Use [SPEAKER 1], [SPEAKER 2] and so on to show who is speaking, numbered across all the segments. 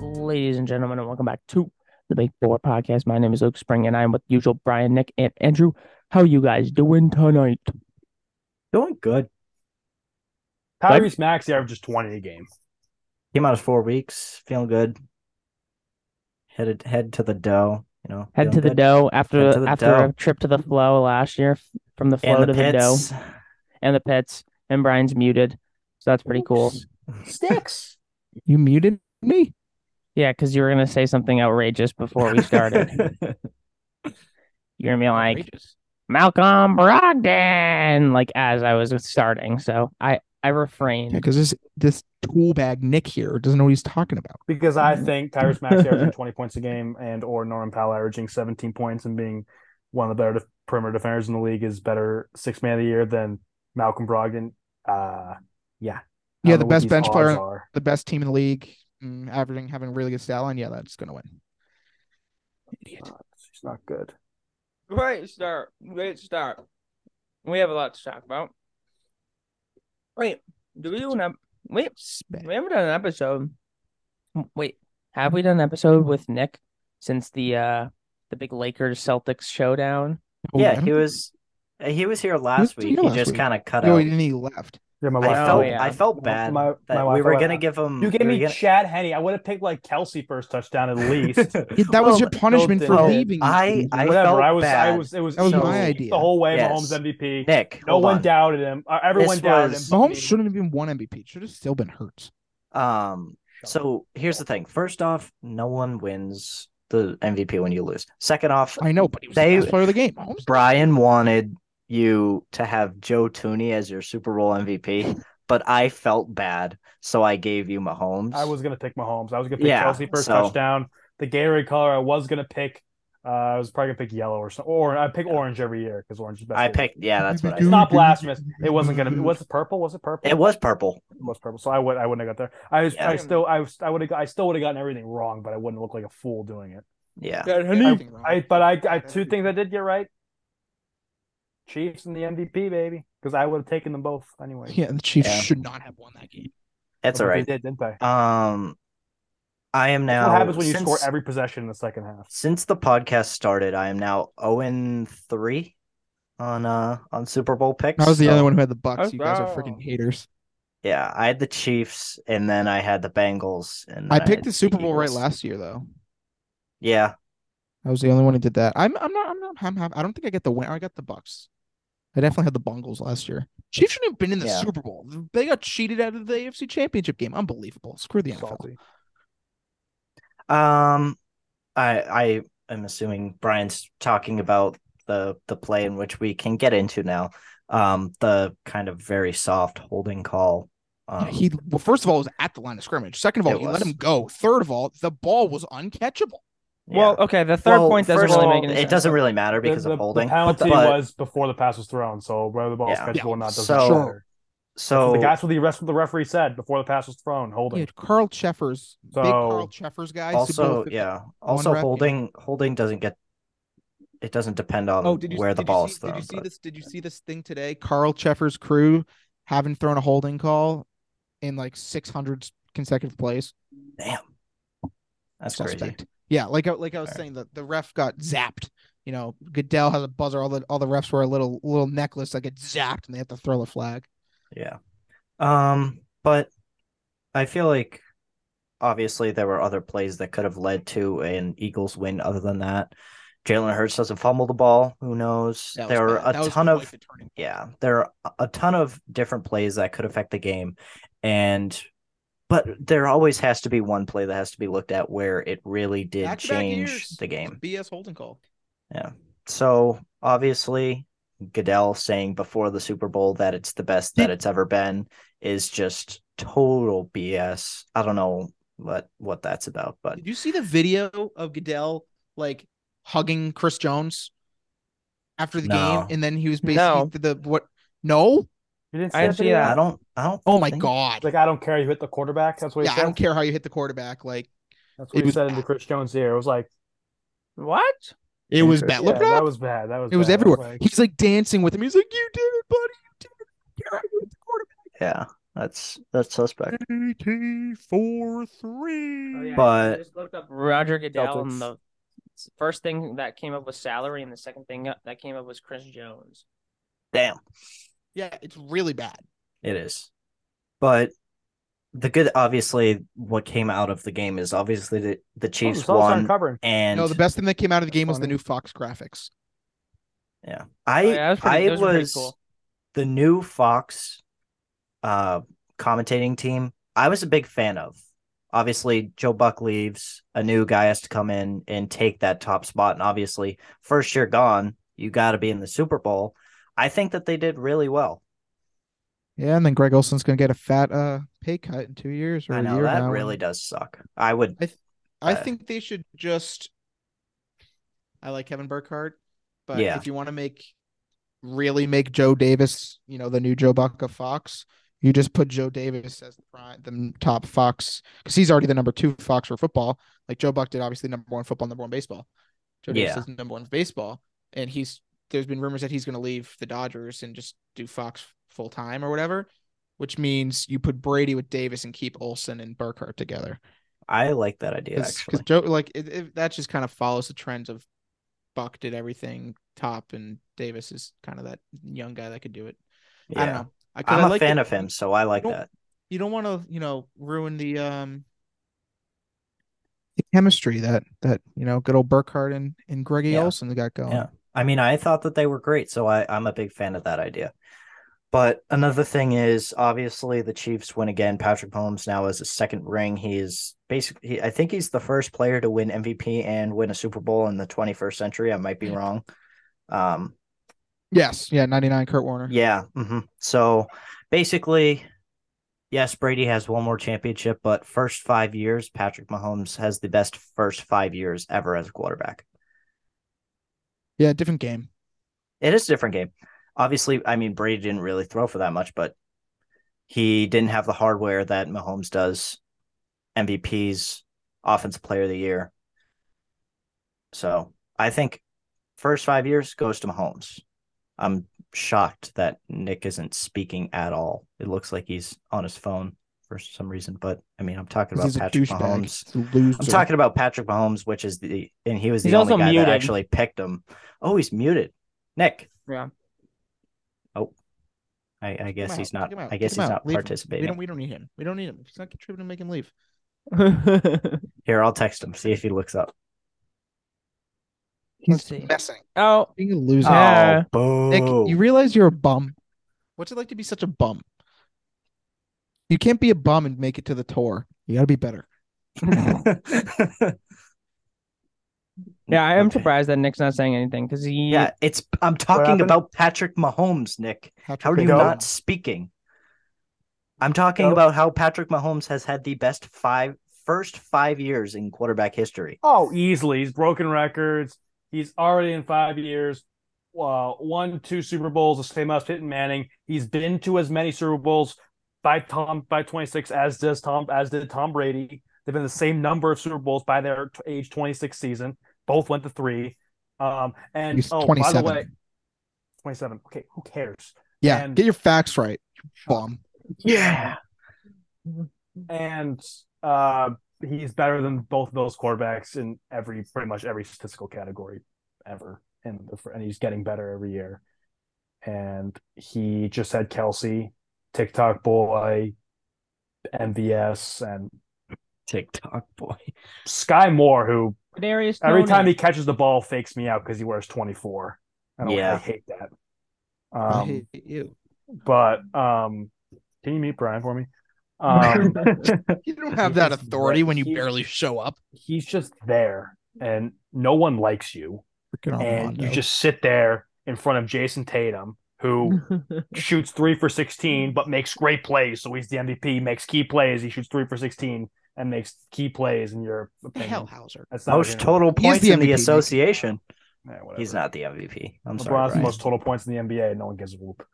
[SPEAKER 1] ladies and gentlemen, and welcome back to the Big Four Podcast. My name is Luke Spring, and I'm with the usual Brian, Nick, and Andrew. How you guys doing tonight?
[SPEAKER 2] Doing good.
[SPEAKER 1] Like-
[SPEAKER 3] Tyrese Maxey averages 20 a game.
[SPEAKER 2] Came out of four weeks, feeling good. Headed head to the dough, you know.
[SPEAKER 1] Head
[SPEAKER 2] feeling
[SPEAKER 1] to the
[SPEAKER 2] good.
[SPEAKER 1] dough after
[SPEAKER 2] Head to the
[SPEAKER 1] after
[SPEAKER 2] dough.
[SPEAKER 1] a trip to the flow last year, f- from the flow
[SPEAKER 2] and
[SPEAKER 1] to
[SPEAKER 2] the
[SPEAKER 1] the dough,
[SPEAKER 2] pits.
[SPEAKER 1] and the pits, and Brian's muted, so that's pretty cool.
[SPEAKER 3] Sticks.
[SPEAKER 1] You muted me? Yeah, because you were gonna say something outrageous before we started. You're gonna be like, Malcolm Brogdon, like as I was starting. So I I
[SPEAKER 4] Yeah,
[SPEAKER 1] refrained.
[SPEAKER 4] because this this tool bag Nick here doesn't know what he's talking about.
[SPEAKER 3] because I
[SPEAKER 2] Mhm.
[SPEAKER 3] think Tyrese Maxey averaging 20 points a game and or Norman Powell averaging 17 points and being one of the better def- perimeter defenders in the league is better six man of the year than Malcolm Brogdon. Uh, yeah. I don't
[SPEAKER 4] Yeah,
[SPEAKER 2] Oh,
[SPEAKER 4] the
[SPEAKER 3] know what
[SPEAKER 4] best
[SPEAKER 3] these
[SPEAKER 4] bench player,
[SPEAKER 3] odds
[SPEAKER 4] on
[SPEAKER 3] are.
[SPEAKER 4] the best team in the league, mm, averaging having a really good stat line. Yeah, that's gonna win. Idiot.
[SPEAKER 3] Uh, She's not good.
[SPEAKER 1] Great start. Great start. We have a lot to talk about. Wait, do we do an ep- wait?
[SPEAKER 4] Smack.
[SPEAKER 1] We haven't done an episode. Wait, have we done an episode with Nick since the uh the big Lakers Celtics showdown?
[SPEAKER 4] Oh, I
[SPEAKER 2] yeah,
[SPEAKER 4] don't
[SPEAKER 2] he
[SPEAKER 4] think-
[SPEAKER 2] was uh, he was here last
[SPEAKER 4] was
[SPEAKER 2] week.
[SPEAKER 4] here
[SPEAKER 2] He
[SPEAKER 4] last
[SPEAKER 2] just
[SPEAKER 4] week.
[SPEAKER 2] kind of cut
[SPEAKER 4] No,
[SPEAKER 2] out.
[SPEAKER 4] he didn't. He left.
[SPEAKER 3] Yeah, my
[SPEAKER 2] I
[SPEAKER 3] wife.
[SPEAKER 2] felt
[SPEAKER 1] Oh, yeah.
[SPEAKER 2] I felt bad
[SPEAKER 3] My-
[SPEAKER 2] that
[SPEAKER 3] my
[SPEAKER 2] we
[SPEAKER 3] wife-
[SPEAKER 2] were gonna give him.
[SPEAKER 3] You gave
[SPEAKER 2] we were
[SPEAKER 3] me
[SPEAKER 2] gonna-
[SPEAKER 3] Chad Henney. I would have picked like Kelsey first touchdown at least.
[SPEAKER 4] Yeah, that
[SPEAKER 1] Well,
[SPEAKER 4] was your punishment for
[SPEAKER 3] Dalton-
[SPEAKER 4] leaving.
[SPEAKER 2] I- I-
[SPEAKER 3] Whatever.
[SPEAKER 2] felt
[SPEAKER 3] I was. I
[SPEAKER 2] bad.
[SPEAKER 3] was. It was.
[SPEAKER 4] That Oh. was
[SPEAKER 3] easy
[SPEAKER 2] my
[SPEAKER 4] idea.
[SPEAKER 3] The whole way.
[SPEAKER 2] Yes.
[SPEAKER 3] Mahomes MVP.
[SPEAKER 2] Nick.
[SPEAKER 3] No
[SPEAKER 2] hold
[SPEAKER 3] one
[SPEAKER 2] on.
[SPEAKER 3] doubted him. Uh, Everyone
[SPEAKER 2] This
[SPEAKER 3] doubted
[SPEAKER 2] was-
[SPEAKER 3] him.
[SPEAKER 4] Mahomes shouldn't have been one MVP. Should have still been hurt.
[SPEAKER 2] Um. So here's the thing. First off, no one wins the MVP when you lose. Second off,
[SPEAKER 4] I know, but he was
[SPEAKER 2] They-
[SPEAKER 4] the best player of the game. Mahomes-
[SPEAKER 2] Brian wanted you to have Joe Tooney as your Super Bowl MVP, but I felt bad, so I gave you Mahomes.
[SPEAKER 3] I was gonna pick Mahomes. I was gonna pick
[SPEAKER 2] Yeah,
[SPEAKER 3] Kelsey first
[SPEAKER 2] so-
[SPEAKER 3] touchdown. The Gatorade color I was gonna pick. Uh, I was probably gonna pick yellow or something. Or I pick orange every year because orange is better.
[SPEAKER 2] I picked. Yeah, that's what I.
[SPEAKER 3] It's not blasphemous. It wasn't gonna. be Was it purple? Was it purple?
[SPEAKER 2] It was purple.
[SPEAKER 3] It was purple. So I would. I wouldn't have got there. I was.
[SPEAKER 2] Yeah.
[SPEAKER 3] I still. I was. I would have. I still would have gotten everything wrong, but I wouldn't look like a fool doing it.
[SPEAKER 2] Yeah.
[SPEAKER 3] I. But I. I two things I did get right. Chiefs and the MVP baby, because I would have taken them both anyway.
[SPEAKER 4] Yeah, the Chiefs
[SPEAKER 2] Yeah.
[SPEAKER 4] should not have won that game.
[SPEAKER 2] That's all
[SPEAKER 3] But
[SPEAKER 2] right.
[SPEAKER 3] They did, didn't they?
[SPEAKER 2] Um, I am now.
[SPEAKER 3] That's what happens when you
[SPEAKER 2] since,
[SPEAKER 3] score every possession in the second half?
[SPEAKER 2] Since the podcast started, I am now zero and three on uh on Super Bowl picks.
[SPEAKER 4] I was the
[SPEAKER 2] so-
[SPEAKER 4] other one who had the Bucks.
[SPEAKER 1] That's
[SPEAKER 4] You guys are
[SPEAKER 1] wrong.
[SPEAKER 4] freaking haters.
[SPEAKER 2] Yeah, I had the Chiefs, and then I had the Bengals, and
[SPEAKER 4] I
[SPEAKER 2] then
[SPEAKER 4] picked
[SPEAKER 2] had
[SPEAKER 4] the Super Bowl right
[SPEAKER 2] Eagles.
[SPEAKER 4] last year, though.
[SPEAKER 2] Yeah,
[SPEAKER 4] I was the only one who did that. I'm I'm not I'm not I'm, I'm, I don't think I get the win. I got the Bucks. I definitely had the Bungles last year. Chiefs shouldn't have been in the
[SPEAKER 2] Yeah.
[SPEAKER 4] Super Bowl. They got cheated out of the AFC Championship game. Unbelievable. Screw the NFL.
[SPEAKER 3] Salty.
[SPEAKER 2] Um, I I am assuming Brian's talking about the the play in which we can get into now. Um, the kind of very soft holding call.
[SPEAKER 4] Yeah,
[SPEAKER 2] Um,
[SPEAKER 4] he well, first of all, it was at the line of scrimmage. Second of all,
[SPEAKER 2] It
[SPEAKER 4] he let
[SPEAKER 2] was.
[SPEAKER 4] him go. Third of all, the ball was uncatchable.
[SPEAKER 2] yeah.
[SPEAKER 1] Well, okay, the third
[SPEAKER 2] Well,
[SPEAKER 1] point doesn't
[SPEAKER 2] first
[SPEAKER 1] really
[SPEAKER 2] of
[SPEAKER 1] make
[SPEAKER 2] all,
[SPEAKER 1] any
[SPEAKER 2] it
[SPEAKER 1] sense.
[SPEAKER 2] doesn't really matter
[SPEAKER 3] The-
[SPEAKER 2] because
[SPEAKER 3] the,
[SPEAKER 2] of holding.
[SPEAKER 3] The penalty
[SPEAKER 2] but-
[SPEAKER 3] was before the pass was thrown, so whether the ball is
[SPEAKER 2] Yeah.
[SPEAKER 3] catchable or not doesn't
[SPEAKER 2] So-
[SPEAKER 3] matter.
[SPEAKER 2] so
[SPEAKER 3] the guys with the rest of the referee said before the pass was thrown, holding.
[SPEAKER 4] Yeah, Carl Cheffers,
[SPEAKER 3] So-
[SPEAKER 4] big Carl Cheffers guy. Super Bowl
[SPEAKER 2] also
[SPEAKER 4] 50.
[SPEAKER 2] yeah, also
[SPEAKER 4] rep, yeah.
[SPEAKER 2] holding holding doesn't get it doesn't depend on
[SPEAKER 4] Oh, did you
[SPEAKER 2] where the
[SPEAKER 4] did you
[SPEAKER 2] ball
[SPEAKER 4] see-
[SPEAKER 2] is thrown.
[SPEAKER 4] Did you see
[SPEAKER 2] but-
[SPEAKER 4] this? Did you see this thing today? Carl Cheffers' crew haven't thrown a holding call in like 600 consecutive plays.
[SPEAKER 2] That's
[SPEAKER 4] suspect.
[SPEAKER 2] crazy.
[SPEAKER 4] Yeah, like I- like I was
[SPEAKER 2] Alright.
[SPEAKER 4] saying, the, the ref got zapped. You know, Goodell has a buzzer. All the all the refs wear a little little necklace that gets zapped, and they have to throw a flag.
[SPEAKER 2] Yeah. Um, but I feel like obviously there were other plays that could have led to an Eagles win other than that. Jalen Hurts doesn't fumble the ball. Who knows?
[SPEAKER 4] That was
[SPEAKER 2] There were
[SPEAKER 4] bad. That
[SPEAKER 2] a
[SPEAKER 4] was
[SPEAKER 2] ton
[SPEAKER 4] quite
[SPEAKER 2] of
[SPEAKER 4] the turning point.
[SPEAKER 2] yeah, there are a ton of different plays that could affect the game. And but there always has to be one play that has to be looked at where it really did
[SPEAKER 4] Back-to-back
[SPEAKER 2] change
[SPEAKER 4] years.
[SPEAKER 2] the game.
[SPEAKER 4] BS holding call.
[SPEAKER 2] So obviously, Goodell saying before the Super Bowl that it's the best that
[SPEAKER 4] Did-
[SPEAKER 2] it's ever been is just total BS. I don't know what what that's about, but
[SPEAKER 4] Did you see the video of Goodell like hugging Chris Jones after the
[SPEAKER 2] No.
[SPEAKER 4] game, and then he was basically
[SPEAKER 1] No.
[SPEAKER 4] the what? No.
[SPEAKER 3] You didn't see
[SPEAKER 1] I
[SPEAKER 3] that
[SPEAKER 1] see
[SPEAKER 3] video?
[SPEAKER 4] uh,
[SPEAKER 1] that.
[SPEAKER 2] I don't, I don't.
[SPEAKER 4] Oh my
[SPEAKER 2] think-
[SPEAKER 4] god.
[SPEAKER 3] Like I don't care. You hit the quarterback. That's what he
[SPEAKER 4] yeah, I
[SPEAKER 3] said.
[SPEAKER 4] don't care how you hit the quarterback. Like
[SPEAKER 3] That's
[SPEAKER 4] It
[SPEAKER 3] what he
[SPEAKER 4] was
[SPEAKER 3] said
[SPEAKER 4] bad.
[SPEAKER 3] into Chris Jones' ear. It was like
[SPEAKER 1] What?
[SPEAKER 4] it was bad.
[SPEAKER 3] yeah,
[SPEAKER 4] Look it
[SPEAKER 3] that
[SPEAKER 4] up.
[SPEAKER 3] was bad. That was
[SPEAKER 4] it was
[SPEAKER 3] bad. I
[SPEAKER 4] everywhere.
[SPEAKER 3] like,
[SPEAKER 4] He's like dancing with him. He's like, "You did it, buddy. You did it. I don't care how you hit the quarterback."
[SPEAKER 2] Yeah, That's that's suspect.
[SPEAKER 4] eighty E four three.
[SPEAKER 1] Oh, yeah, I
[SPEAKER 2] But-
[SPEAKER 1] just looked up Roger Goodell and
[SPEAKER 3] Celtics.
[SPEAKER 1] the first thing that came up was salary, and the second thing that came up was Chris Jones.
[SPEAKER 2] Damn.
[SPEAKER 4] yeah, it's really bad.
[SPEAKER 2] It is. But the good obviously what came out of the game is obviously the, the Chiefs
[SPEAKER 3] Oh, the Celtics aren't
[SPEAKER 2] won
[SPEAKER 3] covering.
[SPEAKER 2] and
[SPEAKER 4] no, the best thing that came out of the game was the
[SPEAKER 3] Funny.
[SPEAKER 4] new Fox graphics.
[SPEAKER 2] yeah. I
[SPEAKER 1] Oh, yeah, that was pretty-
[SPEAKER 2] I
[SPEAKER 1] those were pretty
[SPEAKER 2] was
[SPEAKER 1] cool.
[SPEAKER 2] the new Fox uh commentating team. I was a big fan of. Obviously Joe Buck leaves, a new guy has to come in and take that top spot and obviously first year gone, you got to be in the Super Bowl. I think that they did really well.
[SPEAKER 4] Yeah, and then Greg Olson's gonna get a fat uh pay cut in two years or
[SPEAKER 2] I
[SPEAKER 4] a
[SPEAKER 2] know
[SPEAKER 4] year
[SPEAKER 2] that
[SPEAKER 4] now.
[SPEAKER 2] really does suck. I would
[SPEAKER 4] I
[SPEAKER 2] uh,
[SPEAKER 4] think they should just. I like Kevin Burkhardt, but
[SPEAKER 2] Yeah.
[SPEAKER 4] if you want to make, really make Joe Davis, you know, the new Joe Buck of Fox, you just put Joe Davis as the prime, the top Fox because he's already the number two Fox for football. Like Joe Buck did, obviously number one football, number one baseball. Joe
[SPEAKER 2] Yeah.
[SPEAKER 4] Davis is number one baseball, and he's there's been rumors that he's going to leave the Dodgers and just do Fox full time or whatever, which means you put Brady with Davis and keep Olson and Burkhardt together
[SPEAKER 2] I like that idea actually.
[SPEAKER 4] because Joe like it, it, that just kind of follows the trends of Buck did everything top and Davis is kind of that young guy that could do it. I don't know. I, 'cause
[SPEAKER 2] I'm
[SPEAKER 4] I
[SPEAKER 2] a
[SPEAKER 4] like
[SPEAKER 2] fan
[SPEAKER 4] that
[SPEAKER 2] of him, so I like
[SPEAKER 4] Don't-
[SPEAKER 2] that.
[SPEAKER 4] You don't want to you know ruin the um the chemistry that that you know good old Burkhardt and and Greggy
[SPEAKER 2] Yeah.
[SPEAKER 4] Olson got going.
[SPEAKER 2] Yeah. I mean, I thought that they were great, so I, I'm a big fan of that idea. But another thing is obviously the Chiefs win again. Patrick Mahomes now has a second ring. He is basically, he, I think he's the first player to win MVP and win a Super Bowl in the 21st century. I might be wrong. Um,
[SPEAKER 4] Yes, yeah, ninety nine Kurt Warner.
[SPEAKER 2] yeah. hmm So basically, yes, Brady has one more championship, but first five years, Patrick Mahomes has the best first five years ever as a quarterback.
[SPEAKER 4] yeah, different game.
[SPEAKER 2] It is a different game. Obviously, I mean Brady didn't really throw for that much, but he didn't have the hardware that Mahomes does. MVPs, offensive player of the year. So I think first five years goes to Mahomes. I'm shocked that Nick isn't speaking at all. It looks like he's on his phone for some reason, but I mean I'm talking
[SPEAKER 4] 'Cause
[SPEAKER 2] about
[SPEAKER 4] He's a
[SPEAKER 2] Patrick
[SPEAKER 4] douchebag.
[SPEAKER 2] Mahomes.
[SPEAKER 4] He's a loser.
[SPEAKER 2] I'm talking about Patrick Mahomes, which is the and he was the
[SPEAKER 1] He's
[SPEAKER 2] only
[SPEAKER 1] also
[SPEAKER 2] guy
[SPEAKER 1] muted.
[SPEAKER 2] that actually picked him. Oh, he's muted. Nick.
[SPEAKER 1] Yeah.
[SPEAKER 2] Oh, I, I guess
[SPEAKER 4] out,
[SPEAKER 2] he's not.
[SPEAKER 4] kick him out,
[SPEAKER 2] I guess
[SPEAKER 4] kick him
[SPEAKER 2] he's
[SPEAKER 4] out,
[SPEAKER 2] not
[SPEAKER 4] leave him. we don't
[SPEAKER 2] participating.
[SPEAKER 4] we don't need him. We don't need him. If he's not contributing, make him leave.
[SPEAKER 2] Here, I'll text him. See if he looks up.
[SPEAKER 1] Let's
[SPEAKER 4] He's
[SPEAKER 1] see.
[SPEAKER 4] messing.
[SPEAKER 1] oh,
[SPEAKER 4] Being a loser.
[SPEAKER 1] Yeah.
[SPEAKER 2] Oh,
[SPEAKER 4] Nick,
[SPEAKER 2] boo.
[SPEAKER 4] you realize you're a bum. What's it like to be such a bum? You can't be a bum and make it to the tour. You got to be better.
[SPEAKER 1] yeah, I am
[SPEAKER 2] Okay.
[SPEAKER 1] surprised that Nick's not saying anything because he.
[SPEAKER 2] Yeah, it's. I'm talking
[SPEAKER 3] happened?
[SPEAKER 2] about Patrick Mahomes, Nick.
[SPEAKER 4] Patrick
[SPEAKER 2] How are you
[SPEAKER 3] Bingo.
[SPEAKER 2] not speaking? I'm talking
[SPEAKER 3] Nope.
[SPEAKER 2] about how Patrick Mahomes has had the best five first five years in quarterback history.
[SPEAKER 3] Oh, easily. He's broken records. He's already in five years. Uh, won two Super Bowls, the same as Peyton Manning. He's been to as many Super Bowls by Tom by 26 as does Tom as did Tom Brady. They've been the same number of Super Bowls by their t- age 26 season. Both went to three. Um, and
[SPEAKER 4] He's
[SPEAKER 3] oh, by
[SPEAKER 4] 27.
[SPEAKER 3] the way, 27. Okay, who cares?
[SPEAKER 4] Yeah,
[SPEAKER 3] and-
[SPEAKER 4] get your facts right, you bum.
[SPEAKER 2] Yeah.
[SPEAKER 3] and uh, he's better than both of those quarterbacks in every pretty much every statistical category ever, and and he's getting better every year. And he just had Kelsey, TikTok boy, MVS, and
[SPEAKER 2] TikTok boy.
[SPEAKER 3] Sky Moore, who
[SPEAKER 1] Kadarius
[SPEAKER 3] every
[SPEAKER 1] Toney.
[SPEAKER 3] time he catches the ball fakes me out because he wears twenty four. I don't.
[SPEAKER 2] Yeah.
[SPEAKER 3] I hate that.
[SPEAKER 4] I
[SPEAKER 3] Um,
[SPEAKER 4] hate you.
[SPEAKER 3] but um, can you mute Brian for me? Um,
[SPEAKER 4] You don't have that
[SPEAKER 3] he's
[SPEAKER 4] authority when you
[SPEAKER 3] he-
[SPEAKER 4] barely show up.
[SPEAKER 3] he's just there, and no one likes you.
[SPEAKER 4] Freaking
[SPEAKER 3] and
[SPEAKER 4] Armando.
[SPEAKER 3] you just sit there in front of Jason Tatum, who shoots three for 16, but makes great plays. So he's the MVP, makes key plays. He shoots three for 16 and makes key plays in your
[SPEAKER 4] the
[SPEAKER 3] opinion.
[SPEAKER 4] hell, Hauser.
[SPEAKER 3] That's not
[SPEAKER 2] Most
[SPEAKER 3] even-
[SPEAKER 2] total
[SPEAKER 4] He's
[SPEAKER 2] points
[SPEAKER 4] the
[SPEAKER 2] in the
[SPEAKER 4] MVP, Nick.
[SPEAKER 2] association.
[SPEAKER 3] Yeah, whatever.
[SPEAKER 2] He's not the MVP. I'm
[SPEAKER 3] LeBron's
[SPEAKER 2] sorry.
[SPEAKER 3] the
[SPEAKER 2] Brian.
[SPEAKER 3] most total points in the NBA. No one gives a whoop.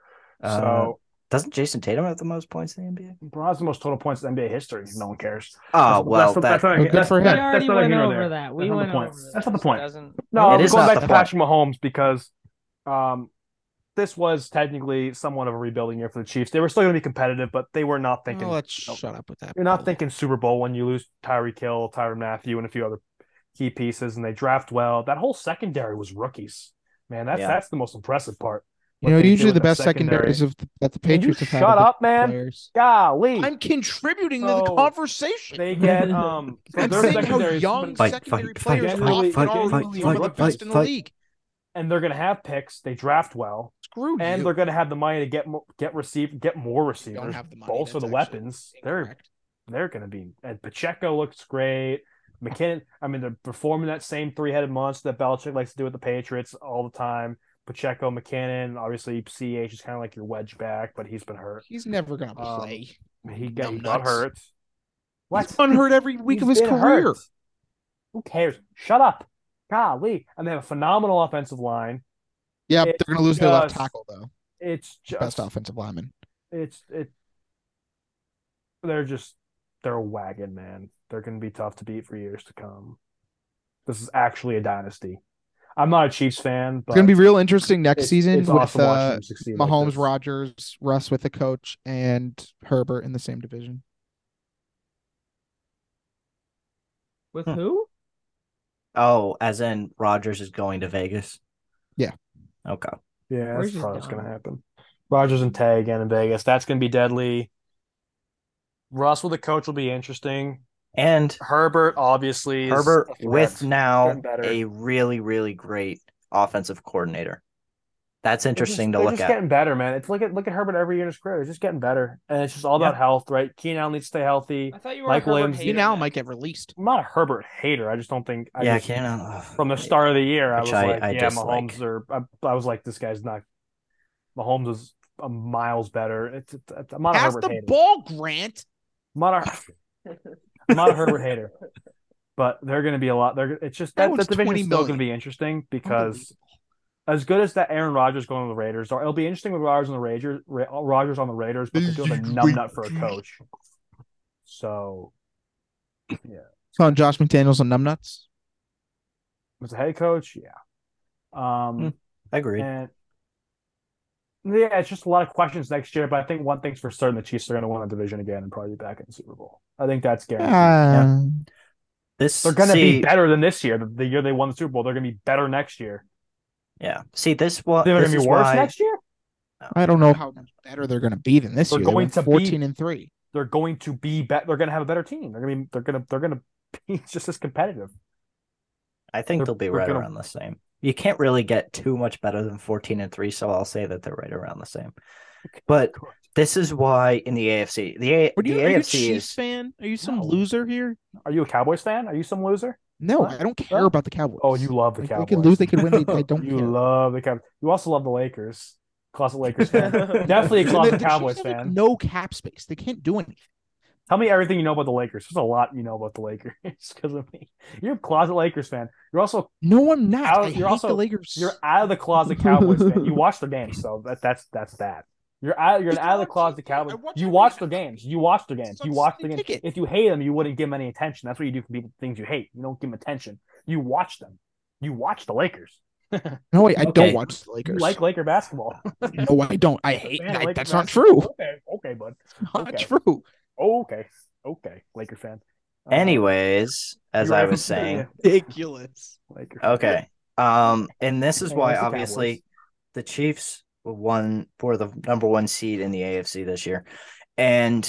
[SPEAKER 2] Uh,
[SPEAKER 3] so
[SPEAKER 2] Doesn't Jason Tatum have the most points in the NBA?
[SPEAKER 3] LeBron's the most total points in NBA history. No one cares.
[SPEAKER 2] Oh,
[SPEAKER 3] That's- that's-
[SPEAKER 2] well, that,
[SPEAKER 3] that's not-
[SPEAKER 4] Well, good
[SPEAKER 3] that's-
[SPEAKER 4] for him.
[SPEAKER 1] We
[SPEAKER 3] that-
[SPEAKER 4] Yeah,
[SPEAKER 1] already
[SPEAKER 3] that's not
[SPEAKER 1] went
[SPEAKER 3] here nor
[SPEAKER 1] over
[SPEAKER 3] there.
[SPEAKER 1] that. We
[SPEAKER 3] That's not the
[SPEAKER 1] went
[SPEAKER 3] point.
[SPEAKER 1] over
[SPEAKER 3] That's not the
[SPEAKER 1] this.
[SPEAKER 3] point.
[SPEAKER 1] Doesn't-
[SPEAKER 3] No,
[SPEAKER 2] It is
[SPEAKER 3] going
[SPEAKER 2] not
[SPEAKER 3] back
[SPEAKER 2] the
[SPEAKER 3] to Patrick Mahomes because um, this was technically somewhat of a rebuilding year for the Chiefs. They were still going to be competitive, but they were not thinking.
[SPEAKER 4] Oh, let's shut up with that.
[SPEAKER 3] You're not
[SPEAKER 4] bull.
[SPEAKER 3] thinking Super Bowl when you lose Tyree Kill, Tyron Matthew, and a few other key pieces, and they draft well. That whole secondary was rookies. Man, that's
[SPEAKER 2] Yeah.
[SPEAKER 3] that's the most impressive part.
[SPEAKER 4] You know, usually the best secondaries of the, that the
[SPEAKER 3] Can you
[SPEAKER 4] Patriots have had.
[SPEAKER 3] shut
[SPEAKER 4] are good
[SPEAKER 3] up, man?
[SPEAKER 4] Players.
[SPEAKER 3] Golly,
[SPEAKER 4] I'm contributing to the
[SPEAKER 3] So,
[SPEAKER 4] conversation.
[SPEAKER 3] they get um. so
[SPEAKER 4] I'm
[SPEAKER 3] their
[SPEAKER 4] saying how
[SPEAKER 3] secondaries-
[SPEAKER 4] young
[SPEAKER 2] Fight,
[SPEAKER 4] secondary
[SPEAKER 2] fight,
[SPEAKER 4] players
[SPEAKER 3] fight,
[SPEAKER 4] often
[SPEAKER 3] fight,
[SPEAKER 4] are
[SPEAKER 3] fight,
[SPEAKER 4] really
[SPEAKER 3] fight,
[SPEAKER 4] are the best in the
[SPEAKER 2] fight.
[SPEAKER 4] league.
[SPEAKER 3] and they're going to have picks. They draft well,
[SPEAKER 4] Screw
[SPEAKER 3] and
[SPEAKER 4] you.
[SPEAKER 3] they're going to have the money to get mo- get receive get more
[SPEAKER 4] You
[SPEAKER 3] receivers.
[SPEAKER 4] don't have the money.
[SPEAKER 3] bolster
[SPEAKER 4] That's
[SPEAKER 3] the
[SPEAKER 4] actually
[SPEAKER 3] weapons. They're
[SPEAKER 4] incorrect.
[SPEAKER 3] they're going to be. And Pacheco looks great. McKinnon. I mean, they're performing that same three headed monster that Belichick likes to do with the Patriots all the time. Pacheco, McKinnon. Obviously, CH is kind of like your wedge back, but he's been hurt.
[SPEAKER 4] He's never gonna
[SPEAKER 3] Um,
[SPEAKER 4] play.
[SPEAKER 3] He got, he
[SPEAKER 4] Numbnuts.
[SPEAKER 3] got hurt.
[SPEAKER 4] He's been hurt every week
[SPEAKER 3] He's
[SPEAKER 4] of his
[SPEAKER 3] been
[SPEAKER 4] career.
[SPEAKER 3] hurt. Who cares? Shut up. Golly. And they have a phenomenal offensive line.
[SPEAKER 4] Yeah,
[SPEAKER 3] It
[SPEAKER 4] they're gonna lose their left
[SPEAKER 3] just-
[SPEAKER 4] tackle though.
[SPEAKER 3] It's just
[SPEAKER 4] Best offensive lineman.
[SPEAKER 3] it's it they're just they're a wagon man they're going to be tough to beat for years to come this is actually a dynasty i'm not a chiefs fan but
[SPEAKER 4] It's gonna be real interesting next
[SPEAKER 3] it's-
[SPEAKER 4] season
[SPEAKER 3] it's
[SPEAKER 4] with
[SPEAKER 3] awesome watching
[SPEAKER 4] uh,
[SPEAKER 3] them succeed like
[SPEAKER 4] Mahomes,
[SPEAKER 3] this.
[SPEAKER 4] Rogers, Russ with the coach, and Herbert in the same division.
[SPEAKER 1] With
[SPEAKER 2] Hmm.
[SPEAKER 1] who?
[SPEAKER 2] Oh, as in Rogers is going to Vegas.
[SPEAKER 4] Yeah.
[SPEAKER 2] Okay.
[SPEAKER 3] yeah
[SPEAKER 1] Where's
[SPEAKER 3] that's
[SPEAKER 1] his
[SPEAKER 3] probably what's going to
[SPEAKER 1] dom?
[SPEAKER 3] happen rogers and tay again in vegas that's going to be deadly russ with the coach will be interesting
[SPEAKER 2] And
[SPEAKER 3] herbert obviously is
[SPEAKER 2] Herbert
[SPEAKER 3] a threat.
[SPEAKER 2] with now
[SPEAKER 3] Getting better.
[SPEAKER 2] a really, really great offensive coordinator. That's
[SPEAKER 3] They're just-
[SPEAKER 2] interesting
[SPEAKER 3] they're
[SPEAKER 2] to look
[SPEAKER 3] just
[SPEAKER 2] at.
[SPEAKER 3] getting better man it's look at look at herbert every year in his career they're just getting better and it's just all about
[SPEAKER 2] Yeah.
[SPEAKER 3] health right keenan Allen needs to stay healthy
[SPEAKER 1] I thought you
[SPEAKER 3] were a Mike Herbert Williams. hater,
[SPEAKER 4] You now might get released.
[SPEAKER 3] I'm not a Herbert hater. I just don't think. I
[SPEAKER 2] yeah,
[SPEAKER 3] just-
[SPEAKER 2] I can't. Uh,
[SPEAKER 3] From the start of the year, I
[SPEAKER 2] Which
[SPEAKER 3] was
[SPEAKER 2] I-
[SPEAKER 3] like,
[SPEAKER 2] I
[SPEAKER 3] yeah,
[SPEAKER 2] dislike.
[SPEAKER 3] Mahomes are. I, I was like, this guy's not. Mahomes is a miles better. It's, it's, it's- I'm not a
[SPEAKER 4] Pass
[SPEAKER 3] Herbert
[SPEAKER 4] the
[SPEAKER 3] hater.
[SPEAKER 4] ball, Grant.
[SPEAKER 3] I'm not a, I'm not a Herbert hater. But they're going to be a lot. They're it's just
[SPEAKER 4] That
[SPEAKER 3] that,
[SPEAKER 4] one's
[SPEAKER 3] that division
[SPEAKER 4] 20
[SPEAKER 3] is still going
[SPEAKER 4] million.
[SPEAKER 3] to be interesting because as good as that Aaron Rodgers going to the Raiders, are, it'll be interesting with Rodgers on the Raiders, Ra- Rodgers on the Raiders, but they do have a numb nut for a coach. So
[SPEAKER 4] It's on Josh McDaniels and Numbnuts.
[SPEAKER 3] as a head coach, yeah. Um,
[SPEAKER 2] Hmm. I agree.
[SPEAKER 3] And yeah, it's just a lot of questions next year. But I think one thing's for certain: the Chiefs are going to win the division again and probably be back in the Super Bowl. I think that's guaranteed.
[SPEAKER 4] Uh,
[SPEAKER 2] This
[SPEAKER 3] they're going to
[SPEAKER 2] see,
[SPEAKER 3] be better than this year. The, the year they won the Super Bowl, they're going to be better next year.
[SPEAKER 2] Yeah. See this one.
[SPEAKER 3] They're
[SPEAKER 2] Uh, This
[SPEAKER 3] going to
[SPEAKER 2] is
[SPEAKER 3] be worse
[SPEAKER 2] why
[SPEAKER 3] next year.
[SPEAKER 4] I don't know how much better they're going to be than this
[SPEAKER 3] They're
[SPEAKER 4] year. They
[SPEAKER 3] going
[SPEAKER 4] went
[SPEAKER 3] to be-
[SPEAKER 4] 14 and 3.
[SPEAKER 3] They're going to be better. They're going to have a better team. They're going to be. They're going to. They're going to be just as competitive.
[SPEAKER 2] I think
[SPEAKER 3] they're-
[SPEAKER 2] they'll be
[SPEAKER 3] they're
[SPEAKER 2] right
[SPEAKER 3] gonna-
[SPEAKER 2] around the same. You can't really get too much better than fourteen and three, so I'll say that they're right around the same. But this is why in the AFC, the A-
[SPEAKER 4] What are you,
[SPEAKER 2] the
[SPEAKER 4] are you a
[SPEAKER 2] AFC
[SPEAKER 4] Chiefs
[SPEAKER 2] is
[SPEAKER 4] fan? Are you some
[SPEAKER 3] No.
[SPEAKER 4] loser here?
[SPEAKER 3] Are you a Cowboys fan? Are you some loser?
[SPEAKER 4] No,
[SPEAKER 3] What?
[SPEAKER 4] I don't care
[SPEAKER 3] Huh?
[SPEAKER 4] about the Cowboys.
[SPEAKER 3] Oh, you love the
[SPEAKER 4] If
[SPEAKER 3] Cowboys.
[SPEAKER 4] They could lose, they could win. They, I don't
[SPEAKER 3] you
[SPEAKER 4] care.
[SPEAKER 3] love the Cowboys. You also love the Lakers. Closet Lakers fan. Definitely a
[SPEAKER 4] The-
[SPEAKER 3] closet
[SPEAKER 4] the Chiefs
[SPEAKER 3] Cowboys
[SPEAKER 4] have, like,
[SPEAKER 3] fan.
[SPEAKER 4] no cap space. They can't do anything.
[SPEAKER 3] Tell me everything you know about the Lakers. There's a lot you know about the Lakers because of me. You're a closet Lakers fan. You're also
[SPEAKER 4] No, I'm not.
[SPEAKER 3] Al-
[SPEAKER 4] I
[SPEAKER 3] you're
[SPEAKER 4] hate
[SPEAKER 3] also-
[SPEAKER 4] the Lakers.
[SPEAKER 3] you're out of the closet Cowboys fan. You watch their games, so that that's that's that. You're out. You're an
[SPEAKER 4] It's
[SPEAKER 3] out of
[SPEAKER 4] on
[SPEAKER 3] the closet
[SPEAKER 4] TV. I
[SPEAKER 3] Cowboys.
[SPEAKER 4] watch
[SPEAKER 3] You
[SPEAKER 4] every
[SPEAKER 3] watch their
[SPEAKER 4] half.
[SPEAKER 3] games. You watch their games.
[SPEAKER 4] It's on
[SPEAKER 3] You watch the
[SPEAKER 4] Sunday
[SPEAKER 3] games.
[SPEAKER 4] Ticket.
[SPEAKER 3] If you hate them, you wouldn't give them any attention. That's what you do for people things you hate. You don't give them attention. You watch them. You watch the Lakers.
[SPEAKER 4] No, I, I
[SPEAKER 2] Okay.
[SPEAKER 4] don't watch the
[SPEAKER 3] You
[SPEAKER 4] Lakers.
[SPEAKER 3] like Laker basketball.
[SPEAKER 4] no, I don't. I hate.
[SPEAKER 3] Fan of
[SPEAKER 4] I-
[SPEAKER 3] Laker
[SPEAKER 4] that's not
[SPEAKER 3] basketball.
[SPEAKER 4] true.
[SPEAKER 3] Okay, okay, bud.
[SPEAKER 4] Not
[SPEAKER 3] Okay.
[SPEAKER 4] true.
[SPEAKER 3] Okay, okay, Laker fan. Uh,
[SPEAKER 2] anyways, as
[SPEAKER 3] you
[SPEAKER 2] I
[SPEAKER 3] right.
[SPEAKER 2] was saying.
[SPEAKER 4] Ridiculous.
[SPEAKER 3] Laker fan.
[SPEAKER 2] Okay. Um, and this is
[SPEAKER 3] Hey,
[SPEAKER 2] why
[SPEAKER 3] where's the
[SPEAKER 2] obviously
[SPEAKER 3] Cowboys?
[SPEAKER 2] the Chiefs won were the number one seed in the AFC this year. And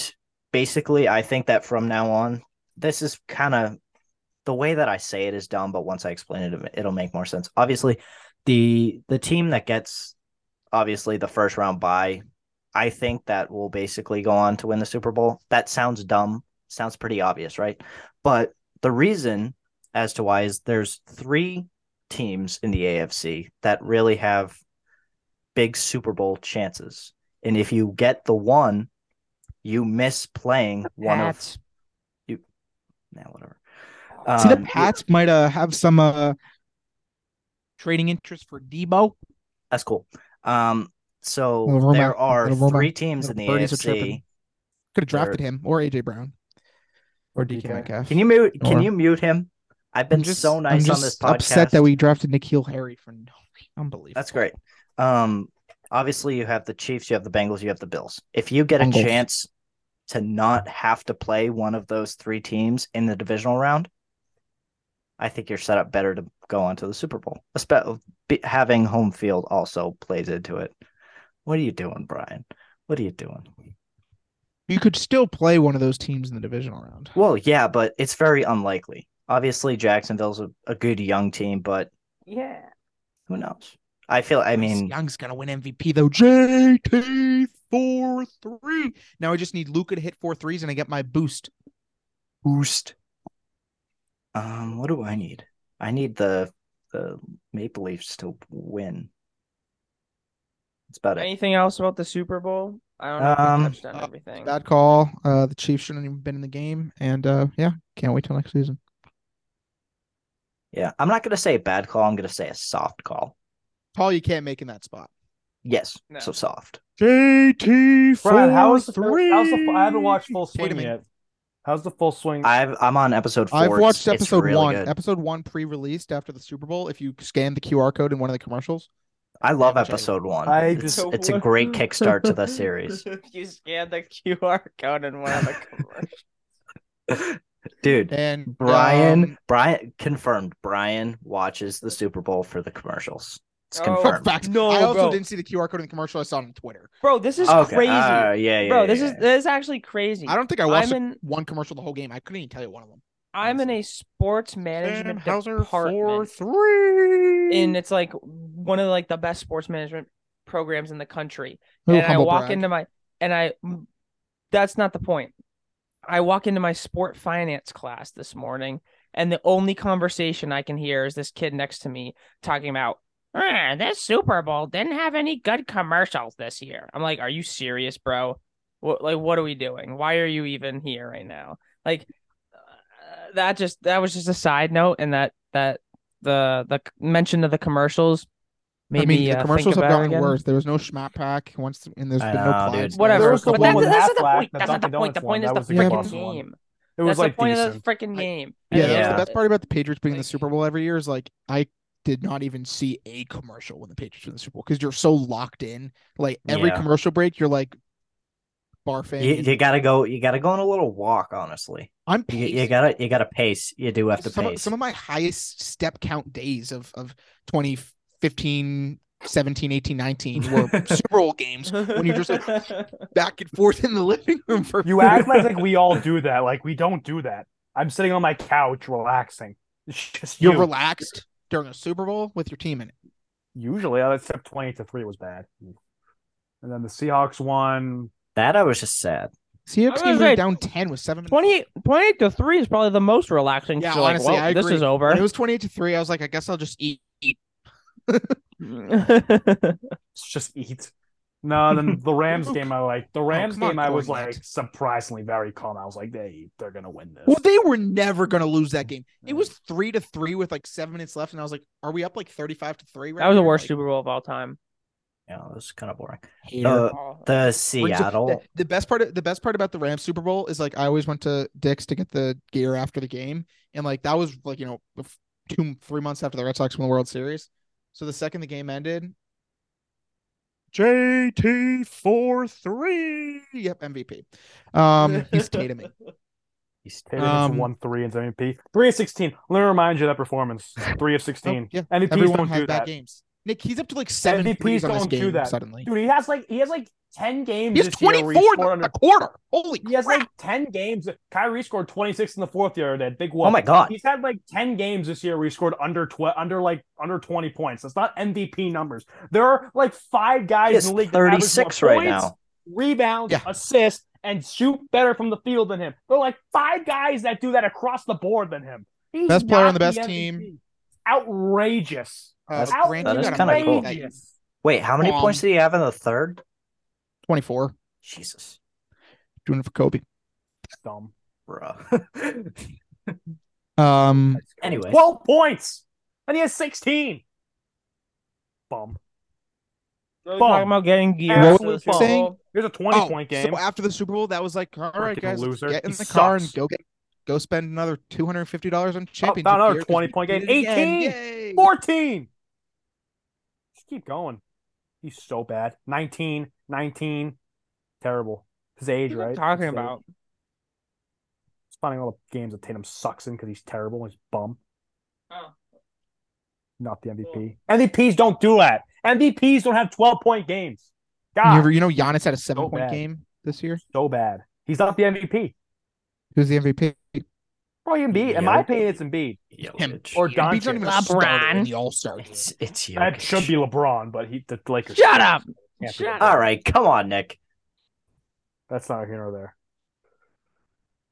[SPEAKER 2] basically I think that from now on, this is kind of the way that I say it is dumb, but once I explain it, it'll make more sense. Obviously, the the team that gets obviously the first round bye, I think that will basically go on to win the Super Bowl. That sounds dumb, sounds pretty obvious, right? But the reason as to why is there's three teams in the AFC that really have big Super Bowl chances. And if you get the one, you miss playing one of
[SPEAKER 1] Pats.
[SPEAKER 2] you. Nah, whatever.
[SPEAKER 4] See, the
[SPEAKER 2] Um,
[SPEAKER 4] Pats might uh, have some uh, trading interest for Debo.
[SPEAKER 2] That's cool. Um, so
[SPEAKER 4] Little rumor,
[SPEAKER 2] there are
[SPEAKER 4] little rumor,
[SPEAKER 2] three teams in the
[SPEAKER 4] little birdies are chirping.
[SPEAKER 2] AFC.
[SPEAKER 4] Could have drafted him or AJ Brown or DK,
[SPEAKER 3] DK.
[SPEAKER 4] Metcalf.
[SPEAKER 2] Can you mute? Can
[SPEAKER 4] Or-
[SPEAKER 2] you mute him? I've been
[SPEAKER 4] I'm just-
[SPEAKER 2] so nice
[SPEAKER 4] I'm
[SPEAKER 2] on this
[SPEAKER 4] just
[SPEAKER 2] podcast.
[SPEAKER 4] Upset that we drafted Nikhil Harry for no unbelievable.
[SPEAKER 2] That's great. Um, obviously you have the Chiefs, you have the Bengals, you have the Bills. If you get a
[SPEAKER 4] Bengals.
[SPEAKER 2] chance to not have to play one of those three teams in the divisional round, I think you're set up better to go on to the Super Bowl. Espe- be- having home field also plays into it. What are you doing, Brian? What are you doing?
[SPEAKER 4] You could still play one of those teams in the divisional round.
[SPEAKER 2] Well, yeah, but it's very unlikely. Obviously, Jacksonville's a, a good young team, but
[SPEAKER 1] Yeah.
[SPEAKER 2] who knows? I feel. I
[SPEAKER 4] Bryce
[SPEAKER 2] mean,
[SPEAKER 4] Young's gonna win MVP though. JT four three. Now I just need Luca to hit four threes and I get my boost.
[SPEAKER 2] boost. Um, what do I need? I need the the Maple Leafs to win. That's about it.
[SPEAKER 1] Anything else about the Super Bowl? I don't know. if we
[SPEAKER 2] Um,
[SPEAKER 1] touched on
[SPEAKER 4] uh,
[SPEAKER 1] everything.
[SPEAKER 4] Bad call. Uh, the Chiefs shouldn't have even been in the game, and uh, yeah, can't wait till next season.
[SPEAKER 2] Yeah, I'm not gonna say a bad call. I'm gonna say a soft call.
[SPEAKER 4] Paul, you can't make in that spot.
[SPEAKER 2] Yes,
[SPEAKER 1] No.
[SPEAKER 2] so soft.
[SPEAKER 4] JT four
[SPEAKER 3] Brian, how is the
[SPEAKER 4] three.
[SPEAKER 3] how's the I haven't watched full
[SPEAKER 4] Tatum
[SPEAKER 3] swing
[SPEAKER 4] and-
[SPEAKER 3] yet. How's the full swing?
[SPEAKER 2] I've I'm on episode four.
[SPEAKER 4] I've
[SPEAKER 2] It's- it's
[SPEAKER 4] watched episode
[SPEAKER 2] really
[SPEAKER 4] one.
[SPEAKER 2] good.
[SPEAKER 4] Episode one pre-released after the Super Bowl. If you scan the QR code in one of the commercials,
[SPEAKER 2] I love
[SPEAKER 4] I wish I-
[SPEAKER 2] episode one.
[SPEAKER 3] I
[SPEAKER 2] it's,
[SPEAKER 3] just-
[SPEAKER 2] it's a great kickstart to the series.
[SPEAKER 1] you scan the QR code and one of the commercials.
[SPEAKER 2] Dude,
[SPEAKER 4] and
[SPEAKER 2] Brian,
[SPEAKER 4] um,
[SPEAKER 2] Brian confirmed. Brian watches the Super Bowl for the commercials. It's
[SPEAKER 1] Oh.
[SPEAKER 2] confirmed.
[SPEAKER 4] fact,
[SPEAKER 1] No,
[SPEAKER 4] I also
[SPEAKER 1] bro.
[SPEAKER 4] didn't see the QR code in the commercial. I saw it on Twitter.
[SPEAKER 1] Bro, this is
[SPEAKER 2] Okay,
[SPEAKER 1] crazy.
[SPEAKER 2] uh, yeah, yeah,
[SPEAKER 1] Bro,
[SPEAKER 2] yeah,
[SPEAKER 1] this
[SPEAKER 2] yeah.
[SPEAKER 1] is this is actually crazy.
[SPEAKER 4] I don't think I watched
[SPEAKER 1] I'm in
[SPEAKER 4] one commercial the whole game. I couldn't even tell you one of them.
[SPEAKER 1] I'm in a sports management department,
[SPEAKER 4] three.
[SPEAKER 1] and it's like one of like the best sports management programs in the country.
[SPEAKER 4] Ooh,
[SPEAKER 1] and I
[SPEAKER 4] humble
[SPEAKER 1] walk
[SPEAKER 4] brag.
[SPEAKER 1] into my and I that's not the point. I walk into my sport finance class this morning and the only conversation I can hear is this kid next to me talking about "Ah, this Super Bowl didn't have any good commercials this year. I'm like, are you serious, bro? What like what are we doing? Why are you even here right now? Like uh, that just that was just a side note and that that the the mention of the commercials
[SPEAKER 4] I
[SPEAKER 1] made
[SPEAKER 4] mean,
[SPEAKER 1] me
[SPEAKER 4] the
[SPEAKER 1] uh,
[SPEAKER 4] commercials
[SPEAKER 1] think
[SPEAKER 4] have
[SPEAKER 1] about it
[SPEAKER 4] gotten
[SPEAKER 1] again.
[SPEAKER 4] worse. There was no schmat pack once, and there's
[SPEAKER 2] I
[SPEAKER 4] been no
[SPEAKER 2] know,
[SPEAKER 4] plies.
[SPEAKER 2] dude.
[SPEAKER 1] whatever.
[SPEAKER 3] There was the
[SPEAKER 1] but
[SPEAKER 3] one
[SPEAKER 1] that,
[SPEAKER 3] with
[SPEAKER 1] that's not the
[SPEAKER 3] Aflac,
[SPEAKER 1] point.
[SPEAKER 3] the
[SPEAKER 1] That's not the
[SPEAKER 3] Dunkin'
[SPEAKER 1] point. The
[SPEAKER 3] Donuts one. That
[SPEAKER 1] point is the
[SPEAKER 3] was the
[SPEAKER 1] freaking
[SPEAKER 3] kickbox one.
[SPEAKER 1] game.
[SPEAKER 3] it was
[SPEAKER 1] that's
[SPEAKER 3] like
[SPEAKER 1] the point
[SPEAKER 3] decent.
[SPEAKER 1] of the freaking
[SPEAKER 4] I-
[SPEAKER 1] game. And
[SPEAKER 4] Yeah, that was
[SPEAKER 2] Yeah.
[SPEAKER 4] the best part about the Patriots being in the
[SPEAKER 1] Like-
[SPEAKER 4] Super Bowl every year is like I did not even see a commercial when the Patriots were in the Super Bowl because you're so locked in. Like every
[SPEAKER 2] Yeah.
[SPEAKER 4] commercial break, you're like barfing.
[SPEAKER 2] You,
[SPEAKER 4] and-
[SPEAKER 2] you gotta go. You gotta go on a little walk. Honestly,
[SPEAKER 4] I'm
[SPEAKER 2] you, you
[SPEAKER 4] pacing.
[SPEAKER 2] gotta you gotta pace. You do have to
[SPEAKER 4] some,
[SPEAKER 2] pace.
[SPEAKER 4] Some of my highest step count days of of 2015, 17, 18, 19 were Super Bowl games when you're just like back and forth in the living room for
[SPEAKER 3] You act like, like we all do that. Like we don't do that. I'm sitting on my couch relaxing. It's just
[SPEAKER 4] you're
[SPEAKER 3] you.
[SPEAKER 4] relaxed during a Super Bowl with your team in it.
[SPEAKER 3] Usually, uh, except twenty to three was bad. And then the Seahawks won.
[SPEAKER 2] that I was just sad.
[SPEAKER 1] I
[SPEAKER 4] Seahawks
[SPEAKER 1] was
[SPEAKER 4] game
[SPEAKER 1] right.
[SPEAKER 4] was down 10 with 7 minutes.
[SPEAKER 1] 28, 28 to 3 is probably the most relaxing.
[SPEAKER 4] Yeah,
[SPEAKER 1] so like,
[SPEAKER 4] honestly,
[SPEAKER 1] well,
[SPEAKER 4] I
[SPEAKER 1] this
[SPEAKER 4] agree.
[SPEAKER 1] is
[SPEAKER 4] When it
[SPEAKER 1] over.
[SPEAKER 4] was 28 to 3. I was like I guess I'll just eat.
[SPEAKER 3] It's just eat. No, then the Rams game. I like the Rams
[SPEAKER 4] Oh, come on,
[SPEAKER 3] game. I was
[SPEAKER 4] Gordon.
[SPEAKER 3] like surprisingly very calm. I was like, they they're gonna win this.
[SPEAKER 4] Well, they were never going to lose that game. It
[SPEAKER 1] Mm.
[SPEAKER 4] was 3 to 3 with like 7 minutes left and I was like are we up like 35 to 3 right
[SPEAKER 1] that was the
[SPEAKER 4] here?
[SPEAKER 1] worst
[SPEAKER 4] Like,
[SPEAKER 1] Super Bowl of all time.
[SPEAKER 2] You know, it was kind of boring.
[SPEAKER 4] hater.
[SPEAKER 2] The
[SPEAKER 1] Oh,
[SPEAKER 2] the
[SPEAKER 4] Went to-
[SPEAKER 2] Seattle.
[SPEAKER 4] The, the best part of the best part about the Rams Super Bowl is like I always went to Dick's to get the gear after the game, and like that was like you know f- two three months after the Red Sox won the World Series. So the second the game ended, JT four three. Yep, MVP. Um, he's Tatuming.
[SPEAKER 2] East-
[SPEAKER 3] Tatum
[SPEAKER 4] Um,
[SPEAKER 3] won three and MVP. Three of sixteen. Let me remind you of that performance. Three of sixteen.
[SPEAKER 4] Oh, yeah,
[SPEAKER 3] MVPs
[SPEAKER 4] Everyone
[SPEAKER 3] don't
[SPEAKER 4] has
[SPEAKER 3] do
[SPEAKER 4] bad
[SPEAKER 3] that.
[SPEAKER 4] games. Nick, he's up to like seven
[SPEAKER 3] MVPs
[SPEAKER 4] threes on this
[SPEAKER 3] don't do
[SPEAKER 4] game
[SPEAKER 3] that.
[SPEAKER 4] suddenly.
[SPEAKER 3] Dude, he has like he has like ten games.
[SPEAKER 4] He has
[SPEAKER 3] this year
[SPEAKER 4] twenty
[SPEAKER 3] where he scored
[SPEAKER 4] four in
[SPEAKER 3] under-
[SPEAKER 4] a quarter. Holy
[SPEAKER 3] He has
[SPEAKER 4] crap!
[SPEAKER 3] like ten games. Kyrie scored twenty six in the fourth the other day. Big one.
[SPEAKER 2] Oh my god.
[SPEAKER 3] He's had like ten games this year where he scored under twelve, under like under twenty points. That's not MVP numbers. There are like five
[SPEAKER 2] He
[SPEAKER 3] guys
[SPEAKER 2] is
[SPEAKER 3] in the league. that average more
[SPEAKER 2] 36 right
[SPEAKER 3] points,
[SPEAKER 2] now.
[SPEAKER 3] Rebounds,
[SPEAKER 4] Yeah.
[SPEAKER 3] assists, and shoot better from the field than him. There are like five guys that do that across the board than him. He's
[SPEAKER 4] Best player
[SPEAKER 3] not
[SPEAKER 4] on the best
[SPEAKER 3] MVP.
[SPEAKER 4] team.
[SPEAKER 3] Outrageous.
[SPEAKER 4] Uh,
[SPEAKER 2] That's-
[SPEAKER 4] Grant,
[SPEAKER 2] that
[SPEAKER 4] you
[SPEAKER 2] is
[SPEAKER 4] got a
[SPEAKER 2] kinda
[SPEAKER 4] mic
[SPEAKER 2] cool.
[SPEAKER 4] that you-
[SPEAKER 3] Outrageous.
[SPEAKER 2] Wait, how many
[SPEAKER 4] Um,
[SPEAKER 2] points did he have in the third?
[SPEAKER 4] Twenty four.
[SPEAKER 2] Jesus,
[SPEAKER 4] Doing it for Kobe.
[SPEAKER 3] Dumb.
[SPEAKER 2] bro.
[SPEAKER 4] Um,
[SPEAKER 2] anyway,
[SPEAKER 3] Twelve points, and he has sixteen. Bum.
[SPEAKER 1] We're
[SPEAKER 3] bum.
[SPEAKER 1] talking about getting gear.
[SPEAKER 3] Absolute
[SPEAKER 1] for the Super
[SPEAKER 3] bum.
[SPEAKER 4] Saying-
[SPEAKER 1] Bowl.
[SPEAKER 3] Here's a twenty
[SPEAKER 4] Oh,
[SPEAKER 3] point game.
[SPEAKER 4] So after the Super Bowl, that was like, all right,
[SPEAKER 3] Freaking
[SPEAKER 4] guys, let's
[SPEAKER 3] loser.
[SPEAKER 4] get in
[SPEAKER 3] He
[SPEAKER 4] the car and
[SPEAKER 3] sucks.
[SPEAKER 4] go get, go spend another two hundred and fifty dollars on
[SPEAKER 3] Oh,
[SPEAKER 4] championship.
[SPEAKER 3] another
[SPEAKER 4] gear 'cause
[SPEAKER 3] 20
[SPEAKER 4] we
[SPEAKER 3] point
[SPEAKER 4] did
[SPEAKER 3] game.
[SPEAKER 4] it again.
[SPEAKER 3] 18.
[SPEAKER 4] Yay.
[SPEAKER 3] 14. Just keep going. He's so bad. 19, 19. Terrible. His age,
[SPEAKER 1] What are
[SPEAKER 3] right?
[SPEAKER 1] you talking
[SPEAKER 3] His age.
[SPEAKER 1] about?
[SPEAKER 3] It's finding all the games that Tatum sucks in because he's terrible. He's bum.
[SPEAKER 1] Oh.
[SPEAKER 3] Not the MVP. MVPs don't do that. MVPs don't have 12 point games. God,
[SPEAKER 4] You, ever- you know, Giannis had a seven point
[SPEAKER 3] bad.
[SPEAKER 4] game this year.
[SPEAKER 3] so bad. He's not the MVP.
[SPEAKER 4] Who's the MVP?
[SPEAKER 3] Probably Embiid. In my
[SPEAKER 2] Jokic.
[SPEAKER 3] opinion, it's Embiid.
[SPEAKER 4] Him.
[SPEAKER 2] Jokic.
[SPEAKER 3] Or
[SPEAKER 4] Embiid's not
[SPEAKER 3] Doncic.
[SPEAKER 4] even
[SPEAKER 1] LeBron.
[SPEAKER 4] a starter in the All Star.
[SPEAKER 2] It's it's Jokic.
[SPEAKER 3] That should be LeBron, but he the Lakers.
[SPEAKER 1] Shut up.
[SPEAKER 3] Can't be
[SPEAKER 1] Shut
[SPEAKER 3] LeBron.
[SPEAKER 1] up.
[SPEAKER 2] All right, come on, Nick.
[SPEAKER 3] That's not a hero there.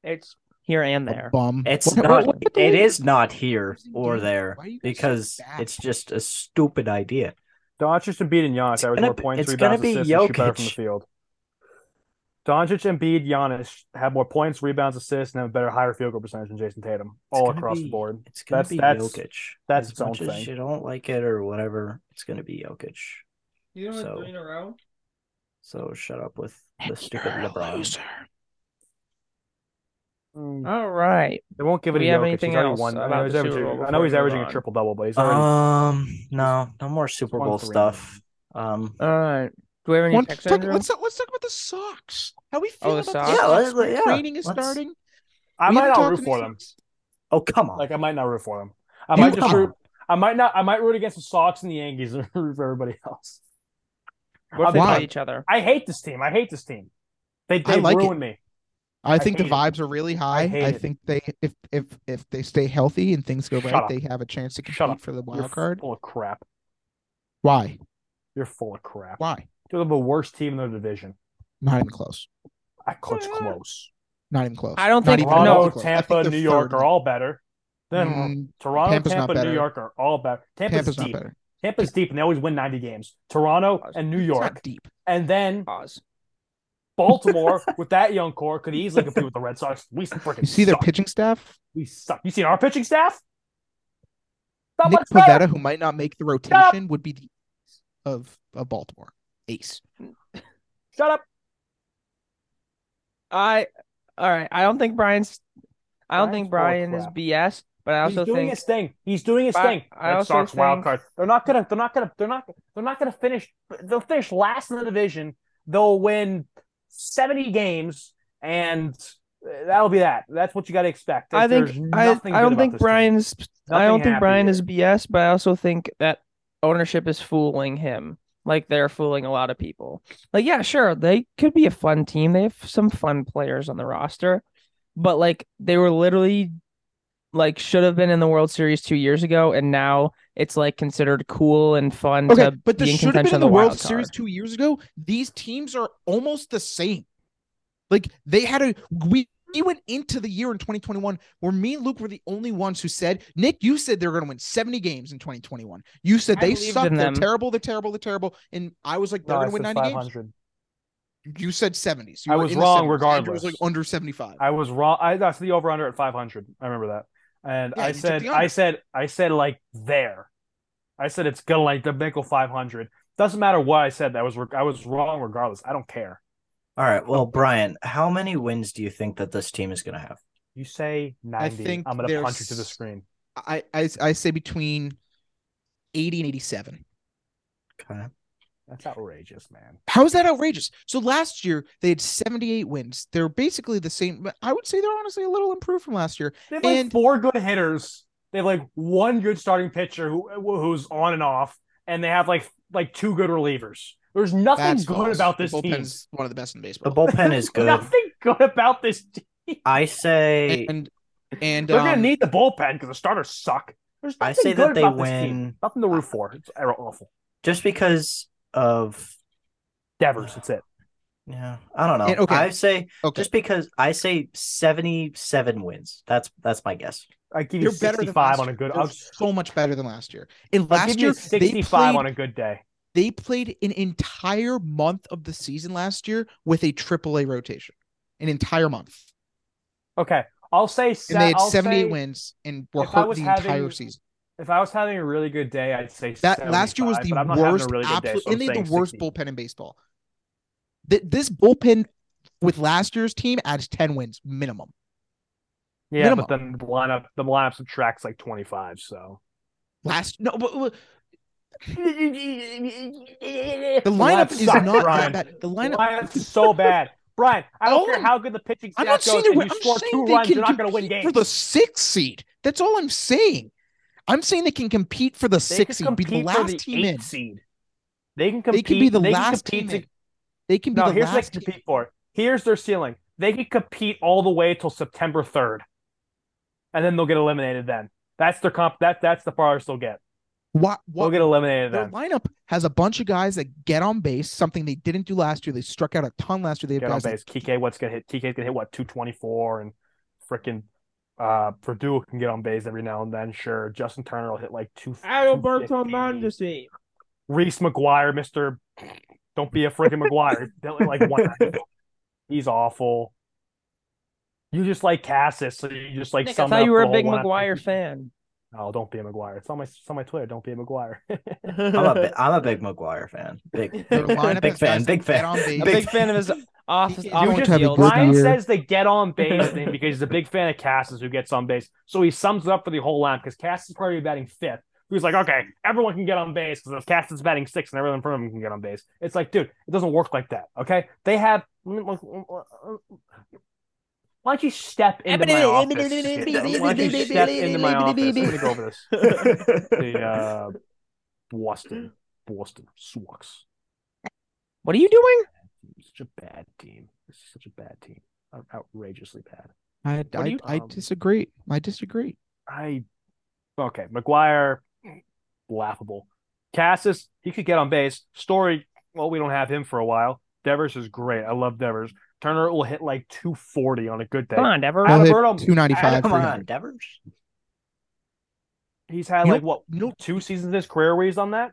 [SPEAKER 1] It's here and there.
[SPEAKER 4] Bum.
[SPEAKER 2] It's
[SPEAKER 4] What-
[SPEAKER 2] not.
[SPEAKER 4] what- what the
[SPEAKER 2] it
[SPEAKER 4] hell?
[SPEAKER 2] is not here
[SPEAKER 4] Losing
[SPEAKER 2] or
[SPEAKER 4] games?
[SPEAKER 2] there
[SPEAKER 4] Why are you guys so
[SPEAKER 2] because
[SPEAKER 4] bad?
[SPEAKER 2] it's just a stupid idea.
[SPEAKER 3] Doncic and Embiid and Giannis average
[SPEAKER 2] gonna
[SPEAKER 3] more
[SPEAKER 2] be-
[SPEAKER 3] points,
[SPEAKER 2] it's
[SPEAKER 3] rebounds,
[SPEAKER 2] gonna
[SPEAKER 3] assists,
[SPEAKER 2] be
[SPEAKER 3] and shoot better from the
[SPEAKER 2] Jokic.
[SPEAKER 3] field. Doncic, Embiid, Giannis have more points, rebounds, assists, and have a better higher field goal percentage than Jason Tatum, all
[SPEAKER 2] gonna
[SPEAKER 3] across
[SPEAKER 2] be-
[SPEAKER 3] the board.
[SPEAKER 2] It's gonna
[SPEAKER 3] That's-
[SPEAKER 2] be
[SPEAKER 3] that's-
[SPEAKER 2] Jokic.
[SPEAKER 3] that's its
[SPEAKER 2] as
[SPEAKER 3] own
[SPEAKER 2] much
[SPEAKER 3] thing.
[SPEAKER 2] as you don't like it or whatever. It's gonna be Jokic.
[SPEAKER 1] You
[SPEAKER 2] don't have So- three
[SPEAKER 1] in a row.
[SPEAKER 2] So shut up with the
[SPEAKER 4] Nick,
[SPEAKER 2] stupid
[SPEAKER 4] you're a
[SPEAKER 2] LeBron.
[SPEAKER 4] loser.
[SPEAKER 3] Mm,
[SPEAKER 1] All right.
[SPEAKER 3] They won't give it to
[SPEAKER 1] Do we have
[SPEAKER 3] Jokic.
[SPEAKER 1] anything
[SPEAKER 3] he's already
[SPEAKER 1] else
[SPEAKER 3] won. I
[SPEAKER 1] about
[SPEAKER 3] know he's
[SPEAKER 1] the Super
[SPEAKER 3] averaging,
[SPEAKER 1] Bowl
[SPEAKER 3] I know he's
[SPEAKER 1] before we
[SPEAKER 3] averaging
[SPEAKER 1] move
[SPEAKER 3] a
[SPEAKER 1] on?
[SPEAKER 3] triple double, but he's
[SPEAKER 2] Uh,
[SPEAKER 3] already
[SPEAKER 2] Um, no, no more Super
[SPEAKER 3] won
[SPEAKER 2] Bowl
[SPEAKER 3] three.
[SPEAKER 2] stuff. Um,
[SPEAKER 4] Uh,
[SPEAKER 1] All right. Do we have any
[SPEAKER 4] One-
[SPEAKER 1] picks,
[SPEAKER 4] talk-
[SPEAKER 1] Andrew?
[SPEAKER 4] let's talk, let's talk about the Sox. How we feel
[SPEAKER 1] Oh, the
[SPEAKER 4] about the
[SPEAKER 1] Sox?
[SPEAKER 4] Sox?
[SPEAKER 1] Yeah,
[SPEAKER 2] let's-
[SPEAKER 4] uh, Spring
[SPEAKER 2] yeah,
[SPEAKER 4] training is
[SPEAKER 2] let's-
[SPEAKER 4] starting.
[SPEAKER 3] I
[SPEAKER 4] We
[SPEAKER 3] might
[SPEAKER 4] haven't
[SPEAKER 3] not
[SPEAKER 4] talked
[SPEAKER 3] root
[SPEAKER 4] to
[SPEAKER 3] for
[SPEAKER 4] these
[SPEAKER 3] them.
[SPEAKER 4] Sox.
[SPEAKER 2] oh come on.
[SPEAKER 3] Like I might not root for them. I
[SPEAKER 4] You
[SPEAKER 3] might just
[SPEAKER 4] are.
[SPEAKER 3] root. I might not. I might root against the Sox and the Yankees and root for everybody else.
[SPEAKER 1] What if they
[SPEAKER 4] Why?
[SPEAKER 1] play each other?
[SPEAKER 3] I hate this team. I hate this team. They
[SPEAKER 4] I
[SPEAKER 3] they
[SPEAKER 4] like it.
[SPEAKER 3] ruined me.
[SPEAKER 4] I think the
[SPEAKER 3] hate it.
[SPEAKER 4] vibes are really high.
[SPEAKER 3] hate
[SPEAKER 4] I
[SPEAKER 3] it.
[SPEAKER 4] think they if if if they stay healthy and things go
[SPEAKER 3] Shut
[SPEAKER 4] right,
[SPEAKER 3] up.
[SPEAKER 4] they have a chance to
[SPEAKER 3] Shut
[SPEAKER 4] compete
[SPEAKER 3] up.
[SPEAKER 4] for the
[SPEAKER 3] You're
[SPEAKER 4] wild card.
[SPEAKER 3] full of crap.
[SPEAKER 4] Why?
[SPEAKER 3] You're full of crap.
[SPEAKER 4] Why?
[SPEAKER 3] They're the worst team in their division.
[SPEAKER 4] Not even close.
[SPEAKER 3] I clutch
[SPEAKER 1] Yeah.
[SPEAKER 3] close.
[SPEAKER 4] Not even close.
[SPEAKER 1] I don't
[SPEAKER 4] Not
[SPEAKER 1] think-
[SPEAKER 4] even remotely
[SPEAKER 1] no,
[SPEAKER 3] Toronto,
[SPEAKER 4] close. I think
[SPEAKER 3] Tampa,
[SPEAKER 4] they're
[SPEAKER 3] New York
[SPEAKER 4] third.
[SPEAKER 3] are all better. Then
[SPEAKER 4] Mm,
[SPEAKER 3] Toronto,
[SPEAKER 4] Tampa's not
[SPEAKER 3] Tampa,
[SPEAKER 4] better.
[SPEAKER 3] New York are all better. Tampa's,
[SPEAKER 4] Tampa's not
[SPEAKER 3] deep.
[SPEAKER 4] better.
[SPEAKER 3] Tampa's deep, and they always win 90 games. Toronto and New
[SPEAKER 4] It's
[SPEAKER 3] York,
[SPEAKER 4] not deep.
[SPEAKER 3] and then
[SPEAKER 1] Pause.
[SPEAKER 3] Baltimore with that young core could easily compete with the Red Sox. We freaking
[SPEAKER 4] You see their
[SPEAKER 3] suck.
[SPEAKER 4] pitching staff?
[SPEAKER 3] we suck. You seen our pitching staff? Not
[SPEAKER 4] Nick
[SPEAKER 3] much better.
[SPEAKER 4] Pavetta, who might not make the rotation,
[SPEAKER 3] Stop.
[SPEAKER 4] would be the ace of of Baltimore. Ace.
[SPEAKER 3] Shut up.
[SPEAKER 1] I all right. I don't think Brian's. I don't think
[SPEAKER 3] Brian's full
[SPEAKER 1] Brian is
[SPEAKER 3] of
[SPEAKER 1] BS, but I also
[SPEAKER 3] he's doing
[SPEAKER 1] think
[SPEAKER 3] his thing. He's doing his
[SPEAKER 1] But
[SPEAKER 3] thing.
[SPEAKER 1] I
[SPEAKER 3] Red
[SPEAKER 1] also
[SPEAKER 3] Sox wild
[SPEAKER 1] think-
[SPEAKER 3] card. They're not gonna. They're not gonna. They're not. They're not gonna finish. They'll finish last in the division. They'll win seventy games, and that'll be that. That's what you got to expect.
[SPEAKER 1] I think
[SPEAKER 3] There's
[SPEAKER 1] I,
[SPEAKER 3] nothing
[SPEAKER 1] I
[SPEAKER 3] good
[SPEAKER 1] don't
[SPEAKER 3] about
[SPEAKER 1] think
[SPEAKER 3] this team.
[SPEAKER 1] Brian's I
[SPEAKER 3] Nothing
[SPEAKER 1] don't think
[SPEAKER 3] happy
[SPEAKER 1] Brian
[SPEAKER 3] here.
[SPEAKER 1] is BS, but I also think that ownership is fooling him. Like they're fooling a lot of people. Like yeah, sure, they could be a fun team. They have some fun players on the roster, but like they were literally like should have been in the World Series 2 years ago and now it's like considered cool and fun
[SPEAKER 4] Okay,
[SPEAKER 1] to
[SPEAKER 4] but this
[SPEAKER 1] be in
[SPEAKER 4] should have
[SPEAKER 1] contention of
[SPEAKER 4] been in the
[SPEAKER 1] the
[SPEAKER 4] World
[SPEAKER 1] wild
[SPEAKER 4] Series
[SPEAKER 1] card.
[SPEAKER 4] two years ago. These teams are almost the same. Like they had a we, we went into the year in 2021 where me and Luke were the only ones who said, Nick, you said they're going to win 70 games in 2021. You said
[SPEAKER 1] I
[SPEAKER 4] they
[SPEAKER 1] believed
[SPEAKER 4] suck,
[SPEAKER 1] in
[SPEAKER 4] they're
[SPEAKER 1] them.
[SPEAKER 4] terrible, they're terrible, they're terrible. And I was like, they're
[SPEAKER 3] No, I
[SPEAKER 4] going to win
[SPEAKER 3] said
[SPEAKER 4] 90 games.
[SPEAKER 3] 500.
[SPEAKER 4] You said 70s. You
[SPEAKER 3] I
[SPEAKER 4] were
[SPEAKER 3] was
[SPEAKER 4] in the
[SPEAKER 3] wrong
[SPEAKER 4] 70s. Andrew
[SPEAKER 3] regardless.
[SPEAKER 4] was like under 75.
[SPEAKER 3] I was wrong. I that's the over under at five hundred. I remember that. And
[SPEAKER 4] Yeah,
[SPEAKER 3] I
[SPEAKER 4] you took
[SPEAKER 3] said,
[SPEAKER 4] the
[SPEAKER 3] I
[SPEAKER 4] under.
[SPEAKER 3] said, I said, like there. I said it's gonna like the nickel five hundred. Doesn't matter what I said. That was I was wrong regardless. I don't care.
[SPEAKER 2] All right, well, Brian, how many wins do you think that this team is gonna have?
[SPEAKER 3] You say ninety.
[SPEAKER 4] think
[SPEAKER 3] I'm gonna punch you to the
[SPEAKER 4] there's-
[SPEAKER 3] screen.
[SPEAKER 4] I, I, I say between 80 and 87.
[SPEAKER 2] Okay.
[SPEAKER 3] That's outrageous, man.
[SPEAKER 4] How is that outrageous? So last year they had 78 wins. They're basically the same. but I would say they're honestly a little improved from last year.
[SPEAKER 3] They have like
[SPEAKER 4] And-
[SPEAKER 3] four good hitters. They have like one good starting pitcher who who's on and off, and they have like like two good relievers. There's nothing
[SPEAKER 4] That's
[SPEAKER 3] good
[SPEAKER 4] false.
[SPEAKER 3] about this
[SPEAKER 4] the
[SPEAKER 3] team.
[SPEAKER 4] bullpen's one of the best in
[SPEAKER 2] The
[SPEAKER 4] baseball.
[SPEAKER 2] bullpen is good.
[SPEAKER 3] Nothing good about this team.
[SPEAKER 2] I say
[SPEAKER 4] and and
[SPEAKER 3] They're gonna
[SPEAKER 4] um,
[SPEAKER 3] need the bullpen because the starters suck. There's
[SPEAKER 2] I
[SPEAKER 3] nothing
[SPEAKER 2] say
[SPEAKER 3] good
[SPEAKER 2] that they
[SPEAKER 3] about this team.
[SPEAKER 2] win
[SPEAKER 3] Nothing to root for. It's awful.
[SPEAKER 2] just because of
[SPEAKER 3] Devers, that's it.
[SPEAKER 2] yeah, I don't know.
[SPEAKER 4] And- okay.
[SPEAKER 2] I say
[SPEAKER 4] okay.
[SPEAKER 2] just because I say seventy-seven wins. That's that's my guess.
[SPEAKER 3] I give you
[SPEAKER 4] They're better than
[SPEAKER 3] 65
[SPEAKER 4] last
[SPEAKER 3] on a
[SPEAKER 4] year.
[SPEAKER 3] good.
[SPEAKER 4] They're
[SPEAKER 3] I'll,
[SPEAKER 4] so much better than last year. And
[SPEAKER 3] I'll
[SPEAKER 4] last
[SPEAKER 3] give
[SPEAKER 4] year
[SPEAKER 3] you
[SPEAKER 4] they
[SPEAKER 3] 65
[SPEAKER 4] played,
[SPEAKER 3] on a good day.
[SPEAKER 4] they played an entire month of the season last year with a AAA rotation, an entire month,
[SPEAKER 3] Okay, I'll say. Se-
[SPEAKER 4] and they had
[SPEAKER 3] I'll
[SPEAKER 4] 78
[SPEAKER 3] say
[SPEAKER 4] wins and were
[SPEAKER 3] if I
[SPEAKER 4] hurt
[SPEAKER 3] was
[SPEAKER 4] the
[SPEAKER 3] having-
[SPEAKER 4] entire season.
[SPEAKER 3] If I was having a really good day, I'd say
[SPEAKER 4] That last year was
[SPEAKER 3] 75,
[SPEAKER 4] the
[SPEAKER 3] but I'm not having a
[SPEAKER 4] worst,
[SPEAKER 3] really good day,
[SPEAKER 4] absolute,
[SPEAKER 3] so I'm
[SPEAKER 4] and they had the
[SPEAKER 3] saying
[SPEAKER 4] worst
[SPEAKER 3] 60.
[SPEAKER 4] bullpen in baseball. Th- this bullpen with last year's team adds 10 wins minimum.
[SPEAKER 3] Yeah,
[SPEAKER 4] minimum.
[SPEAKER 3] but then the lineup the lineup subtracts like 25. So
[SPEAKER 4] Last no, but, but-
[SPEAKER 3] the
[SPEAKER 4] The lineup is not that
[SPEAKER 3] Brian.
[SPEAKER 4] bad. The
[SPEAKER 3] The
[SPEAKER 4] lineup.
[SPEAKER 3] lineup's so bad. Brian, I don't
[SPEAKER 4] All
[SPEAKER 3] care
[SPEAKER 4] I'm-
[SPEAKER 3] how good the pitching
[SPEAKER 4] I'm
[SPEAKER 3] staff goes,
[SPEAKER 4] not saying they're.
[SPEAKER 3] and
[SPEAKER 4] win-
[SPEAKER 3] you
[SPEAKER 4] I'm
[SPEAKER 3] score
[SPEAKER 4] saying
[SPEAKER 3] two
[SPEAKER 4] they
[SPEAKER 3] runs,
[SPEAKER 4] can
[SPEAKER 3] you're not going to win
[SPEAKER 4] compete
[SPEAKER 3] games.
[SPEAKER 4] for the sixth seed. That's all I'm saying. I'm saying they can compete for the
[SPEAKER 3] They could
[SPEAKER 4] sixth seed, be the
[SPEAKER 3] compete for
[SPEAKER 4] last
[SPEAKER 3] the
[SPEAKER 4] team
[SPEAKER 3] eighth
[SPEAKER 4] in.
[SPEAKER 3] seed. They can
[SPEAKER 4] They
[SPEAKER 3] compete.
[SPEAKER 4] could be the
[SPEAKER 3] they
[SPEAKER 4] last
[SPEAKER 3] compete
[SPEAKER 4] team
[SPEAKER 3] to-
[SPEAKER 4] in. They can be
[SPEAKER 3] no,
[SPEAKER 4] the
[SPEAKER 3] here's what they
[SPEAKER 4] last
[SPEAKER 3] can
[SPEAKER 4] team.
[SPEAKER 3] compete for. Here's their ceiling. They can compete all the way till September 3rd, and then they'll get eliminated. Then that's their comp. That that's the farthest they'll get.
[SPEAKER 4] Why,
[SPEAKER 3] They'll
[SPEAKER 4] why,
[SPEAKER 3] get eliminated
[SPEAKER 4] Their
[SPEAKER 3] then.
[SPEAKER 4] lineup has a bunch of guys that get on base, something they didn't do last year. They struck out a ton last year. They have
[SPEAKER 3] Get on
[SPEAKER 4] guys that
[SPEAKER 3] base. Kike, what's gonna hit? Kike's gonna hit what 224 and freaking uh Purdue can get on base every now and then. Sure, Justin Turner will hit like two.
[SPEAKER 1] Adalberto
[SPEAKER 3] 250.
[SPEAKER 1] Mondesi.
[SPEAKER 3] Reese McGuire, Mister, don't be a freaking McGuire. Don't like one. He's awful. You just like Cassis, so you just like.
[SPEAKER 1] Nick, I
[SPEAKER 3] summed
[SPEAKER 1] thought
[SPEAKER 3] up
[SPEAKER 1] you were
[SPEAKER 3] the
[SPEAKER 1] a
[SPEAKER 3] whole
[SPEAKER 1] big
[SPEAKER 3] one-
[SPEAKER 1] McGuire fan.
[SPEAKER 3] No, don't be a McGuire. It's on my it's on my Twitter. Don't be a McGuire.
[SPEAKER 2] I'm a bi- I'm a big McGuire fan. Big
[SPEAKER 4] their lineup
[SPEAKER 2] big
[SPEAKER 4] has
[SPEAKER 2] fan,
[SPEAKER 4] guys
[SPEAKER 2] big
[SPEAKER 4] that get
[SPEAKER 2] fan,
[SPEAKER 4] on base.
[SPEAKER 1] a
[SPEAKER 2] big-
[SPEAKER 1] big fan of his off,
[SPEAKER 4] He- he
[SPEAKER 1] off
[SPEAKER 4] wants
[SPEAKER 1] the
[SPEAKER 4] to have a
[SPEAKER 1] field.
[SPEAKER 4] good
[SPEAKER 1] Ryan
[SPEAKER 3] Ryan
[SPEAKER 4] year.
[SPEAKER 3] says the get on base thing because he's a big fan of Cassis who gets on base. So he sums it up for the whole line because Cassis is probably batting fifth. Who's like, okay, everyone can get on base because if Cassis is batting sixth and everyone in front of him can get on base. It's like, dude, it doesn't work like that. Okay, they have. Why don't you step into my office? Why don't you step into my office? Let me go over this. The uh, Boston, Boston sucks.
[SPEAKER 1] What are you doing?
[SPEAKER 3] Such a bad team. This is such a bad team. Out- Outrageously bad.
[SPEAKER 4] I,
[SPEAKER 3] do
[SPEAKER 4] I,
[SPEAKER 3] you-
[SPEAKER 4] I
[SPEAKER 3] um,
[SPEAKER 4] disagree. I disagree.
[SPEAKER 3] I okay, McGuire, laughable. Cassis, he could get on base. Story, well, we don't have him for a while. Devers is great. I love Devers. Turner will hit like 240 on a good day.
[SPEAKER 1] Come on, Dever.
[SPEAKER 3] Out
[SPEAKER 4] They'll
[SPEAKER 3] of
[SPEAKER 4] hit
[SPEAKER 3] Burnham,
[SPEAKER 4] 295.
[SPEAKER 2] Come
[SPEAKER 4] 300.
[SPEAKER 2] on, Devers.
[SPEAKER 3] He's had
[SPEAKER 4] You
[SPEAKER 3] like what
[SPEAKER 4] No,
[SPEAKER 3] two seasons in his career where he's on that.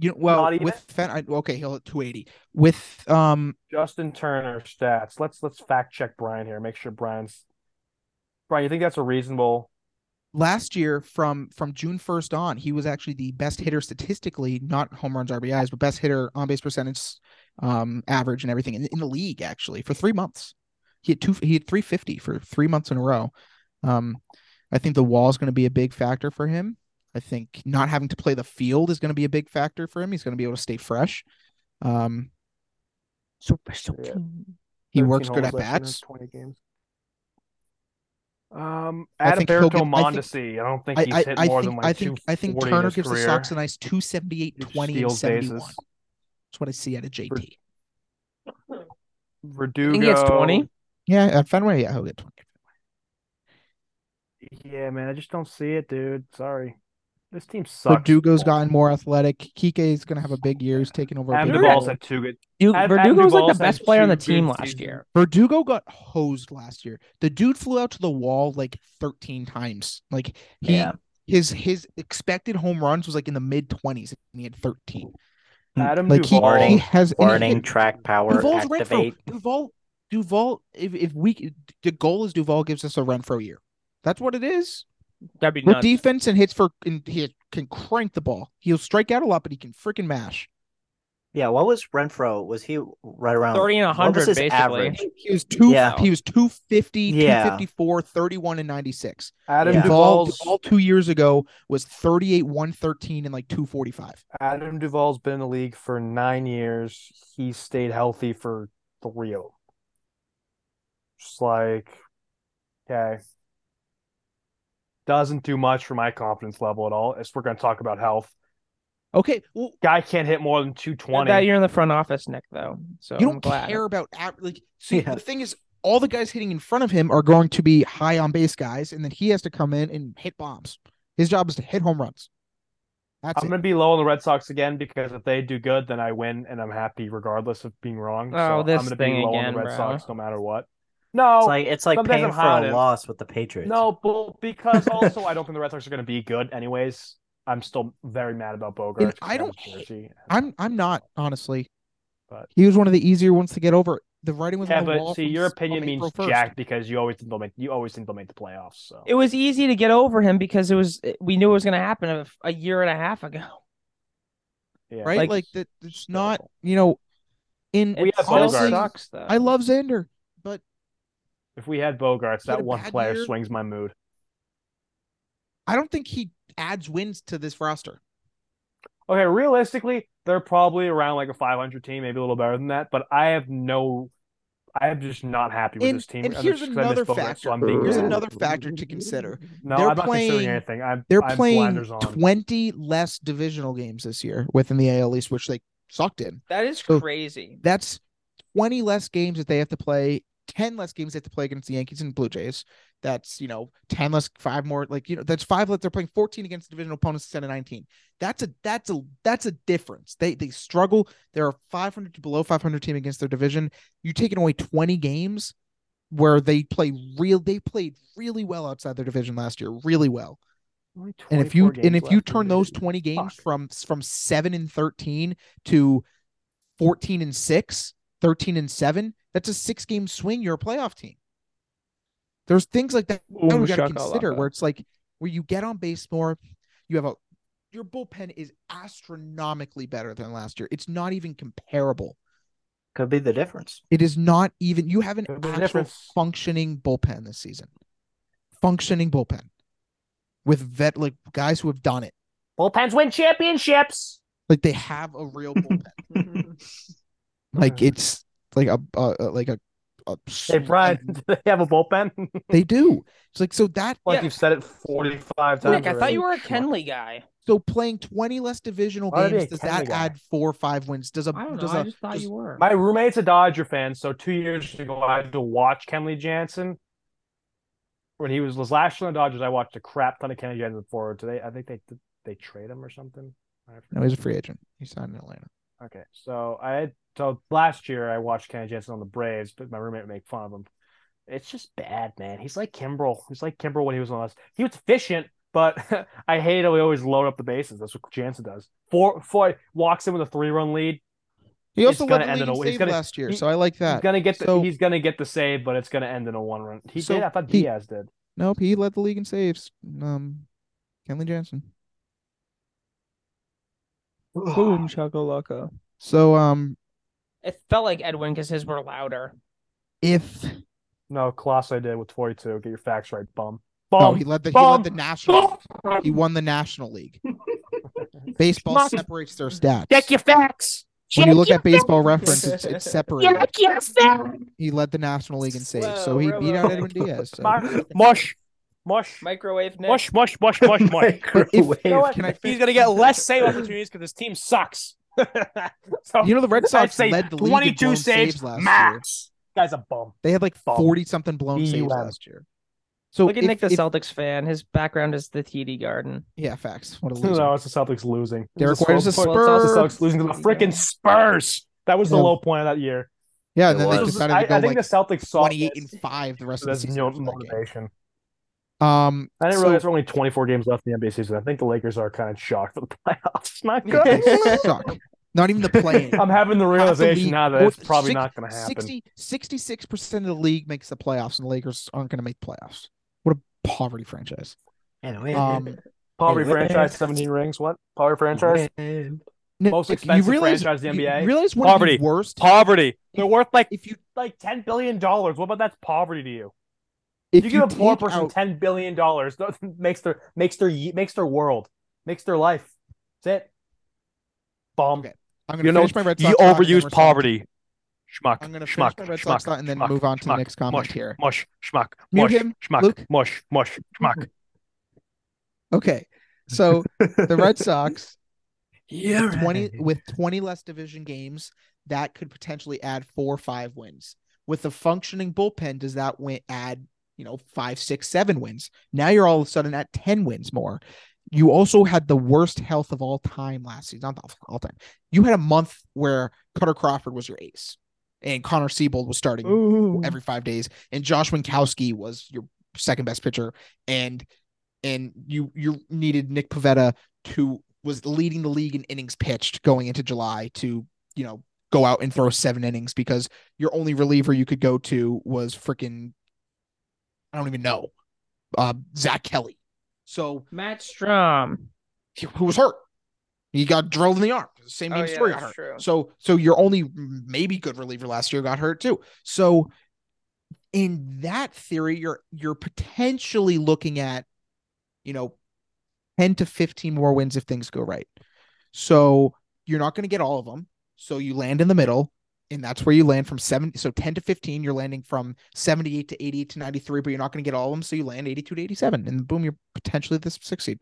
[SPEAKER 4] you know, well,
[SPEAKER 3] Not even?
[SPEAKER 4] with Fen, I, okay, he'll hit 280. With um,
[SPEAKER 3] Justin Turner stats. Let's let's fact check Brian here. Make sure Brian's Brian. You think that's a reasonable?
[SPEAKER 4] last year from from June 1st on, he was actually the best hitter statistically, not home runs, RBIs, but best hitter on base percentage, um, average and everything in, in the league actually for three months. He had two. He had 350 for three months in a row. Um, I think the wall is going to be a big factor for him. I think not having to play the field is going to be a big factor for him. He's going to be able to stay fresh. Um,
[SPEAKER 1] Super, super.
[SPEAKER 3] Yeah.
[SPEAKER 4] he
[SPEAKER 3] 13
[SPEAKER 4] works good at
[SPEAKER 3] homers last year in
[SPEAKER 4] bats.
[SPEAKER 3] 20 games. Um,
[SPEAKER 4] I think he'll
[SPEAKER 3] Adalberto
[SPEAKER 4] get- I think-
[SPEAKER 3] Mondesi. I don't think
[SPEAKER 4] I,
[SPEAKER 3] he's
[SPEAKER 4] I,
[SPEAKER 3] hit
[SPEAKER 4] I
[SPEAKER 3] more
[SPEAKER 4] think
[SPEAKER 3] than like
[SPEAKER 4] I think I think
[SPEAKER 3] 240 in
[SPEAKER 4] Turner
[SPEAKER 3] his
[SPEAKER 4] gives
[SPEAKER 3] career.
[SPEAKER 4] the Sox a nice 278,
[SPEAKER 3] He
[SPEAKER 4] 20, and
[SPEAKER 3] steals
[SPEAKER 4] 71.
[SPEAKER 3] bases.
[SPEAKER 4] That's what I see out of JT.
[SPEAKER 3] Verdugo.
[SPEAKER 1] think he gets 20?
[SPEAKER 4] Yeah, at Fenway, yeah, he'll get 20.
[SPEAKER 3] Yeah, man, I just don't see it, dude. Sorry, this team sucks.
[SPEAKER 4] Verdugo's gotten more athletic. Kike's going to have a big year. He's taking over. a
[SPEAKER 3] Adam
[SPEAKER 4] big
[SPEAKER 3] Duvall's
[SPEAKER 4] role.
[SPEAKER 3] had two good.
[SPEAKER 1] Dude,
[SPEAKER 3] Ad-
[SPEAKER 1] Verdugo was like
[SPEAKER 3] Adduval's
[SPEAKER 1] the
[SPEAKER 3] had
[SPEAKER 1] best player on the
[SPEAKER 3] two
[SPEAKER 1] team
[SPEAKER 3] good
[SPEAKER 1] last
[SPEAKER 3] seasons.
[SPEAKER 1] year.
[SPEAKER 4] Verdugo got hosed last year. The dude flew out to the wall like 13 times. Like he
[SPEAKER 2] Yeah.
[SPEAKER 4] his his expected home runs was like in the mid 20s and he had 13.
[SPEAKER 3] Adam
[SPEAKER 4] Like he,
[SPEAKER 3] Duvall.
[SPEAKER 4] he has and he
[SPEAKER 2] Warning,
[SPEAKER 4] hit-
[SPEAKER 2] track power,
[SPEAKER 4] Duvall's
[SPEAKER 2] activate.
[SPEAKER 4] Renfro. Duval Duval if if we the goal is Duval gives us a Renfro year. That's what it is.
[SPEAKER 1] That'd be
[SPEAKER 4] With
[SPEAKER 1] nuts.
[SPEAKER 4] defense and hits for and he can crank the ball. He'll strike out a lot, but he can freaking mash.
[SPEAKER 2] Yeah, what was Renfro? Was he right around
[SPEAKER 1] 30 and
[SPEAKER 2] what
[SPEAKER 1] 100,
[SPEAKER 2] was his
[SPEAKER 1] basically.
[SPEAKER 2] average?
[SPEAKER 4] He was two
[SPEAKER 2] Yeah.
[SPEAKER 4] he was 250,
[SPEAKER 2] Yeah.
[SPEAKER 4] 254, 31 and 96.
[SPEAKER 3] Adam
[SPEAKER 2] Yeah.
[SPEAKER 4] Duvall,
[SPEAKER 3] Duvall's
[SPEAKER 4] Duvall two years ago was 38, 113, and like 245.
[SPEAKER 3] Adam Duvall's been in the league for nine years. He stayed healthy for three of them. Just like, okay. Doesn't do much for my confidence level at all. As we're going to talk about health,
[SPEAKER 4] Okay. Well,
[SPEAKER 3] guy can't hit more than
[SPEAKER 1] Not That
[SPEAKER 3] 220.
[SPEAKER 1] you're in the front office, Nick, though. So
[SPEAKER 4] you
[SPEAKER 1] I'm
[SPEAKER 4] don't
[SPEAKER 1] glad.
[SPEAKER 4] care about av- like see
[SPEAKER 2] Yeah.
[SPEAKER 4] the thing is all the guys hitting in front of him are going to be high on base guys, and then he has to come in and hit bombs. His job is to hit home runs. That's
[SPEAKER 3] I'm
[SPEAKER 4] it.
[SPEAKER 3] going to be low on the Red Sox again because if they do good, then I win and I'm happy regardless of being wrong.
[SPEAKER 1] Oh,
[SPEAKER 3] so
[SPEAKER 1] this
[SPEAKER 3] I'm going to be
[SPEAKER 1] thing
[SPEAKER 3] low on
[SPEAKER 1] again,
[SPEAKER 3] the Red
[SPEAKER 1] bro.
[SPEAKER 3] Sox no matter what.
[SPEAKER 2] It's
[SPEAKER 3] No,
[SPEAKER 2] like it's like
[SPEAKER 3] Sometimes
[SPEAKER 2] paying
[SPEAKER 3] I'm
[SPEAKER 2] for
[SPEAKER 3] hot
[SPEAKER 2] a
[SPEAKER 3] in-
[SPEAKER 2] loss with the Patriots.
[SPEAKER 3] No, but because also I don't think the Red Sox are going to be good anyways. I'm still very mad about Bogart.
[SPEAKER 4] I don't hate-
[SPEAKER 3] Jersey.
[SPEAKER 4] I'm I'm not honestly.
[SPEAKER 3] But-
[SPEAKER 4] he was one of the easier ones to get over. The writing was
[SPEAKER 3] yeah,
[SPEAKER 4] on the wall.
[SPEAKER 3] but see,
[SPEAKER 4] from
[SPEAKER 3] your
[SPEAKER 4] s- from
[SPEAKER 3] opinion means
[SPEAKER 4] April 1st.
[SPEAKER 3] jack because you always think they'll make you always think they'll make the playoffs. So
[SPEAKER 1] It was easy to get over him because it was we knew it was going to happen a, a year and a half ago.
[SPEAKER 3] yeah.
[SPEAKER 4] right? Like, that. It's not you know. In
[SPEAKER 3] We
[SPEAKER 1] It
[SPEAKER 3] have
[SPEAKER 1] still
[SPEAKER 4] honestly,
[SPEAKER 3] Bogarts.
[SPEAKER 1] sucks, though.
[SPEAKER 4] I love Xander, but
[SPEAKER 3] if we had Bogarts,
[SPEAKER 4] He had
[SPEAKER 3] that
[SPEAKER 4] a
[SPEAKER 3] one
[SPEAKER 4] bad
[SPEAKER 3] player
[SPEAKER 4] year.
[SPEAKER 3] swings my mood.
[SPEAKER 4] I don't think he adds wins to this roster.
[SPEAKER 3] okay, realistically, they're probably around like a 500 team, maybe a little better than that. But I have no, I am just not happy with
[SPEAKER 4] And-
[SPEAKER 3] this team.
[SPEAKER 4] and
[SPEAKER 3] I'm
[SPEAKER 4] here's
[SPEAKER 3] just- 'cause I
[SPEAKER 4] another
[SPEAKER 3] misspoke, right?
[SPEAKER 4] factor.
[SPEAKER 3] So I'm being
[SPEAKER 4] Here's
[SPEAKER 3] bad.
[SPEAKER 4] another factor to consider.
[SPEAKER 3] No,
[SPEAKER 4] they're
[SPEAKER 3] I'm not
[SPEAKER 4] playing-
[SPEAKER 3] considering anything. I'm,
[SPEAKER 4] They're
[SPEAKER 3] I'm
[SPEAKER 4] playing
[SPEAKER 3] blinders on.
[SPEAKER 4] 20 less divisional games this year within the AL East, which they sucked in.
[SPEAKER 1] That is
[SPEAKER 4] So-
[SPEAKER 1] crazy.
[SPEAKER 4] That's 20 less games that they have to play, 10 less games they have to play against the Yankees and Blue Jays. That's, you know, 10 less, five more, like, you know, that's five less. They're playing 14 against divisional opponents instead of 19. That's a, that's a, that's a difference. They, they struggle. They're a 500 to below 500 team against their division. You're taking away 20 games where they play real, they played really well outside their division last year, really well.
[SPEAKER 3] Only
[SPEAKER 4] And if
[SPEAKER 3] 24
[SPEAKER 4] you and
[SPEAKER 3] games
[SPEAKER 4] if you
[SPEAKER 3] left in
[SPEAKER 4] turn
[SPEAKER 3] the
[SPEAKER 4] those
[SPEAKER 3] division.
[SPEAKER 4] 20 games
[SPEAKER 3] Fuck.
[SPEAKER 4] from from 7 and 13 to 14 and 6, 13 and 7, that's a six game swing you're a playoff team. There's things like that that we got to consider where it's like where you get on base more, you have a your bullpen is astronomically better than last year. It's not even comparable.
[SPEAKER 2] Could be the difference.
[SPEAKER 4] It is not even you have an
[SPEAKER 3] Could be the
[SPEAKER 4] actual
[SPEAKER 3] difference.
[SPEAKER 4] functioning bullpen this season. Functioning bullpen with vet like guys who have done it.
[SPEAKER 3] Bullpens win championships.
[SPEAKER 4] like they have a real bullpen. like it's like a, a a- like a, a
[SPEAKER 3] Hey Brian, do Mm-hmm. they have a bullpen?
[SPEAKER 4] They do. It's like so that
[SPEAKER 3] like
[SPEAKER 1] Yeah.
[SPEAKER 3] you've said it forty-five times.
[SPEAKER 1] Nick, I thought
[SPEAKER 3] already.
[SPEAKER 1] you were a Kenley guy.
[SPEAKER 4] so playing twenty less divisional
[SPEAKER 3] Why would they
[SPEAKER 4] games does
[SPEAKER 3] attend
[SPEAKER 4] that
[SPEAKER 3] the guy?
[SPEAKER 4] add four or five wins? Does a
[SPEAKER 1] I don't know.
[SPEAKER 4] does
[SPEAKER 1] I
[SPEAKER 4] a
[SPEAKER 1] just thought
[SPEAKER 4] does-
[SPEAKER 1] you were.
[SPEAKER 3] My roommate's a Dodger fan, so two years ago I had to watch Kenley Jansen. When he was was last year on the Dodgers, I watched a crap ton of Kenley Jansen before today. I think they did they trade him or something. I forget.
[SPEAKER 4] no? He's a free agent. He signed in Atlanta.
[SPEAKER 3] Okay, so I had so last year I watched Kenley Jansen on the Braves, but my roommate would make fun of him. It's just bad, man. He's like Kimbrel. He's like Kimbrel when he was on us. He was efficient, but I hate how he always load up the bases. That's what Jansen does. Four, four walks in with a three-run lead.
[SPEAKER 4] He
[SPEAKER 3] He's
[SPEAKER 4] also
[SPEAKER 3] gonna
[SPEAKER 4] led
[SPEAKER 3] end
[SPEAKER 4] the league
[SPEAKER 3] in
[SPEAKER 4] in
[SPEAKER 3] a- he's
[SPEAKER 4] save
[SPEAKER 3] gonna-
[SPEAKER 4] last year,
[SPEAKER 3] he-
[SPEAKER 4] so I like that.
[SPEAKER 3] He's gonna get the
[SPEAKER 4] So-
[SPEAKER 3] he's gonna get the save, but it's gonna end in a one run. He
[SPEAKER 4] So
[SPEAKER 3] did. I thought
[SPEAKER 4] he-
[SPEAKER 3] Diaz did.
[SPEAKER 4] nope, he led the league in saves. Um, Kenley Jansen.
[SPEAKER 1] Boom, chakalaka.
[SPEAKER 4] So um,
[SPEAKER 1] It felt like Edwin because his were louder.
[SPEAKER 4] if
[SPEAKER 3] No, Colossi did with forty two. Get your facts right, bum.
[SPEAKER 4] oh
[SPEAKER 3] Bum.
[SPEAKER 4] he led the he
[SPEAKER 3] Bum.
[SPEAKER 4] led the national
[SPEAKER 3] bum.
[SPEAKER 4] he won the National League. Baseball
[SPEAKER 3] Schmuck.
[SPEAKER 4] separates their stats.
[SPEAKER 3] your facts.
[SPEAKER 4] when you look
[SPEAKER 3] Check
[SPEAKER 4] at baseball reference, it's, it's separated.
[SPEAKER 3] Check your facts.
[SPEAKER 4] He led the National League in saves, so
[SPEAKER 1] Whoa,
[SPEAKER 4] he beat out
[SPEAKER 1] Romo.
[SPEAKER 4] Edwin Diaz. So.
[SPEAKER 3] Mar- Mush. Mush.
[SPEAKER 1] Microwave Nick.
[SPEAKER 5] Mush, mush, mush, mush, mush.
[SPEAKER 4] if-
[SPEAKER 3] You know what?
[SPEAKER 4] Can I-
[SPEAKER 5] He's gonna get less save opportunities because his team sucks.
[SPEAKER 3] so,
[SPEAKER 4] You know the Red Sox
[SPEAKER 5] say
[SPEAKER 4] led the league in
[SPEAKER 5] 22
[SPEAKER 4] blown
[SPEAKER 5] saves,
[SPEAKER 4] saves last year.
[SPEAKER 5] max.
[SPEAKER 3] guy's a bum.
[SPEAKER 4] They had like
[SPEAKER 3] Bum.
[SPEAKER 4] forty something blown saves
[SPEAKER 3] BUM.
[SPEAKER 4] last year. So
[SPEAKER 1] Look at
[SPEAKER 4] if-
[SPEAKER 1] Nick, the
[SPEAKER 4] if-
[SPEAKER 1] Celtics fan. His background is the TD Garden.
[SPEAKER 4] Yeah, facts. What a loser.
[SPEAKER 3] No, it's the Celtics losing.
[SPEAKER 4] Derek
[SPEAKER 3] It's the
[SPEAKER 4] White is
[SPEAKER 3] Celtics-
[SPEAKER 4] a
[SPEAKER 3] it's the
[SPEAKER 4] Spur.
[SPEAKER 3] Celtics losing to the freaking Spurs. That was the
[SPEAKER 4] Yeah.
[SPEAKER 3] low point of that year.
[SPEAKER 4] yeah, and then
[SPEAKER 2] It
[SPEAKER 4] they
[SPEAKER 3] This was-
[SPEAKER 4] decided
[SPEAKER 3] I,
[SPEAKER 4] to go
[SPEAKER 3] I think
[SPEAKER 4] like
[SPEAKER 3] the Celtics saw
[SPEAKER 4] twenty-eight
[SPEAKER 3] this.
[SPEAKER 4] and five the rest
[SPEAKER 3] So
[SPEAKER 4] of the
[SPEAKER 3] that's
[SPEAKER 4] season.
[SPEAKER 3] no
[SPEAKER 4] after that game.
[SPEAKER 3] motivation.
[SPEAKER 4] Um,
[SPEAKER 3] I didn't
[SPEAKER 4] so-
[SPEAKER 3] realize there were only 24 games left in the NBA season. I think the Lakers are kind of shocked for the playoffs. Not
[SPEAKER 4] yeah,
[SPEAKER 3] good.
[SPEAKER 4] they suck. Not even the playing.
[SPEAKER 3] I'm having the realization now that it's probably
[SPEAKER 4] six-
[SPEAKER 3] not going to happen.
[SPEAKER 4] 60, 66% of the league makes the playoffs, and the Lakers aren't going to make playoffs. What a poverty franchise. Um,
[SPEAKER 3] Poverty
[SPEAKER 2] Hey, what the
[SPEAKER 3] franchise,
[SPEAKER 2] heck?
[SPEAKER 3] 17 rings. What? Poverty franchise?
[SPEAKER 4] Nick,
[SPEAKER 3] Most
[SPEAKER 4] you
[SPEAKER 3] expensive
[SPEAKER 4] realize-
[SPEAKER 3] franchise in the
[SPEAKER 4] you
[SPEAKER 3] NBA?
[SPEAKER 4] realize one
[SPEAKER 5] Poverty.
[SPEAKER 4] of the worst.
[SPEAKER 5] Poverty. They're worth like
[SPEAKER 4] If you
[SPEAKER 3] Like $10 billion. What about that's poverty to you?
[SPEAKER 4] if
[SPEAKER 3] you
[SPEAKER 4] you,
[SPEAKER 3] give a poor
[SPEAKER 4] take
[SPEAKER 3] person
[SPEAKER 4] out-
[SPEAKER 3] $10 billion, that makes their, makes, their, ye- makes their world, makes their life. That's it. Bomb.
[SPEAKER 4] Okay. I'm going
[SPEAKER 5] you
[SPEAKER 4] to
[SPEAKER 5] know
[SPEAKER 4] finish my Red
[SPEAKER 5] you
[SPEAKER 4] Sox thought, and then we're
[SPEAKER 5] overuse
[SPEAKER 4] signing-
[SPEAKER 5] poverty. Schmuck.
[SPEAKER 4] I'm going to finish
[SPEAKER 5] schmuck.
[SPEAKER 4] my Red
[SPEAKER 5] schmuck.
[SPEAKER 4] Sox thought and then
[SPEAKER 5] schmuck,
[SPEAKER 4] move on to
[SPEAKER 5] schmuck,
[SPEAKER 4] Nick's comment
[SPEAKER 5] mush,
[SPEAKER 4] here.
[SPEAKER 5] Mush. Schmuck.
[SPEAKER 4] Mute
[SPEAKER 5] Mush.
[SPEAKER 4] him,
[SPEAKER 5] Schmuck.
[SPEAKER 4] Luke.
[SPEAKER 5] Mush. Mush. Schmuck.
[SPEAKER 4] Okay, so the Red Sox
[SPEAKER 2] yeah,
[SPEAKER 4] twenty with twenty less division games that could potentially add four or five wins. With a functioning bullpen, does that win add you know five, six, seven wins? Now you're all of a sudden at ten wins more. You also had the worst health of all time last season. Not of all time. You had a month where Cutter Crawford was your ace, and Connor Siebold was starting every five days, and Josh Winkowski was your second best pitcher, and and you you needed Nick Pavetta to was leading the league in innings pitched going into July to you know go out and throw seven innings because your only reliever you could go to was freaking I don't even know uh, Zach Kelly, so
[SPEAKER 1] Matt Strom.
[SPEAKER 4] who was hurt. He got drilled in the arm. Same name story got hurt.
[SPEAKER 1] true.
[SPEAKER 4] So so your only maybe good reliever last year got hurt too. So in that theory, you're you're potentially looking at, you know, 10 to 15 more wins if things go right. So you're not going to get all of them. So you land in the middle, and that's where you land from seven. So 10 to 15, you're landing from 78 to 88 to 93, but you're not going to get all of them. So you land 82 to 87, and boom, you're potentially the six seed.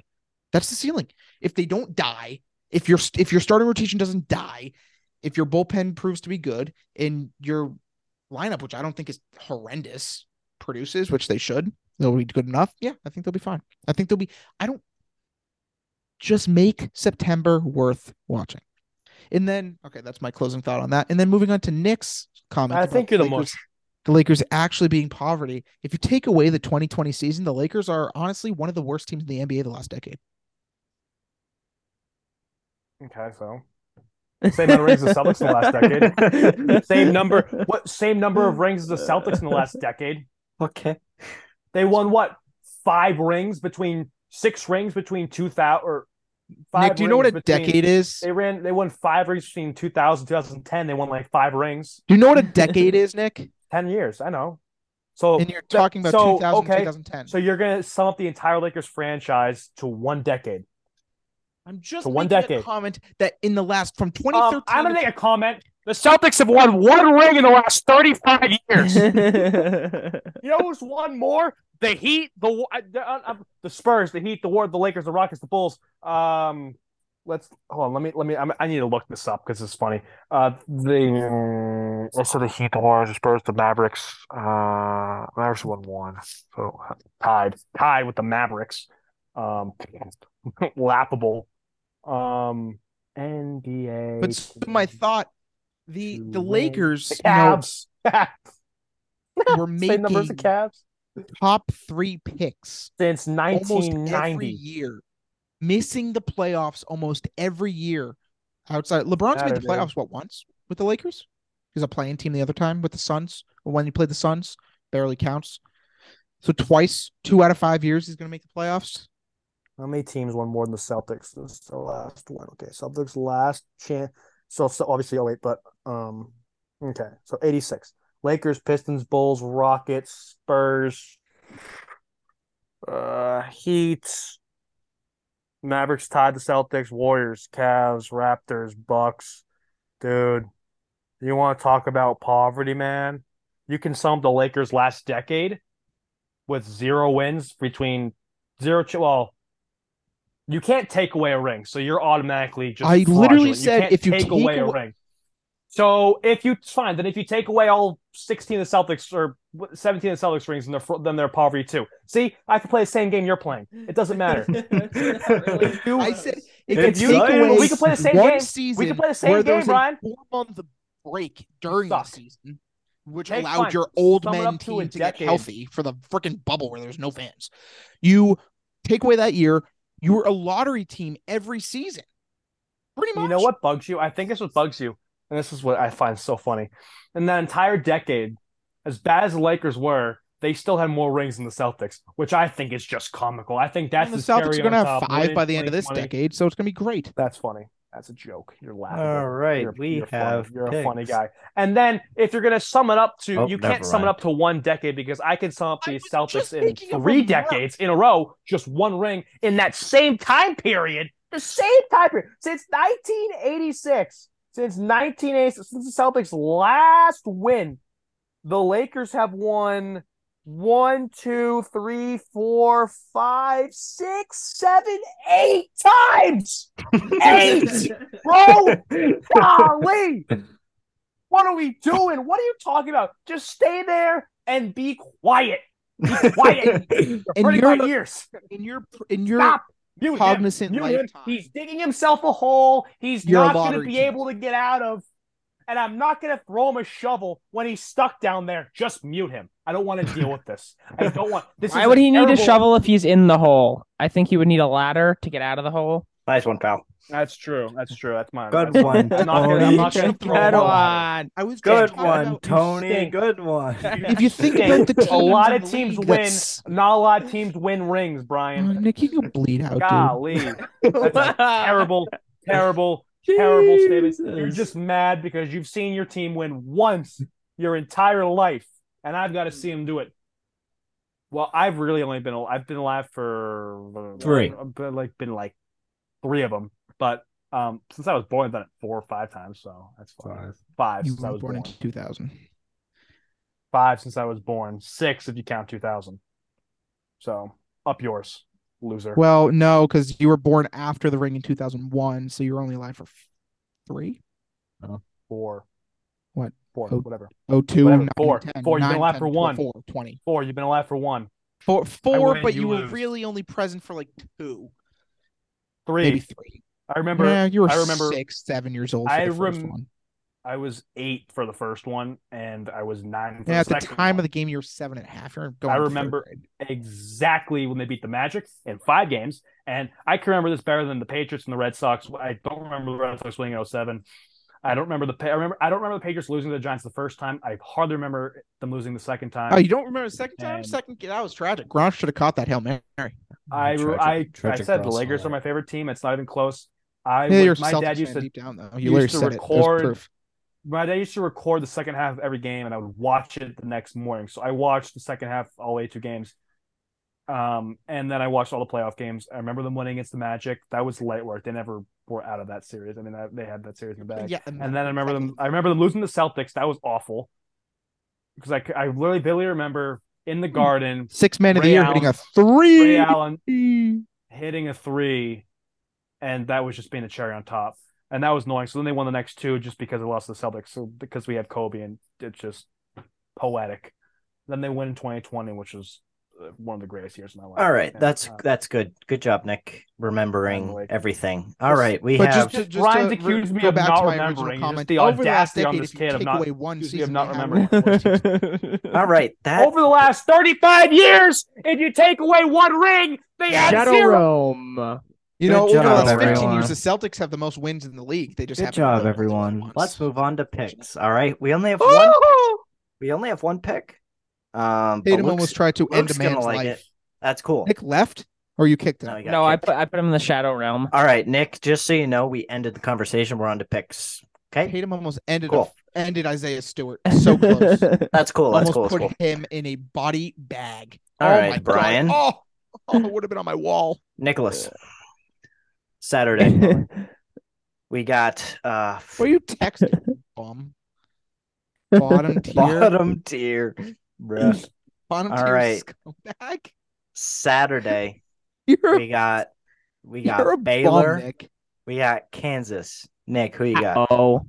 [SPEAKER 4] That's the ceiling. If they don't die, if your if your starting rotation doesn't die, if your bullpen proves to be good, and your lineup, which I don't think is horrendous, produces, which they should, they'll be good enough. Yeah, I think they'll be fine. I think they'll be. I don't just make September worth watching. And then, okay, that's my closing thought on that. And then moving on to Nick's comment.
[SPEAKER 5] I
[SPEAKER 4] about
[SPEAKER 5] think you're the
[SPEAKER 4] Lakers-
[SPEAKER 5] most.
[SPEAKER 4] the Lakers actually being poverty. If you take away the 2020 season, the Lakers are honestly one of the worst teams in the NBA the last decade.
[SPEAKER 3] Okay, so same amount of rings as the Celtics in the last decade. same number. What? Same number of rings as the Celtics in the last decade.
[SPEAKER 2] Okay.
[SPEAKER 3] They won what? Five rings between six rings between two thousand or five.
[SPEAKER 4] Nick, do you know what
[SPEAKER 3] rings
[SPEAKER 4] a
[SPEAKER 3] between-
[SPEAKER 4] decade is?
[SPEAKER 3] They ran. They won five rings between 2000 2010. They won like five rings.
[SPEAKER 4] Do you know what a decade is, Nick?
[SPEAKER 3] Ten years. I know. Oh, So
[SPEAKER 4] And you're talking about
[SPEAKER 3] so,
[SPEAKER 4] 2000,
[SPEAKER 3] okay.
[SPEAKER 4] 2010.
[SPEAKER 3] So you're gonna sum up the entire Lakers franchise to one decade.
[SPEAKER 4] I'm just
[SPEAKER 3] so one
[SPEAKER 4] making a
[SPEAKER 3] decade.
[SPEAKER 4] comment that in the last from 2013
[SPEAKER 3] Um, I'm gonna make a comment.
[SPEAKER 5] The Celtics have won one ring in the last 35 years. You know who's won more? The Heat, the Wa- I- the, uh, um,
[SPEAKER 3] The Spurs, the Heat, the Ward, the Lakers, the Rockets, the Bulls. Um, let's hold on. Let me let me. I'm, I need to look this up because it's funny. Uh, the so the Heat, the Warriors, the Spurs, the Mavericks. Uh, Mavericks won one, so tied tied with the Mavericks. Um, lappable. Um, NBA.
[SPEAKER 4] But so my thought, the
[SPEAKER 3] Two
[SPEAKER 4] the
[SPEAKER 3] wins.
[SPEAKER 4] Lakers
[SPEAKER 3] The
[SPEAKER 4] you know,
[SPEAKER 3] Cavs.
[SPEAKER 4] were
[SPEAKER 3] Same numbers
[SPEAKER 4] making
[SPEAKER 3] the Cavs
[SPEAKER 4] top three picks
[SPEAKER 3] since
[SPEAKER 4] almost every
[SPEAKER 3] 1990.
[SPEAKER 4] year, missing the playoffs almost every year. Outside, LeBron's made the
[SPEAKER 3] Saturday.
[SPEAKER 4] playoffs what once with the Lakers? He's a playing team the other time with the Suns. Or when he played the Suns, barely counts. So twice, two out of five years, he's going to make the playoffs.
[SPEAKER 3] How many teams won more than the Celtics? This is the last one. Okay, Celtics last chance. So, so obviously, oh wait, but um, okay, so eighty six. Lakers, Pistons, Bulls, Rockets, Spurs, uh, Heat, Mavericks tied the Celtics, Warriors, Cavs, Raptors, Bucks. Dude, you want to talk about poverty, man? You can sum up the Lakers last decade with zero wins between zero. Ch- well, you can't take away a ring, so you're automatically just.
[SPEAKER 4] I literally
[SPEAKER 3] fraudulent. You
[SPEAKER 4] said
[SPEAKER 3] can't
[SPEAKER 4] if you
[SPEAKER 3] take,
[SPEAKER 4] take
[SPEAKER 3] away a
[SPEAKER 4] awa-
[SPEAKER 3] ring. So if you it's fine, then if you take away all sixteen of the Celtics or seventeen of the Celtics rings, and they're fr- then they're poverty too. See, I can play the same game you're playing. It doesn't matter.
[SPEAKER 4] I said it
[SPEAKER 3] If
[SPEAKER 4] could
[SPEAKER 3] you-
[SPEAKER 4] take away
[SPEAKER 3] we could play the same
[SPEAKER 4] one
[SPEAKER 3] game.
[SPEAKER 4] season
[SPEAKER 3] We can play the same
[SPEAKER 4] where there
[SPEAKER 3] game,
[SPEAKER 4] was a
[SPEAKER 3] Brian.
[SPEAKER 4] four-month break during the
[SPEAKER 3] Suck.
[SPEAKER 4] season, which
[SPEAKER 3] Hey,
[SPEAKER 4] allowed
[SPEAKER 3] fine.
[SPEAKER 4] your old
[SPEAKER 3] Sum it
[SPEAKER 4] men
[SPEAKER 3] up to a
[SPEAKER 4] team to get
[SPEAKER 3] decade.
[SPEAKER 4] healthy for the freaking bubble where there was no fans. You take away that year, you were a lottery team every season. Pretty much.
[SPEAKER 3] You know what bugs you? I think this is what bugs you, and this is what I find so funny. In that entire decade, as bad as the Lakers were, they still had more rings than the Celtics, which I think is just comical. I think
[SPEAKER 4] And
[SPEAKER 3] that's
[SPEAKER 4] the
[SPEAKER 3] the
[SPEAKER 4] Celtics
[SPEAKER 3] cherry
[SPEAKER 4] are going
[SPEAKER 3] on
[SPEAKER 4] to have
[SPEAKER 3] top.
[SPEAKER 4] five
[SPEAKER 3] Winning
[SPEAKER 4] by the end of this
[SPEAKER 3] 2020.
[SPEAKER 4] decade, so it's going to be great.
[SPEAKER 3] That's funny. That's a joke. You're laughing.
[SPEAKER 2] All right,
[SPEAKER 3] You're-
[SPEAKER 2] we
[SPEAKER 3] you're funny.
[SPEAKER 2] have
[SPEAKER 3] You're a funny
[SPEAKER 2] picks.
[SPEAKER 3] guy. And then if you're gonna sum it up to,
[SPEAKER 2] Oh,
[SPEAKER 3] you
[SPEAKER 2] never
[SPEAKER 3] can't sum it
[SPEAKER 2] mind.
[SPEAKER 3] up to one decade because I can sum up
[SPEAKER 4] I
[SPEAKER 3] the
[SPEAKER 4] was just
[SPEAKER 3] Celtics in
[SPEAKER 4] making a
[SPEAKER 3] three
[SPEAKER 4] remark.
[SPEAKER 3] decades in a row, just one ring in that same time period. The same time period since 1986. Since 1986, since the Celtics last win, the Lakers have won one, two, three, four, five, six, seven, eight times. Eight, bro. Golly. What are we doing? What are you talking about? Just stay there and be quiet. Be quiet.
[SPEAKER 4] And
[SPEAKER 3] Pretty my
[SPEAKER 4] you're-
[SPEAKER 3] ears.
[SPEAKER 4] In your in your
[SPEAKER 3] Stop. Mute him.
[SPEAKER 4] cognizant
[SPEAKER 3] Mute him.
[SPEAKER 4] lifetime,
[SPEAKER 3] He's digging himself a hole. He's
[SPEAKER 4] You're a
[SPEAKER 3] not going to
[SPEAKER 4] lottery
[SPEAKER 3] be
[SPEAKER 4] team.
[SPEAKER 3] able to get out of. And I'm not going to throw him a shovel when he's stuck down there. Just mute him. I don't want to deal with this. I don't want. This
[SPEAKER 1] Why
[SPEAKER 3] is
[SPEAKER 1] would he need a
[SPEAKER 3] terrible-
[SPEAKER 1] shovel if he's in the hole? I think he would need a ladder to get out of the hole.
[SPEAKER 2] Nice one, pal.
[SPEAKER 3] That's true. That's true. That's mine.
[SPEAKER 2] Good
[SPEAKER 3] That's-
[SPEAKER 2] one.
[SPEAKER 3] I'm not gonna- I'm not
[SPEAKER 2] Tony.
[SPEAKER 3] gonna
[SPEAKER 2] Good
[SPEAKER 3] throw a ball at him.
[SPEAKER 1] on.
[SPEAKER 4] I was
[SPEAKER 2] Good
[SPEAKER 4] just talking
[SPEAKER 2] one,
[SPEAKER 4] about-
[SPEAKER 2] Tony.
[SPEAKER 3] stink.
[SPEAKER 2] Good one.
[SPEAKER 4] If you think
[SPEAKER 3] Stink.
[SPEAKER 4] about the teams
[SPEAKER 3] a lot of
[SPEAKER 4] in the
[SPEAKER 3] teams
[SPEAKER 4] league
[SPEAKER 3] win.
[SPEAKER 4] that's-
[SPEAKER 3] Not a lot of teams win rings,
[SPEAKER 4] Oh,
[SPEAKER 3] Brian.
[SPEAKER 4] Nick, you can bleed out, dude.
[SPEAKER 3] Golly, That's terrible, terrible, terrible statement. You're just mad because you've seen your team win once your entire life, and I've got to see him do it. Well, I've really only been al- I've been alive for
[SPEAKER 2] Three.
[SPEAKER 3] I've been like been like three of them, but Um, since I was born, I've done it four or five times. So that's five.
[SPEAKER 6] Five.
[SPEAKER 3] Five
[SPEAKER 4] You
[SPEAKER 3] since I
[SPEAKER 4] were
[SPEAKER 3] was
[SPEAKER 4] born
[SPEAKER 3] born.
[SPEAKER 4] in 2000.
[SPEAKER 3] Five since I was born. Six if you count 2000. So up yours, loser.
[SPEAKER 4] Well, no, because you were born after the ring in 2001, so you were only alive for f- three,
[SPEAKER 3] four.
[SPEAKER 4] What?
[SPEAKER 3] Four.
[SPEAKER 4] Oh.
[SPEAKER 3] Whatever.
[SPEAKER 4] oh two,
[SPEAKER 3] Whatever,
[SPEAKER 4] nine,
[SPEAKER 3] four.
[SPEAKER 4] 10,
[SPEAKER 3] Four, you've been
[SPEAKER 4] nine,
[SPEAKER 3] alive
[SPEAKER 4] 10,
[SPEAKER 3] for one.
[SPEAKER 4] four, twenty.
[SPEAKER 3] Four. You've been alive for one.
[SPEAKER 4] Four, four,
[SPEAKER 6] win,
[SPEAKER 4] but
[SPEAKER 6] you
[SPEAKER 4] you were
[SPEAKER 6] lose.
[SPEAKER 4] really only present for like two,
[SPEAKER 3] Three.
[SPEAKER 4] maybe three.
[SPEAKER 3] I remember.
[SPEAKER 4] yeah, you were
[SPEAKER 3] I remember-
[SPEAKER 4] six, seven years old. For
[SPEAKER 3] I
[SPEAKER 4] the first
[SPEAKER 3] rem-
[SPEAKER 4] one.
[SPEAKER 3] I was eight for the first one, and I was nine for
[SPEAKER 4] Yeah, at
[SPEAKER 3] the
[SPEAKER 4] the
[SPEAKER 3] second.
[SPEAKER 4] time
[SPEAKER 3] one.
[SPEAKER 4] of the game, you were seven and a half. You're going
[SPEAKER 3] I
[SPEAKER 4] to third
[SPEAKER 3] remember-
[SPEAKER 4] grade.
[SPEAKER 3] exactly when they beat the Magic in five games. And I can remember this better than the Patriots and the Red Sox. I don't remember the Red Sox winning in 07. I don't remember the Pa- I remember I don't remember the Patriots losing to the Giants the first time. I hardly remember them losing the second time.
[SPEAKER 4] Oh, you don't remember the second time?
[SPEAKER 3] And-
[SPEAKER 4] Second, that was tragic. Gronk should have caught that hail mary.
[SPEAKER 3] I
[SPEAKER 2] Tragic-
[SPEAKER 3] I, I
[SPEAKER 2] tragic
[SPEAKER 3] said the
[SPEAKER 2] loss,
[SPEAKER 3] Lakers
[SPEAKER 2] all
[SPEAKER 3] are my
[SPEAKER 2] right.
[SPEAKER 3] favorite team. It's not even close. I
[SPEAKER 4] Yeah,
[SPEAKER 3] would-
[SPEAKER 4] you're
[SPEAKER 3] my
[SPEAKER 4] Celtics
[SPEAKER 3] dad used
[SPEAKER 4] fan
[SPEAKER 3] to
[SPEAKER 4] deep down though.
[SPEAKER 3] used
[SPEAKER 4] You literally
[SPEAKER 3] to
[SPEAKER 4] said
[SPEAKER 3] record-
[SPEAKER 4] it. There's proof.
[SPEAKER 3] my dad used to record the second half of every game and I would watch it the next morning. So I watched the second half of all 82 games. Um, and then I watched all the playoff games. I remember them winning against the Magic. That was light work. They never were out of that series. I mean, I, they had that series in the bag.
[SPEAKER 4] Yeah,
[SPEAKER 3] And then I remember them. I remember them losing the Celtics. That was awful because I, c- I literally barely remember in the Garden
[SPEAKER 4] six man of the
[SPEAKER 3] Ray
[SPEAKER 4] year
[SPEAKER 3] Allen-
[SPEAKER 4] hitting a three.
[SPEAKER 3] Ray Allen hitting a three, and that was just being the cherry on top. And that was annoying. So then they won the next two just because they lost to the Celtics. So because we had Kobe, and it's just poetic. Then they win in 2020, which was uh, one of the greatest years of my life.
[SPEAKER 2] All right,
[SPEAKER 3] And,
[SPEAKER 2] that's
[SPEAKER 3] uh,
[SPEAKER 2] that's good. Good job, Nick, remembering
[SPEAKER 3] Like-
[SPEAKER 2] everything. All
[SPEAKER 3] Just-
[SPEAKER 2] right, we have
[SPEAKER 4] But just, to- just
[SPEAKER 3] Brian's
[SPEAKER 4] to
[SPEAKER 3] accused
[SPEAKER 4] re-
[SPEAKER 3] me
[SPEAKER 4] go
[SPEAKER 3] of
[SPEAKER 4] back
[SPEAKER 3] not
[SPEAKER 4] to my
[SPEAKER 3] remembering,
[SPEAKER 4] original
[SPEAKER 3] just
[SPEAKER 4] comment.
[SPEAKER 3] the
[SPEAKER 4] over the last
[SPEAKER 3] audacity on
[SPEAKER 4] decade,
[SPEAKER 3] this
[SPEAKER 4] if you
[SPEAKER 3] kid of
[SPEAKER 4] take
[SPEAKER 3] not-
[SPEAKER 4] away one
[SPEAKER 3] accused me of
[SPEAKER 4] season,
[SPEAKER 3] not
[SPEAKER 4] they had
[SPEAKER 3] remembering.
[SPEAKER 4] one of the worst teams.
[SPEAKER 2] all right. That
[SPEAKER 5] Over the last 35 years, if you take away one ring, they had
[SPEAKER 6] Shadow
[SPEAKER 5] zero.
[SPEAKER 6] Realm.
[SPEAKER 4] You
[SPEAKER 2] Good
[SPEAKER 4] know, over the
[SPEAKER 2] job,
[SPEAKER 4] last fifteen
[SPEAKER 6] everyone.
[SPEAKER 4] years, the Celtics have the most wins in the league. They just
[SPEAKER 2] good
[SPEAKER 4] haven't
[SPEAKER 2] job,
[SPEAKER 4] won it
[SPEAKER 2] everyone.
[SPEAKER 4] once.
[SPEAKER 2] Let's move on to picks. All right, we only have one.
[SPEAKER 5] Woohoo!
[SPEAKER 2] We only have one pick. Um, but
[SPEAKER 4] Tatum
[SPEAKER 2] Luke's-
[SPEAKER 4] almost tried to end
[SPEAKER 2] Luke's
[SPEAKER 4] a man's
[SPEAKER 2] gonna like
[SPEAKER 4] life.
[SPEAKER 2] it. That's cool.
[SPEAKER 4] Nick left, or you kicked
[SPEAKER 2] No,
[SPEAKER 4] him.
[SPEAKER 2] he got
[SPEAKER 1] No, I
[SPEAKER 2] kicked.
[SPEAKER 1] put I put him in the shadow realm.
[SPEAKER 2] All right, Nick. Just so you know, we ended the conversation. We're on to picks. Okay,
[SPEAKER 4] Tatum almost ended
[SPEAKER 2] Cool.
[SPEAKER 4] a- ended Isaiah Stewart. So
[SPEAKER 2] that's
[SPEAKER 4] close.
[SPEAKER 2] cool. That's
[SPEAKER 4] almost
[SPEAKER 2] cool. That's
[SPEAKER 4] put
[SPEAKER 2] cool.
[SPEAKER 4] him in a body bag.
[SPEAKER 2] All
[SPEAKER 4] oh
[SPEAKER 2] right,
[SPEAKER 4] my God.
[SPEAKER 2] Brian.
[SPEAKER 4] Oh, oh, it would have been on my wall.
[SPEAKER 2] Nicholas. Saturday, we got uh
[SPEAKER 4] What are you texting, bum? Bottom tier.
[SPEAKER 2] bottom tier. bruh.
[SPEAKER 4] Bottom
[SPEAKER 2] All
[SPEAKER 4] tier
[SPEAKER 2] right.
[SPEAKER 4] scumbag.
[SPEAKER 2] Saturday,
[SPEAKER 4] You're,
[SPEAKER 2] we got we
[SPEAKER 4] you're a
[SPEAKER 2] got
[SPEAKER 4] bum,
[SPEAKER 2] Baylor.
[SPEAKER 4] Nick.
[SPEAKER 2] We got Kansas. Nick, who you got?
[SPEAKER 1] oh,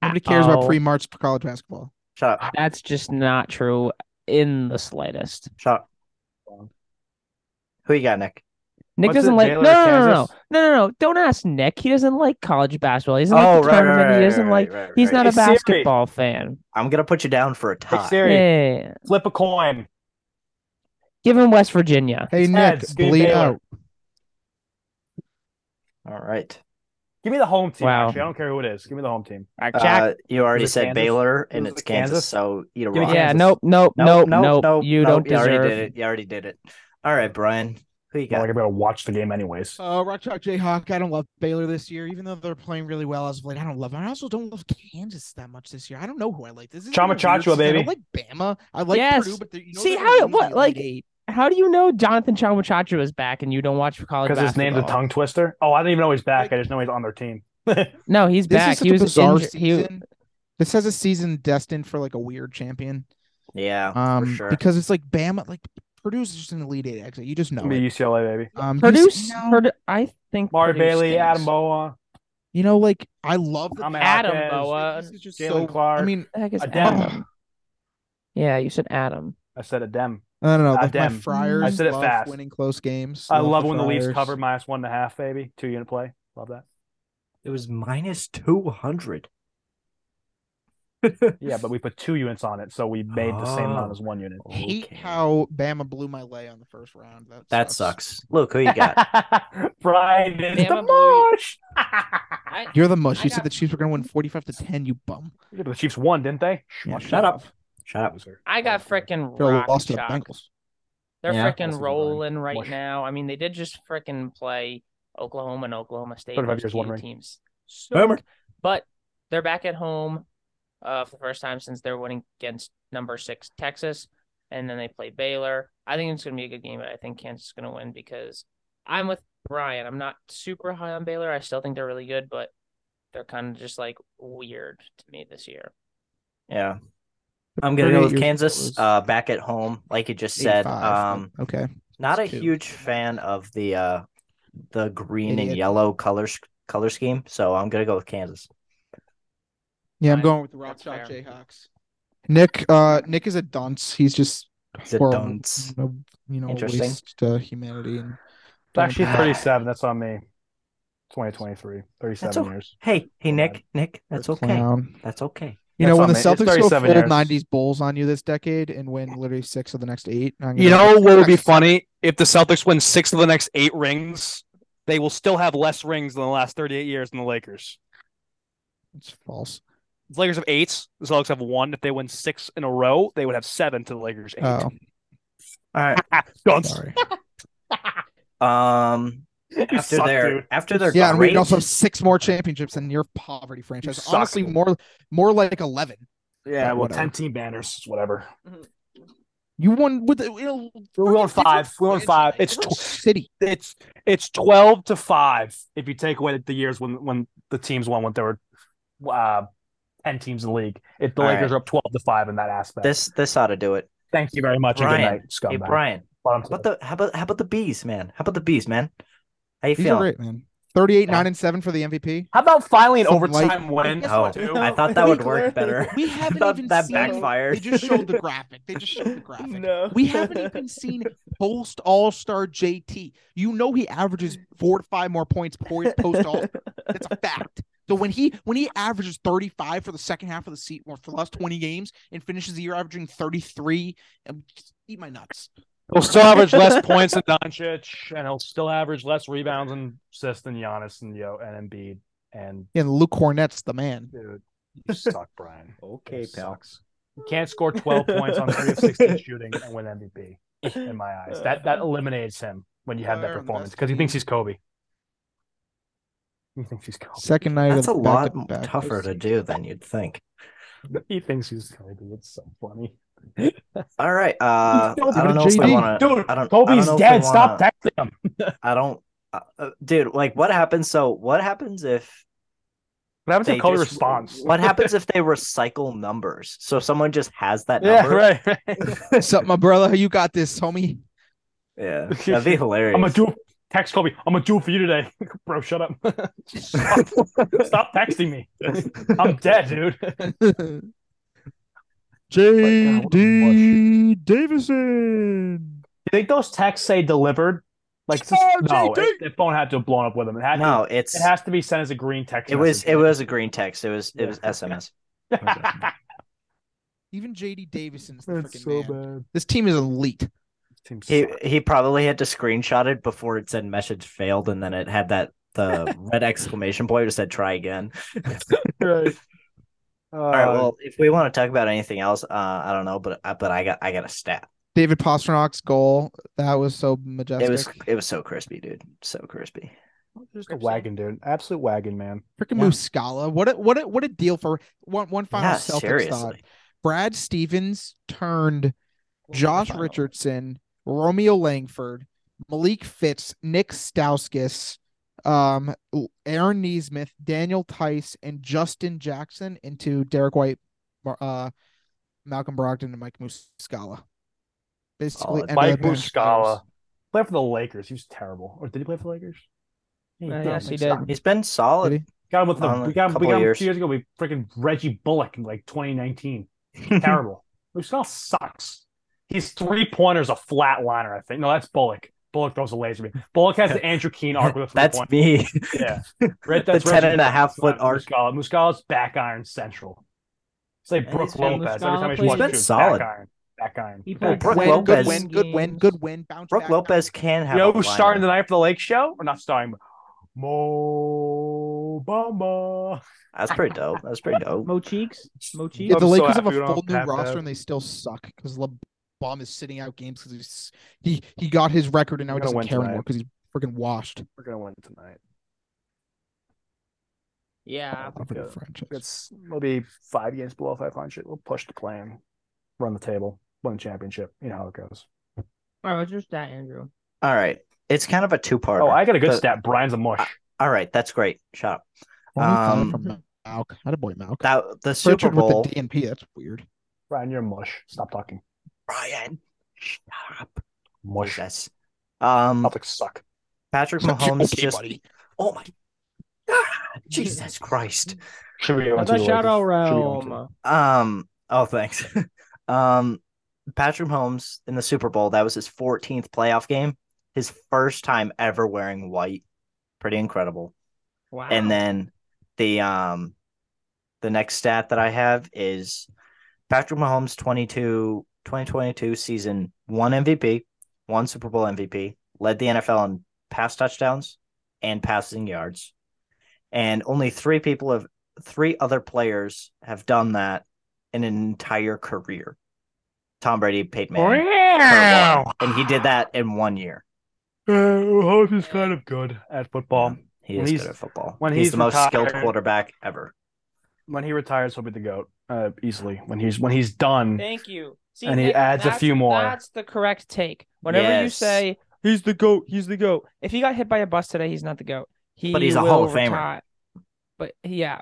[SPEAKER 4] Nobody cares about
[SPEAKER 1] Uh-oh.
[SPEAKER 4] pre-March college basketball.
[SPEAKER 2] Shut up.
[SPEAKER 1] that's just not true in the slightest.
[SPEAKER 2] Shut up. Who you got, Nick?
[SPEAKER 1] Nick
[SPEAKER 3] What's
[SPEAKER 1] doesn't
[SPEAKER 3] it,
[SPEAKER 1] like
[SPEAKER 3] Baylor
[SPEAKER 1] no
[SPEAKER 3] or
[SPEAKER 1] no, no no
[SPEAKER 3] Kansas?
[SPEAKER 1] no no no. Don't ask Nick. He doesn't like college basketball. He doesn't
[SPEAKER 2] oh,
[SPEAKER 1] like the
[SPEAKER 2] right, right,
[SPEAKER 1] tournament. he
[SPEAKER 2] right, right,
[SPEAKER 1] doesn't
[SPEAKER 2] right,
[SPEAKER 1] like.
[SPEAKER 2] right, right,
[SPEAKER 1] He's
[SPEAKER 2] right.
[SPEAKER 1] not a
[SPEAKER 3] Hey, Siri.
[SPEAKER 1] basketball fan.
[SPEAKER 2] I'm gonna put you down for a
[SPEAKER 3] Hey,
[SPEAKER 2] tie.
[SPEAKER 3] Siri,
[SPEAKER 1] Yeah.
[SPEAKER 3] flip a coin.
[SPEAKER 1] Give him West Virginia.
[SPEAKER 4] Hey Nick,
[SPEAKER 3] Heads, give
[SPEAKER 4] bleed
[SPEAKER 3] Baylor.
[SPEAKER 4] out.
[SPEAKER 2] All right.
[SPEAKER 3] Give me the home team.
[SPEAKER 1] Wow.
[SPEAKER 3] Actually, I don't care who it is. Give me the home team.
[SPEAKER 1] Jack.
[SPEAKER 2] Uh, you already
[SPEAKER 3] Was it
[SPEAKER 2] said
[SPEAKER 3] Kansas?
[SPEAKER 2] Baylor, and
[SPEAKER 3] Was it
[SPEAKER 2] it's Kansas,
[SPEAKER 3] Kansas?
[SPEAKER 2] so you don't.
[SPEAKER 3] Give me
[SPEAKER 2] rock.
[SPEAKER 1] yeah.
[SPEAKER 3] Kansas.
[SPEAKER 1] Nope. Nope. Nope. Nope. you don't
[SPEAKER 2] You already did
[SPEAKER 1] deserve.
[SPEAKER 2] it. You already did it. All right, Brian. Who you
[SPEAKER 3] Not
[SPEAKER 2] got?
[SPEAKER 3] Like I'm gonna watch the game anyways.
[SPEAKER 4] Uh, Rock Chalk Jayhawk. I don't love Baylor this year, even though they're playing really well as of late. I don't love them. I also don't love Kansas that much this year. I don't know who I like. This is kind of
[SPEAKER 3] Chama
[SPEAKER 4] weird.
[SPEAKER 3] Chachua,
[SPEAKER 4] I
[SPEAKER 3] baby.
[SPEAKER 4] don't like Bama. I like
[SPEAKER 1] Yes.
[SPEAKER 4] Purdue, but they're- you know
[SPEAKER 1] See
[SPEAKER 4] they're
[SPEAKER 1] how
[SPEAKER 4] gonna
[SPEAKER 1] it- what,
[SPEAKER 4] lose the
[SPEAKER 1] like-
[SPEAKER 4] Elite Eight.
[SPEAKER 1] How do you know Jonathan Chamachachu is back and you don't watch college
[SPEAKER 3] Because
[SPEAKER 1] basketball?
[SPEAKER 3] his name's a tongue twister. Oh, I don't even know he's back. I just know he's on their team.
[SPEAKER 1] No, he's
[SPEAKER 4] This
[SPEAKER 1] back.
[SPEAKER 4] is such
[SPEAKER 1] he
[SPEAKER 4] a
[SPEAKER 1] was
[SPEAKER 4] bizarre
[SPEAKER 1] injured. He,
[SPEAKER 4] season. This has a season destined for like a weird champion.
[SPEAKER 2] Yeah,
[SPEAKER 4] Um,
[SPEAKER 2] for sure.
[SPEAKER 4] because it's like Bama, like Purdue's just an elite eight exit. You just know.
[SPEAKER 3] Give me
[SPEAKER 4] it.
[SPEAKER 3] UCLA, baby.
[SPEAKER 4] Um, you
[SPEAKER 1] Purdue,
[SPEAKER 4] s- no,
[SPEAKER 1] Purdue, I think
[SPEAKER 3] Mari
[SPEAKER 1] Purdue
[SPEAKER 3] Bailey,
[SPEAKER 1] stinks.
[SPEAKER 3] Adam Boa,
[SPEAKER 4] you know, like I love the
[SPEAKER 3] I'm
[SPEAKER 4] Pac-
[SPEAKER 1] Adam
[SPEAKER 3] Hawkins,
[SPEAKER 1] Boa.
[SPEAKER 4] This is just
[SPEAKER 3] Jalen
[SPEAKER 4] so.
[SPEAKER 3] Clark.
[SPEAKER 4] I mean,
[SPEAKER 1] The heck is
[SPEAKER 3] Adam.
[SPEAKER 1] Adam? Yeah, you said Adam.
[SPEAKER 3] I said a dem.
[SPEAKER 4] I don't know. Like my
[SPEAKER 3] Goddamn.
[SPEAKER 4] Friars
[SPEAKER 3] I said it
[SPEAKER 4] love
[SPEAKER 3] fast.
[SPEAKER 4] winning close games.
[SPEAKER 3] I love
[SPEAKER 4] the
[SPEAKER 3] when the Leafs
[SPEAKER 4] Friars.
[SPEAKER 3] cover minus one and a half, baby. Two unit play. Love that.
[SPEAKER 2] It was minus two hundred.
[SPEAKER 3] Yeah, but we put two units on it, so we made the same amount
[SPEAKER 2] Oh.
[SPEAKER 3] as one unit.
[SPEAKER 4] Hate how Bama blew my lay on the first round. That,
[SPEAKER 2] that sucks. Look who you got.
[SPEAKER 3] Brian is
[SPEAKER 1] Bama
[SPEAKER 3] the
[SPEAKER 1] blew-
[SPEAKER 3] mush.
[SPEAKER 4] You're the mush.
[SPEAKER 1] I
[SPEAKER 4] You said
[SPEAKER 1] got-
[SPEAKER 4] the Chiefs were going to win 45 to 10. You bum.
[SPEAKER 3] Look at the Chiefs won, didn't they?
[SPEAKER 4] Yeah,
[SPEAKER 2] Shut up. Shut up.
[SPEAKER 3] Loser.
[SPEAKER 1] I got frickin'
[SPEAKER 4] They're
[SPEAKER 1] rock
[SPEAKER 4] lost to the
[SPEAKER 1] shock.
[SPEAKER 4] Bengals.
[SPEAKER 1] They're
[SPEAKER 2] Yeah.
[SPEAKER 3] Lost to
[SPEAKER 1] frickin'
[SPEAKER 3] the
[SPEAKER 1] rolling right
[SPEAKER 3] Wash.
[SPEAKER 1] now. I mean, they did just frickin' play Oklahoma and Oklahoma State.
[SPEAKER 3] 35
[SPEAKER 1] Those
[SPEAKER 3] years, one
[SPEAKER 1] two
[SPEAKER 3] ring.
[SPEAKER 1] teams.
[SPEAKER 2] Bummer.
[SPEAKER 1] suck. But they're back at home uh, for the first time since they're winning against number six Texas, and then they play Baylor. I think it's gonna be a good game, but I think Kansas is gonna win because I'm with Brian. I'm not super high on Baylor. I still think they're really good, but they're kind of just like weird to me this year.
[SPEAKER 2] Yeah. I'm gonna go
[SPEAKER 4] 38
[SPEAKER 2] with
[SPEAKER 4] years ago
[SPEAKER 2] Kansas.
[SPEAKER 4] was-
[SPEAKER 2] Uh, back at home, like you just said.
[SPEAKER 4] 85.
[SPEAKER 2] Um,
[SPEAKER 4] okay.
[SPEAKER 2] not a
[SPEAKER 4] It's two.
[SPEAKER 2] huge fan of the uh, the green
[SPEAKER 4] Idiot.
[SPEAKER 2] and yellow color sch- color scheme, so I'm gonna go with Kansas.
[SPEAKER 4] Yeah, I'm
[SPEAKER 1] Fine.
[SPEAKER 4] going with the Rock
[SPEAKER 1] That's
[SPEAKER 4] Chalk
[SPEAKER 1] fair.
[SPEAKER 4] Jayhawks. Nick, uh, Nick is a dunce. He's just
[SPEAKER 2] He's a
[SPEAKER 4] horrible,
[SPEAKER 2] dunce.
[SPEAKER 4] no- you know,
[SPEAKER 2] Interesting.
[SPEAKER 4] waste to humanity and
[SPEAKER 3] It's actually
[SPEAKER 2] Ah.
[SPEAKER 3] 37. That's on me. 2023, 37
[SPEAKER 2] okay.
[SPEAKER 3] years.
[SPEAKER 2] Hey, hey,
[SPEAKER 3] Not
[SPEAKER 2] Nick, Nick, that's okay.
[SPEAKER 4] clown.
[SPEAKER 2] That's okay.
[SPEAKER 4] You
[SPEAKER 3] That's
[SPEAKER 4] know, when
[SPEAKER 3] on
[SPEAKER 4] the
[SPEAKER 3] me. It's
[SPEAKER 4] Celtics go
[SPEAKER 3] 37
[SPEAKER 4] full
[SPEAKER 3] years.
[SPEAKER 4] '90s Bulls on you this decade and win literally six of the next eight, I'm
[SPEAKER 5] You
[SPEAKER 4] gonna-
[SPEAKER 5] know what would be funny if the Celtics win six of the next eight rings, they will still have less rings than the last 38 years than the Lakers.
[SPEAKER 4] It's false.
[SPEAKER 5] The Lakers have eight. The Celtics have one. If they win six in a row, they would have seven to the Lakers. Eight.
[SPEAKER 2] All
[SPEAKER 4] Oh,
[SPEAKER 2] right.
[SPEAKER 5] Dunce.
[SPEAKER 4] sorry.
[SPEAKER 2] Um,
[SPEAKER 3] You
[SPEAKER 2] after
[SPEAKER 3] suck,
[SPEAKER 2] their
[SPEAKER 3] dude.
[SPEAKER 2] after their
[SPEAKER 4] yeah, and we
[SPEAKER 2] great,
[SPEAKER 4] also have six more championships than your poverty franchise.
[SPEAKER 5] suck.
[SPEAKER 4] Honestly, more more like eleven.
[SPEAKER 3] Yeah, well,
[SPEAKER 4] whatever.
[SPEAKER 3] 10 team banners, whatever.
[SPEAKER 4] You won with you know,
[SPEAKER 3] We won five. We won five. It's
[SPEAKER 4] different
[SPEAKER 3] tw-
[SPEAKER 4] city.
[SPEAKER 5] It's
[SPEAKER 3] it's 12 to 5 if you take away the years when when the teams won when there were uh 10 teams in the league if the
[SPEAKER 2] All
[SPEAKER 3] lakers
[SPEAKER 2] right.
[SPEAKER 3] are up 12 to 5 in that aspect
[SPEAKER 2] this this ought to do it.
[SPEAKER 3] thank you very much
[SPEAKER 2] Brian.
[SPEAKER 3] and good night
[SPEAKER 2] Hey,
[SPEAKER 3] scumbag.
[SPEAKER 2] Brian,
[SPEAKER 3] But I'm
[SPEAKER 2] how about the how about how about the bees, man? How about the bees, man? How you
[SPEAKER 4] These are
[SPEAKER 2] feeling?
[SPEAKER 4] great, man. Thirty-eight,
[SPEAKER 2] Yeah.
[SPEAKER 4] nine, and seven for the MVP.
[SPEAKER 3] how about finally an
[SPEAKER 4] Some Oh,
[SPEAKER 3] overtime win
[SPEAKER 2] Guess what?
[SPEAKER 3] too?
[SPEAKER 2] Oh, I thought that
[SPEAKER 4] We
[SPEAKER 2] would work better.
[SPEAKER 4] We haven't
[SPEAKER 2] That-
[SPEAKER 4] even
[SPEAKER 2] that
[SPEAKER 4] seen
[SPEAKER 2] backfired.
[SPEAKER 4] They just showed the graphic. They just showed the graphic.
[SPEAKER 1] No.
[SPEAKER 4] We haven't even seen post All Star JT. You know he averages four to five more points post All. That's a fact. So when he when he averages 35 for the second half of the season or for the last 20 games and finishes the year averaging 33, um, just eat my nuts.
[SPEAKER 3] he'll still average less points than Doncic and he'll still average less rebounds and assists than Giannis and Yo and Embiid and
[SPEAKER 4] And Luke Cornett's the man.
[SPEAKER 3] dude you suck Brian
[SPEAKER 2] Okay,
[SPEAKER 3] It
[SPEAKER 2] pal.
[SPEAKER 3] sucks. you can't score 12 points on 30 of 16 shooting and win MVP in my eyes. That that eliminates him when you have that
[SPEAKER 4] Fire on the
[SPEAKER 3] performance
[SPEAKER 4] best
[SPEAKER 3] because he
[SPEAKER 4] team.
[SPEAKER 3] thinks he's Kobe. He thinks he's Kobe.
[SPEAKER 4] Second night
[SPEAKER 2] That's a
[SPEAKER 4] of
[SPEAKER 2] lot
[SPEAKER 4] back-to-back.
[SPEAKER 2] tougher to do than you'd think.
[SPEAKER 3] He thinks he's Kobe. It's so funny.
[SPEAKER 2] All right. Uh,
[SPEAKER 4] Don't
[SPEAKER 2] I
[SPEAKER 4] do
[SPEAKER 2] don't
[SPEAKER 4] it,
[SPEAKER 2] know if I
[SPEAKER 4] JD.
[SPEAKER 2] want to.
[SPEAKER 3] Dude,
[SPEAKER 2] I don't. I don't
[SPEAKER 3] Kobe's
[SPEAKER 2] know if I
[SPEAKER 3] dead. Stop
[SPEAKER 2] wanna-
[SPEAKER 3] texting him.
[SPEAKER 2] I don't, uh, uh, dude. Like, what happens? So, what happens if
[SPEAKER 3] What happens
[SPEAKER 2] they
[SPEAKER 3] to Kobe's
[SPEAKER 2] just-
[SPEAKER 3] response?
[SPEAKER 2] What happens if they recycle numbers? So someone just has that
[SPEAKER 3] Yeah,
[SPEAKER 2] number.
[SPEAKER 3] right. right.
[SPEAKER 4] What's up, my brother? You got this, homie.
[SPEAKER 2] Yeah, that'd be hilarious.
[SPEAKER 3] I'm gonna do text Kobe. I'm gonna do it for you today, bro. Shut up. stop, stop texting me. I'm dead, dude.
[SPEAKER 4] JD Davison.
[SPEAKER 3] You think those texts say delivered? Like it's just-
[SPEAKER 4] Oh,
[SPEAKER 3] no,
[SPEAKER 4] JD.
[SPEAKER 3] it, the phone had to have blown up with him. It had to,
[SPEAKER 2] No, it's
[SPEAKER 3] it has to be sent as a green text.
[SPEAKER 2] it was
[SPEAKER 3] message.
[SPEAKER 2] it was a green text. It was it was
[SPEAKER 3] Yeah.
[SPEAKER 2] SMS.
[SPEAKER 4] Even JD Davison's the freaking man. This team is elite.
[SPEAKER 3] Team
[SPEAKER 2] He
[SPEAKER 3] sucks.
[SPEAKER 2] he probably had to screenshot it before it said message failed, and then it had that the red exclamation point that said try again.
[SPEAKER 3] Uh,
[SPEAKER 2] All right. Well, if we want to talk about anything else, uh, I don't know, but uh, but I got I got a stat.
[SPEAKER 4] David Pasternak's goal that was so majestic.
[SPEAKER 2] It was it was so crispy, dude. So crispy.
[SPEAKER 3] just a wagon, dude. Absolute wagon, man.
[SPEAKER 4] freaking
[SPEAKER 2] yeah.
[SPEAKER 4] Muscala. What a what a what a deal for one one final
[SPEAKER 2] yeah,
[SPEAKER 4] Celtics thought.
[SPEAKER 2] seriously.
[SPEAKER 4] Brad Stevens turned Josh Richardson, Romeo Langford, Malik Fitz, Nick Stauskas, um, Aaron Neesmith, Daniel Tice, and Justin Jackson into Derek White, Mar- uh, Malcolm Brogdon, and Mike Muscala. Basically,
[SPEAKER 2] Oh,
[SPEAKER 4] end of
[SPEAKER 3] Mike
[SPEAKER 4] the bench
[SPEAKER 3] Muscala
[SPEAKER 4] players.
[SPEAKER 3] played for the Lakers. He was terrible. Or did he play for the Lakers?
[SPEAKER 1] Uh,
[SPEAKER 4] did.
[SPEAKER 1] yes, he
[SPEAKER 4] Makes
[SPEAKER 1] did.
[SPEAKER 2] He's been solid.
[SPEAKER 4] Did
[SPEAKER 3] Got him with the
[SPEAKER 2] Um,
[SPEAKER 3] we got him, we
[SPEAKER 2] couple
[SPEAKER 3] got him
[SPEAKER 2] years.
[SPEAKER 3] two years ago. We freaking Reggie Bullock in like 2019. terrible. Muscala sucks. His three pointers a flat liner. I think no, that's Bullock. Bullock throws a laser beam. Bullock has the Andrew Keene arc with a three
[SPEAKER 2] That's
[SPEAKER 3] point.
[SPEAKER 2] me.
[SPEAKER 3] Yeah.
[SPEAKER 2] Right, that's the ten and a half foot arc.
[SPEAKER 3] Muscala. Muscala's back iron central. It's like
[SPEAKER 2] And
[SPEAKER 3] Brooke
[SPEAKER 2] he's been-
[SPEAKER 3] Lopez. Every time I
[SPEAKER 1] Muscala
[SPEAKER 3] shoot,
[SPEAKER 1] He's
[SPEAKER 2] been
[SPEAKER 3] shoot,
[SPEAKER 2] solid.
[SPEAKER 3] Back iron. Back iron.
[SPEAKER 1] He
[SPEAKER 2] Well,
[SPEAKER 1] played
[SPEAKER 2] Brooke
[SPEAKER 4] Win,
[SPEAKER 2] Lopez-
[SPEAKER 4] Good win, good win, good win. Bounce
[SPEAKER 2] Brooke
[SPEAKER 4] back.
[SPEAKER 2] Lopez can have.
[SPEAKER 3] You know
[SPEAKER 2] a
[SPEAKER 3] who's starting
[SPEAKER 2] liner.
[SPEAKER 3] tonight for the Lake Show? Or not starting, but Mo Bamba.
[SPEAKER 2] That's pretty dope. That's pretty dope.
[SPEAKER 1] Mo cheeks, Mo cheeks.
[SPEAKER 4] Yeah,
[SPEAKER 3] I'm
[SPEAKER 4] the
[SPEAKER 3] so
[SPEAKER 4] Lakers have
[SPEAKER 3] happy we
[SPEAKER 4] a
[SPEAKER 3] don't
[SPEAKER 4] full new
[SPEAKER 3] have
[SPEAKER 4] roster
[SPEAKER 3] that.
[SPEAKER 4] and they still suck because LeBron is sitting out games because he he got his record and now he
[SPEAKER 3] We're gonna
[SPEAKER 4] doesn't
[SPEAKER 3] win
[SPEAKER 4] care
[SPEAKER 3] tonight.
[SPEAKER 4] anymore because he's freaking washed.
[SPEAKER 3] We're gonna win tonight.
[SPEAKER 1] Yeah.
[SPEAKER 4] Over the
[SPEAKER 3] good.
[SPEAKER 4] franchise.
[SPEAKER 3] That's we'll be five games below 500. We'll push the plan, run the table, win the championship. You know how it goes.
[SPEAKER 1] All right, what's your stat, Andrew?
[SPEAKER 2] All right. It's kind of a two part.
[SPEAKER 3] Oh, I got a good stat. Brian's a mush.
[SPEAKER 2] All right, that's great. Shut up.
[SPEAKER 4] Only follow
[SPEAKER 2] Um,
[SPEAKER 4] from Malk. How boy Malk.
[SPEAKER 2] That the Super
[SPEAKER 4] Richard
[SPEAKER 2] Bowl.
[SPEAKER 4] with the DNP. That's weird.
[SPEAKER 3] Brian, you're a mush. Stop talking.
[SPEAKER 2] Brian, shut up.
[SPEAKER 3] Mush.
[SPEAKER 2] Yes. Um,
[SPEAKER 3] Celtics suck.
[SPEAKER 2] Patrick Mahomes
[SPEAKER 4] okay,
[SPEAKER 2] just.
[SPEAKER 4] buddy.
[SPEAKER 2] Oh my. God, Jesus Christ.
[SPEAKER 3] Should we go into
[SPEAKER 1] the
[SPEAKER 3] the
[SPEAKER 1] shadow
[SPEAKER 3] Lakers? Should we go into-
[SPEAKER 1] realm.
[SPEAKER 2] Um. Oh, thanks. um, Patrick Mahomes in the Super Bowl. That was his 14th playoff game. His first time ever wearing white. Pretty incredible.
[SPEAKER 1] Wow.
[SPEAKER 2] And then the um the next stat that I have is Patrick Mahomes 22 2022 season one MVP, one Super Bowl MVP, led the NFL in pass touchdowns and passing yards. And only three people have three other players have done that in an entire career. Tom Brady, Peyton
[SPEAKER 3] Oh,
[SPEAKER 2] Manning, Kurt Warner. and he did that in one year.
[SPEAKER 3] Uh, Hope is kind of good at football.
[SPEAKER 2] He
[SPEAKER 3] Um, When
[SPEAKER 2] is
[SPEAKER 3] he's-
[SPEAKER 2] good at football.
[SPEAKER 3] when
[SPEAKER 2] he's,
[SPEAKER 3] he's
[SPEAKER 2] the most skilled
[SPEAKER 3] retired-
[SPEAKER 2] quarterback ever.
[SPEAKER 3] When he retires, he'll be the goat uh, easily. When he's when he's done,
[SPEAKER 1] Thank you. See,
[SPEAKER 3] And he
[SPEAKER 1] Nick,
[SPEAKER 3] adds a
[SPEAKER 1] that's-
[SPEAKER 3] few more.
[SPEAKER 1] That's the correct take. Whenever you
[SPEAKER 2] Yes.
[SPEAKER 1] say he's the goat, he's the goat. If he got hit by a bus today, he's not the goat. He
[SPEAKER 2] But he's a
[SPEAKER 1] will
[SPEAKER 2] Hall of Famer.
[SPEAKER 1] retire- But yeah,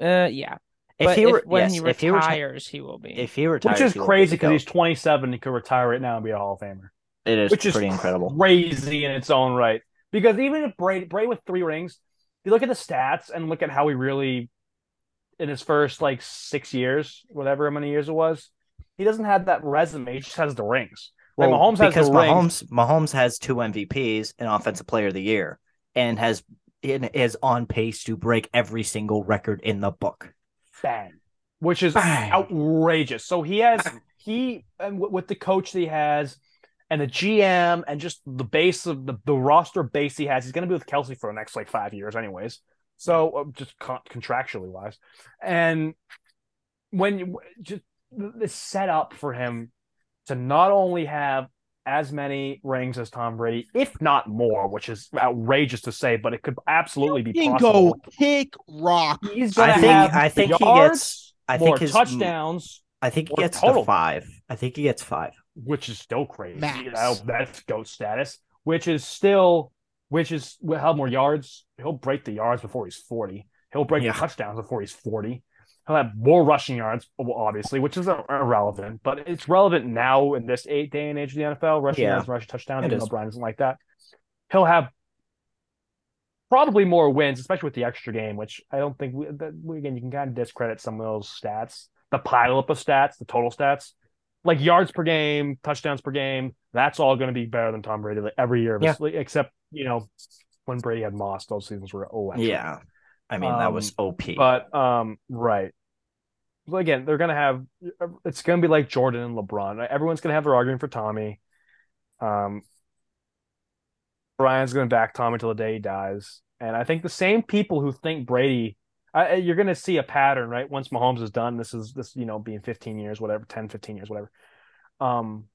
[SPEAKER 1] uh, yeah.
[SPEAKER 2] If
[SPEAKER 1] but
[SPEAKER 2] he
[SPEAKER 1] if,
[SPEAKER 2] were,
[SPEAKER 1] when
[SPEAKER 2] yes,
[SPEAKER 1] he
[SPEAKER 2] if he were,
[SPEAKER 1] retires, he will be.
[SPEAKER 2] if he retires,
[SPEAKER 3] which is
[SPEAKER 2] he will
[SPEAKER 3] crazy
[SPEAKER 2] be the
[SPEAKER 3] because he's
[SPEAKER 2] GOAT.
[SPEAKER 3] 27. He could retire right now and be a Hall of Famer.
[SPEAKER 2] it is
[SPEAKER 3] which is
[SPEAKER 2] pretty incredible.
[SPEAKER 3] crazy in its own right. Because even if Brady, Brady with three rings, you look at the stats and look at how he really, in his first like six years, whatever how many years it was, he doesn't have that resume. He just has the rings. Like, Mahomes has the
[SPEAKER 2] because
[SPEAKER 3] rings.
[SPEAKER 2] Mahomes Mahomes has two MVPs and Offensive Player of the Year, and has and is on pace to break every single record in the book.
[SPEAKER 3] Bang, which is
[SPEAKER 2] Bang.
[SPEAKER 3] outrageous. So he has he and w- with the coach that he has. And the GM and just the base of the, the roster base he has, he's going to be with Kelsey for the next like five years, anyways. So uh, just con- contractually wise, and when you just the the setup for him to not only have as many rings as Tom Brady, if not more, which is outrageous to say, but it could absolutely be
[SPEAKER 4] Fucking
[SPEAKER 3] possible.
[SPEAKER 4] go kick rock.
[SPEAKER 3] He's gonna
[SPEAKER 2] I think-
[SPEAKER 3] have
[SPEAKER 2] I think he
[SPEAKER 3] yards,
[SPEAKER 2] gets- I
[SPEAKER 3] more
[SPEAKER 2] think his-
[SPEAKER 3] touchdowns,
[SPEAKER 2] I think he
[SPEAKER 3] Or
[SPEAKER 2] gets
[SPEAKER 3] total.
[SPEAKER 2] to five. I think he gets five.
[SPEAKER 3] which is still crazy.
[SPEAKER 4] Max.
[SPEAKER 3] Now, that's goat status, which is still, which is will have more yards. He'll break the yards before he's forty. He'll break
[SPEAKER 2] Yeah.
[SPEAKER 3] the touchdowns before he's forty. He'll have more rushing yards, well, obviously, which is ir- irrelevant, but it's relevant now in this eight day and age of the NFL. Rushing
[SPEAKER 2] Yeah.
[SPEAKER 3] yards, rushing touchdowns,
[SPEAKER 2] It
[SPEAKER 3] even
[SPEAKER 2] is.
[SPEAKER 3] though Brian doesn't like that. He'll have probably more wins, especially with the extra game, which I don't think we, that, we- again you can kind of discredit some of those stats, the pileup of stats, the total stats, like yards per game, touchdowns per game. That's all going to be better than Tom Brady like, every year, of his- except you know when Brady had Moss, those seasons were oh
[SPEAKER 2] Yeah, I mean that was OP.
[SPEAKER 3] but um, right. Well, again, they're gonna have it's gonna be like Jordan and LeBron. Everyone's gonna have their argument for Tommy. Um, Brian's gonna back Tommy till the day he dies, and I think the same people who think Brady, I, I- you're gonna see a pattern, right? Once Mahomes is done, this is this you know being 15 years, whatever, 10, 15 years, whatever. Um,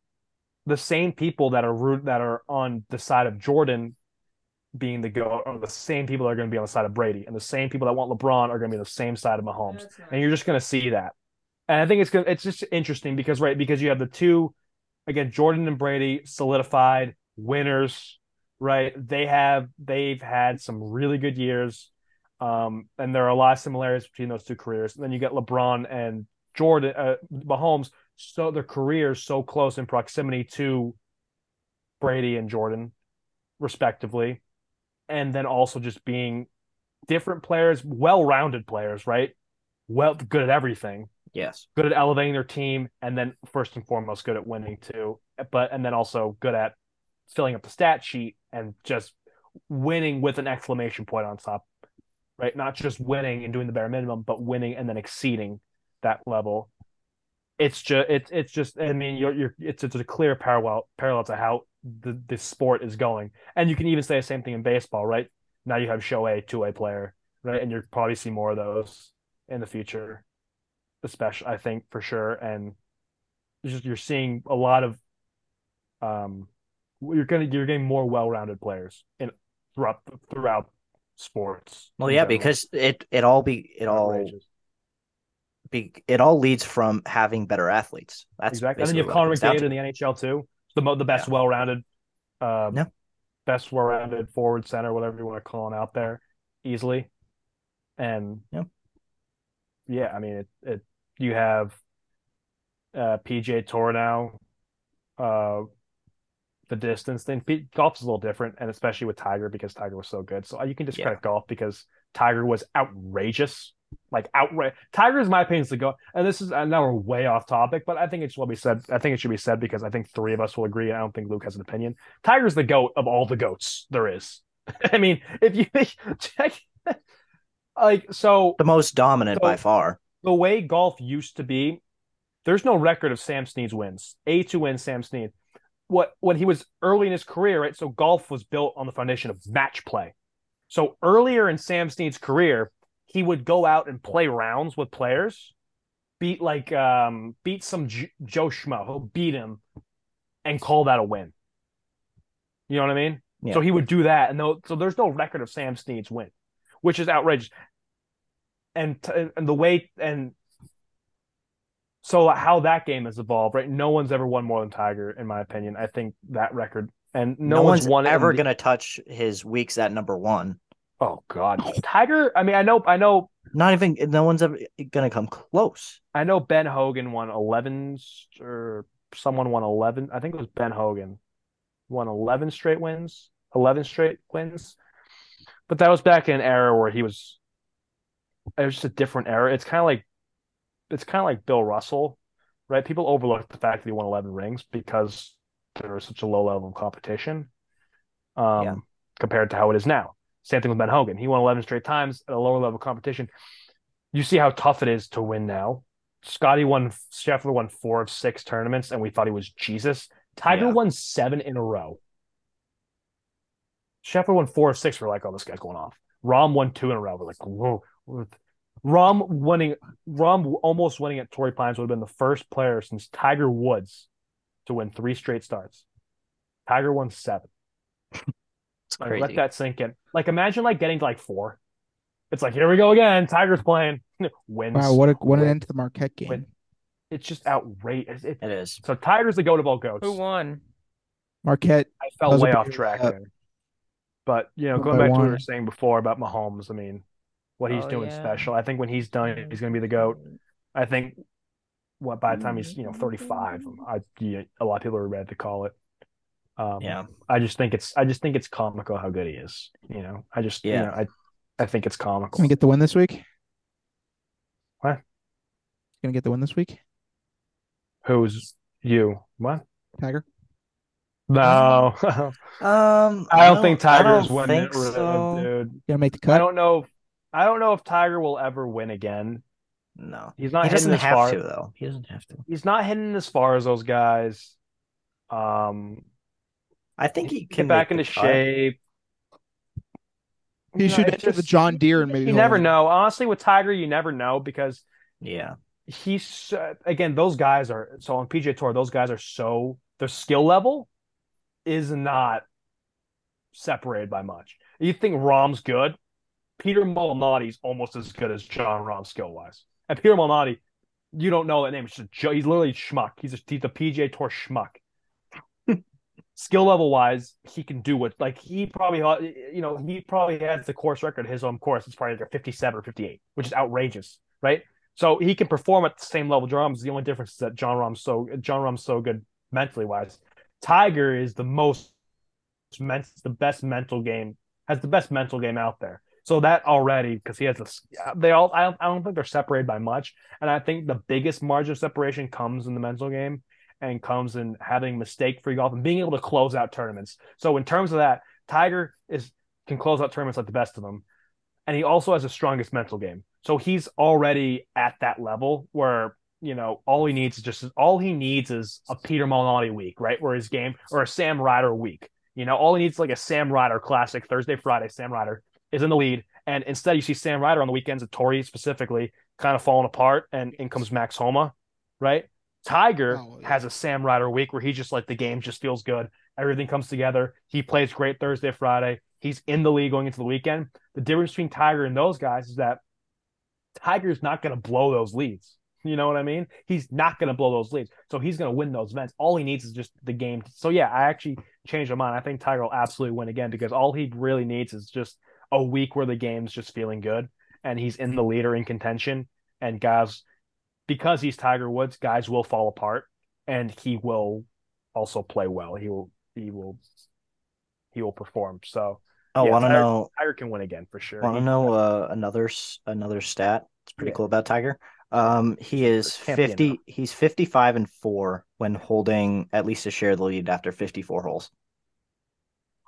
[SPEAKER 3] the same people that are root that are on the side of Jordan being the go are the same people that are going to be on the side of Brady, and the same people that want LeBron are going to be on the same side of Mahomes, and you're just going to see that. And I think it's gonna, it's just interesting because right because you have the two again Jordan and Brady solidified winners, right? They have they've had some really good years, um, and there are a lot of similarities between those two careers. And then you get LeBron and Jordan uh, Mahomes, so their careers so close in proximity to Brady and Jordan, respectively and then also just being different players, well-rounded players, right? Well, good at everything,
[SPEAKER 2] yes,
[SPEAKER 3] good at elevating their team, and then first and foremost, good at winning too. But and then also good at filling up the stat sheet and just winning with an exclamation point on top, right? Not just winning and doing the bare minimum, but winning and then exceeding that level. It's just it's it's just I mean you're you're it's it's a clear parallel parallel to how the this sport is going, and you can even say the same thing in baseball, right? Now you have Shohei, two A player, right, and you'll probably see more of those in the future, especially I think for sure, and it's just you're seeing a lot of um you're gonna you're getting more well-rounded players in throughout throughout sports.
[SPEAKER 2] well,
[SPEAKER 3] in
[SPEAKER 2] yeah,
[SPEAKER 3] general.
[SPEAKER 2] because it it all be it all
[SPEAKER 3] Outrageous.
[SPEAKER 2] be it all leads from having better athletes. That's
[SPEAKER 3] exactly. And then you have
[SPEAKER 2] basically
[SPEAKER 3] Connor
[SPEAKER 2] what it comes down
[SPEAKER 3] McDavid in
[SPEAKER 2] to.
[SPEAKER 3] the NHL too, the mo- the best well-rounded um,
[SPEAKER 2] Yeah.
[SPEAKER 3] best rounded forward center, whatever you want to call him out there, easily. And
[SPEAKER 2] Yeah.
[SPEAKER 3] yeah, I mean it. it you have uh, PJ Tornow, uh, the distance thing. P- golf's a little different, and especially with Tiger because Tiger was so good. So uh, you can discredit golf because Tiger was outrageous, like outright. Tiger, in my opinion, is the go. And this is and now we're way off topic, but I think it should be said. I think it should be said because I think three of us will agree. I don't think Luke has an opinion. Tiger's the goat of all the goats there is. I mean, if you think, check, like so
[SPEAKER 2] The most dominant
[SPEAKER 3] So-
[SPEAKER 2] by far.
[SPEAKER 3] the way golf used to be, there's no record of Sam Snead's wins. A two wins Sam Snead. What when he was early in his career, right? So golf was built on the foundation of match play. So earlier in Sam Snead's career, he would go out and play rounds with players, beat like um beat some J- Joe Schmo, who beat him, and call that a win. You know what I mean?
[SPEAKER 2] Yeah.
[SPEAKER 3] So he would do that, and though, so there's no record of Sam Snead's win, which is outrageous. And t- and the way and so how that game has evolved, right? No one's ever won more than Tiger, in my opinion. I think that record, and no,
[SPEAKER 2] No,
[SPEAKER 3] one's,
[SPEAKER 2] one's,
[SPEAKER 3] won it in
[SPEAKER 2] ever
[SPEAKER 3] the-
[SPEAKER 2] gonna touch his weeks at number one.
[SPEAKER 3] Oh God, Tiger. I mean, I know, I know,
[SPEAKER 2] Not even no one's ever gonna come close.
[SPEAKER 3] I know. Ben Hogan won eleven, st- or someone won eleven. I think it was Ben Hogan, won eleven straight wins, eleven straight wins. But that was back in an era where he was. It was just a different era. It's kind of like, it's kind of like Bill Russell, right? People overlook the fact that he won eleven rings because there was such a low level of competition, um,
[SPEAKER 2] Yeah.
[SPEAKER 3] compared to how it is now. Same thing with Ben Hogan. He won eleven straight times at a lower level of competition. You see how tough it is to win now. Scotty won, Scheffler won four of six tournaments, and we thought he was Jesus. Tiger
[SPEAKER 2] Yeah.
[SPEAKER 3] won seven in a row. Scheffler won four of six. We're like, oh, this guy's going off. Rom won two in a row. We're like, whoa. Rom winning, Rom almost winning at Torrey Pines would have been the first player since Tiger Woods to win three straight starts. Tiger won seven.
[SPEAKER 1] It's
[SPEAKER 3] Like,
[SPEAKER 1] crazy.
[SPEAKER 3] let that sink in. Like imagine like getting to like four. It's like here we go again. Tiger's playing wins.
[SPEAKER 4] Wow, what a what an
[SPEAKER 3] Win.
[SPEAKER 4] end to the Marquette game.
[SPEAKER 3] Win. It's just outrageous. It-
[SPEAKER 2] It is.
[SPEAKER 3] so Tiger's the goat of all goats.
[SPEAKER 1] Who won?
[SPEAKER 4] Marquette,
[SPEAKER 3] I fell
[SPEAKER 4] Those
[SPEAKER 3] way
[SPEAKER 4] are
[SPEAKER 3] off
[SPEAKER 4] big-
[SPEAKER 3] track
[SPEAKER 4] uh,
[SPEAKER 3] there. But you know,
[SPEAKER 4] Went
[SPEAKER 3] going
[SPEAKER 4] by
[SPEAKER 3] back to what we
[SPEAKER 4] one.
[SPEAKER 3] were saying before about Mahomes, I mean, what he's
[SPEAKER 1] Oh,
[SPEAKER 3] doing is
[SPEAKER 1] yeah.
[SPEAKER 3] special. I think when he's done, he's going to be the goat. I think what by the time he's you know 35,
[SPEAKER 1] Mm-hmm.
[SPEAKER 3] I yeah, a lot of people are ready to call it. Um,
[SPEAKER 2] Yeah.
[SPEAKER 3] I just think it's I just think it's comical how good he is. You know, I just you
[SPEAKER 2] Yeah.
[SPEAKER 3] know, I I think it's comical.
[SPEAKER 4] gonna get the win this week.
[SPEAKER 3] What?
[SPEAKER 4] Gonna get the win this week,
[SPEAKER 3] Who's you? What?
[SPEAKER 4] Tiger.
[SPEAKER 3] No,
[SPEAKER 2] Um
[SPEAKER 3] I don't think
[SPEAKER 2] I
[SPEAKER 3] Tiger's
[SPEAKER 2] don't
[SPEAKER 3] winning, it,
[SPEAKER 2] think so.
[SPEAKER 3] dude.
[SPEAKER 4] Gonna make the
[SPEAKER 3] I
[SPEAKER 4] cut.
[SPEAKER 3] don't know. If, I don't know if Tiger will ever win again.
[SPEAKER 2] No.
[SPEAKER 3] He's not
[SPEAKER 2] He
[SPEAKER 3] hitting
[SPEAKER 2] doesn't
[SPEAKER 3] as
[SPEAKER 2] have
[SPEAKER 3] far.
[SPEAKER 2] to though. He doesn't have to.
[SPEAKER 3] He's not hitting as far as those guys. Um,
[SPEAKER 2] I think he can
[SPEAKER 3] get back
[SPEAKER 2] make
[SPEAKER 3] into
[SPEAKER 2] the cut.
[SPEAKER 3] shape.
[SPEAKER 4] He
[SPEAKER 3] You know,
[SPEAKER 4] should
[SPEAKER 3] it's
[SPEAKER 4] enter the
[SPEAKER 3] just-
[SPEAKER 4] John Deere and maybe
[SPEAKER 3] You
[SPEAKER 4] he'll
[SPEAKER 3] never
[SPEAKER 4] win.
[SPEAKER 3] know. Honestly, with Tiger, you never know because
[SPEAKER 2] Yeah.
[SPEAKER 3] he's uh, again those guys are so on PJ Tour. Those guys are so their skill level is not separated by much. You think Rom's good? Peter Molinari's almost as good as John Rom skill wise. And Peter Molinari, you don't know that name. He's, just a, jo- he's literally a schmuck. He's a, he's a PJ Tour schmuck. skill level wise, he can do what like he probably ha- you know he probably has the course record his home course. It's probably like a fifty seven or fifty eight, which is outrageous, right? So he can perform at the same level. John Rahm's the only difference is that John Rahm's so John Rahm's so good mentally wise. Tiger is the most men- the best mental game has the best mental game out there. So that already because he has this they all I don't, I don't think they're separated by much, and I think the biggest margin of separation comes in the mental game and comes in having mistake free golf and being able to close out tournaments. So in terms of that, Tiger is can close out tournaments like the best of them, and he also has the strongest mental game. So he's already at that level where you know all he needs is just all he needs is a Peter Molinari week, right? Where his game or a Sam Ryder week. You know, all he needs is like a Sam Ryder classic Thursday, Friday. Sam Ryder is in the lead, and instead you see Sam Ryder on the weekends at Torrey specifically kind of falling apart, and in comes Max Homa, right? Tiger
[SPEAKER 4] Oh, yeah.
[SPEAKER 3] has a Sam Ryder week where he just like the game just feels good. Everything comes together. He plays great Thursday, Friday. He's in the league going into the weekend. The difference between Tiger and those guys is that Tiger's not going to blow those leads. You know what I mean? He's not going to blow those leads. So he's going to win those events. All he needs is just the game. So yeah, I actually changed my mind. I think Tiger will absolutely win again because all he really needs is just a week where the game's just feeling good and he's in the leader in contention and guys because he's Tiger Woods, guys will fall apart and he will also play well. He will he will he will perform. So
[SPEAKER 2] Oh,
[SPEAKER 3] Yeah,
[SPEAKER 2] want to
[SPEAKER 3] Tiger-
[SPEAKER 2] know?
[SPEAKER 3] Tiger can win again for sure.
[SPEAKER 2] Want to
[SPEAKER 3] He-
[SPEAKER 2] know uh, another s- another stat? It's pretty
[SPEAKER 3] Yeah.
[SPEAKER 2] cool about Tiger. Um, he is
[SPEAKER 3] Champion
[SPEAKER 2] fifty.
[SPEAKER 3] now.
[SPEAKER 2] He's fifty-five and four when holding at least a share of the lead after fifty-four holes.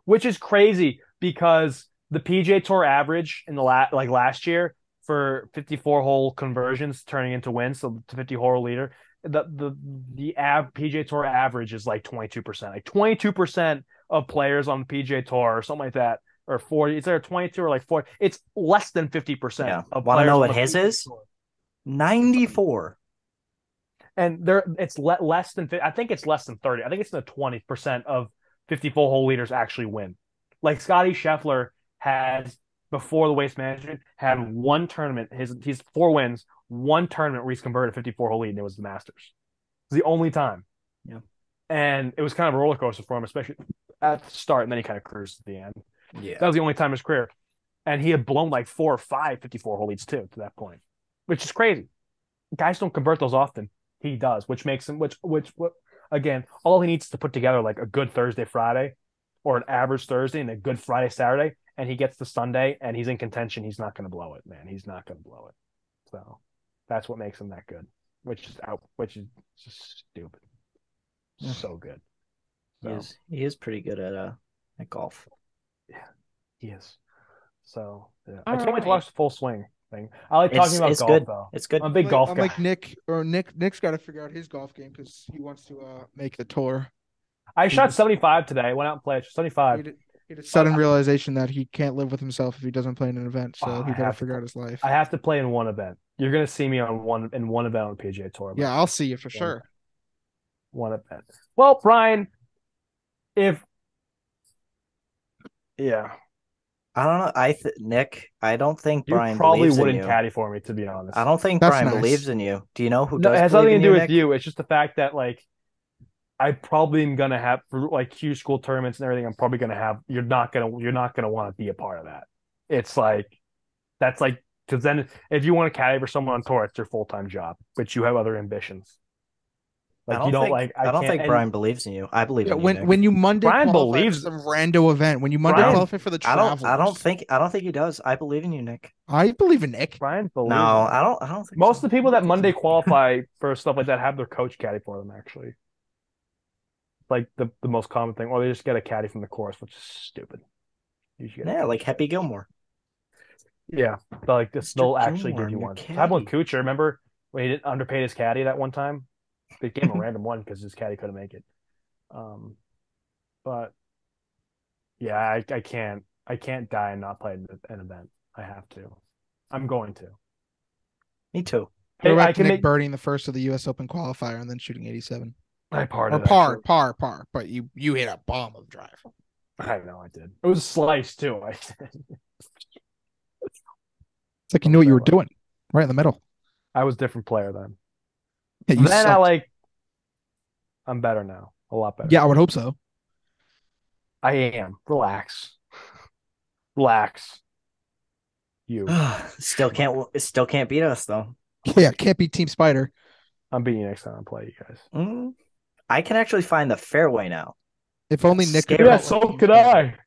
[SPEAKER 3] which is crazy because the PJ Tour average in the la- like last year for 54 hole conversions turning into wins, so to 50 hole leader, the the the av- PJ Tour average is like 22 percent, like 22 percent of players on the PJ Tour or something like that, or 40. It's either 22 or like 40. It's less than 50 percent.
[SPEAKER 2] Yeah.
[SPEAKER 3] of
[SPEAKER 2] Wanna
[SPEAKER 3] players
[SPEAKER 2] know
[SPEAKER 3] on
[SPEAKER 2] what
[SPEAKER 3] the
[SPEAKER 2] his
[SPEAKER 3] PGA
[SPEAKER 2] is?
[SPEAKER 3] Tour.
[SPEAKER 2] Ninety-four.
[SPEAKER 3] and there it's le- less than fi- I think it's less than 30. I think it's in the 20% of 54 hole leaders actually win. Like Scotty Scheffler had before the waste management had one tournament his he's four wins, one tournament where he's converted a 54 hole lead and it was the Masters. It's the only time.
[SPEAKER 2] Yeah.
[SPEAKER 3] And it was kind of a roller coaster for him, especially at the start, and then he kind of cruised at the end.
[SPEAKER 2] Yeah.
[SPEAKER 3] That was the only time in his career. And he had blown like four or five 54 hole leads too to that point, which is crazy. Guys don't convert those often. He does, which makes him, which, which, what, again, all he needs is to put together like a good Thursday, Friday, or an average Thursday and a good Friday, Saturday, and he gets to Sunday and he's in contention. He's not going to blow it, man. He's not going to blow it. So that's what makes him that good, which is out, which is just stupid. So good.
[SPEAKER 2] He is, he is pretty good at uh at golf.
[SPEAKER 3] Yes. So yeah. I
[SPEAKER 1] All
[SPEAKER 3] can't wait
[SPEAKER 1] right.
[SPEAKER 3] to watch the full swing thing. I like
[SPEAKER 2] It's-
[SPEAKER 3] talking about
[SPEAKER 2] it's
[SPEAKER 3] golf
[SPEAKER 2] good.
[SPEAKER 3] though.
[SPEAKER 2] It's good.
[SPEAKER 3] I'm a big
[SPEAKER 4] like,
[SPEAKER 3] golf
[SPEAKER 4] I'm
[SPEAKER 3] guy.
[SPEAKER 4] like Nick or Nick. Nick's got to figure out his golf game because he wants to uh, make the tour.
[SPEAKER 3] I shot 75 today. I went out and played 75.
[SPEAKER 4] He had, he had a sudden realization that he can't live with himself if he doesn't play in an event, so
[SPEAKER 3] Oh, I
[SPEAKER 4] he got to
[SPEAKER 3] have to
[SPEAKER 4] figure
[SPEAKER 3] play-
[SPEAKER 4] out his life.
[SPEAKER 3] I have to play in one event. You're gonna see me on one in one event on PGA Tour. but
[SPEAKER 4] yeah, I'll see you for
[SPEAKER 3] Yeah.
[SPEAKER 4] sure.
[SPEAKER 3] One event. Well, Brian, if yeah,
[SPEAKER 2] I don't know. I th- Nick. I don't think
[SPEAKER 3] you
[SPEAKER 2] Brian
[SPEAKER 3] probably
[SPEAKER 2] believes in
[SPEAKER 3] wouldn't
[SPEAKER 2] you.
[SPEAKER 3] caddy for me to be honest.
[SPEAKER 2] I don't think
[SPEAKER 4] That's
[SPEAKER 2] Brian
[SPEAKER 4] nice.
[SPEAKER 2] believes in you. Do you know who
[SPEAKER 3] No,
[SPEAKER 2] does?
[SPEAKER 3] it has nothing
[SPEAKER 2] believe
[SPEAKER 3] to do
[SPEAKER 2] in
[SPEAKER 3] with
[SPEAKER 2] Nick?
[SPEAKER 3] you. It's just the fact that like I probably am gonna have for like huge school tournaments and everything. I'm probably gonna have you're not gonna you're not gonna want to be a part of that. It's like that's like because then if you want to caddy for someone on tour, it's your full time job, but you have other ambitions. Like
[SPEAKER 2] I don't
[SPEAKER 3] you don't
[SPEAKER 2] think,
[SPEAKER 3] like. I,
[SPEAKER 2] I, don't
[SPEAKER 3] can't-
[SPEAKER 2] think
[SPEAKER 3] and
[SPEAKER 2] Brian believes in you. I believe
[SPEAKER 4] Yeah,
[SPEAKER 2] in you.
[SPEAKER 4] when
[SPEAKER 2] Nick.
[SPEAKER 4] when you Monday
[SPEAKER 3] Brian
[SPEAKER 4] qualify for
[SPEAKER 3] believes-
[SPEAKER 4] some rando event, when you Monday
[SPEAKER 3] Brian-
[SPEAKER 4] qualify for the
[SPEAKER 2] I
[SPEAKER 4] travelers,
[SPEAKER 2] don't. I don't think. I don't think he does. I believe in you, Nick.
[SPEAKER 4] I believe in Nick.
[SPEAKER 3] Brian believes.
[SPEAKER 2] No, I don't. I don't think
[SPEAKER 3] Most
[SPEAKER 2] so.
[SPEAKER 3] of the people that Monday qualify for stuff like that have their coach caddy for them actually. Like the, the most common thing, or they just get a caddy from the course, which is stupid. You should get a
[SPEAKER 2] Yeah, like
[SPEAKER 3] coach
[SPEAKER 2] Happy Gilmore.
[SPEAKER 3] Yeah, but like this,
[SPEAKER 2] Mr.
[SPEAKER 3] they'll actually give
[SPEAKER 2] Gilmore,
[SPEAKER 3] you
[SPEAKER 2] your
[SPEAKER 3] one. I had one
[SPEAKER 2] caddy.
[SPEAKER 3] Kuchar. Remember when he didn't underpaid his caddy that one time? They gave him a random one because his caddy couldn't make it. Um, but yeah, I, I can't. I can't die and not play an an event. I have to. I'm going to.
[SPEAKER 2] Me too.
[SPEAKER 4] What
[SPEAKER 3] Hey,
[SPEAKER 4] about
[SPEAKER 3] I can
[SPEAKER 4] Nick
[SPEAKER 3] make
[SPEAKER 4] birdie in the first of the U.S. Open qualifier and then shooting 87
[SPEAKER 3] I parted.
[SPEAKER 4] or par,
[SPEAKER 3] actually.
[SPEAKER 4] par, par. But you you hit a bomb of drive.
[SPEAKER 3] I know I did. It was a slice too. I
[SPEAKER 4] It's like you knew what you were doing, right in the middle.
[SPEAKER 3] I was a different player then.
[SPEAKER 4] Yeah, you
[SPEAKER 3] then I
[SPEAKER 4] sucked.
[SPEAKER 3] like. I'm better now. A lot better.
[SPEAKER 4] yeah, I would hope so.
[SPEAKER 3] I am. Relax. Relax. You.
[SPEAKER 2] still can't. Still can't beat us though.
[SPEAKER 4] Yeah, can't be Team Spider.
[SPEAKER 3] I'm beating you next time I play you guys.
[SPEAKER 2] Mm. I can actually find the fairway now.
[SPEAKER 4] If only Nick.
[SPEAKER 2] Scary. Yeah,
[SPEAKER 4] putt like Team Spider.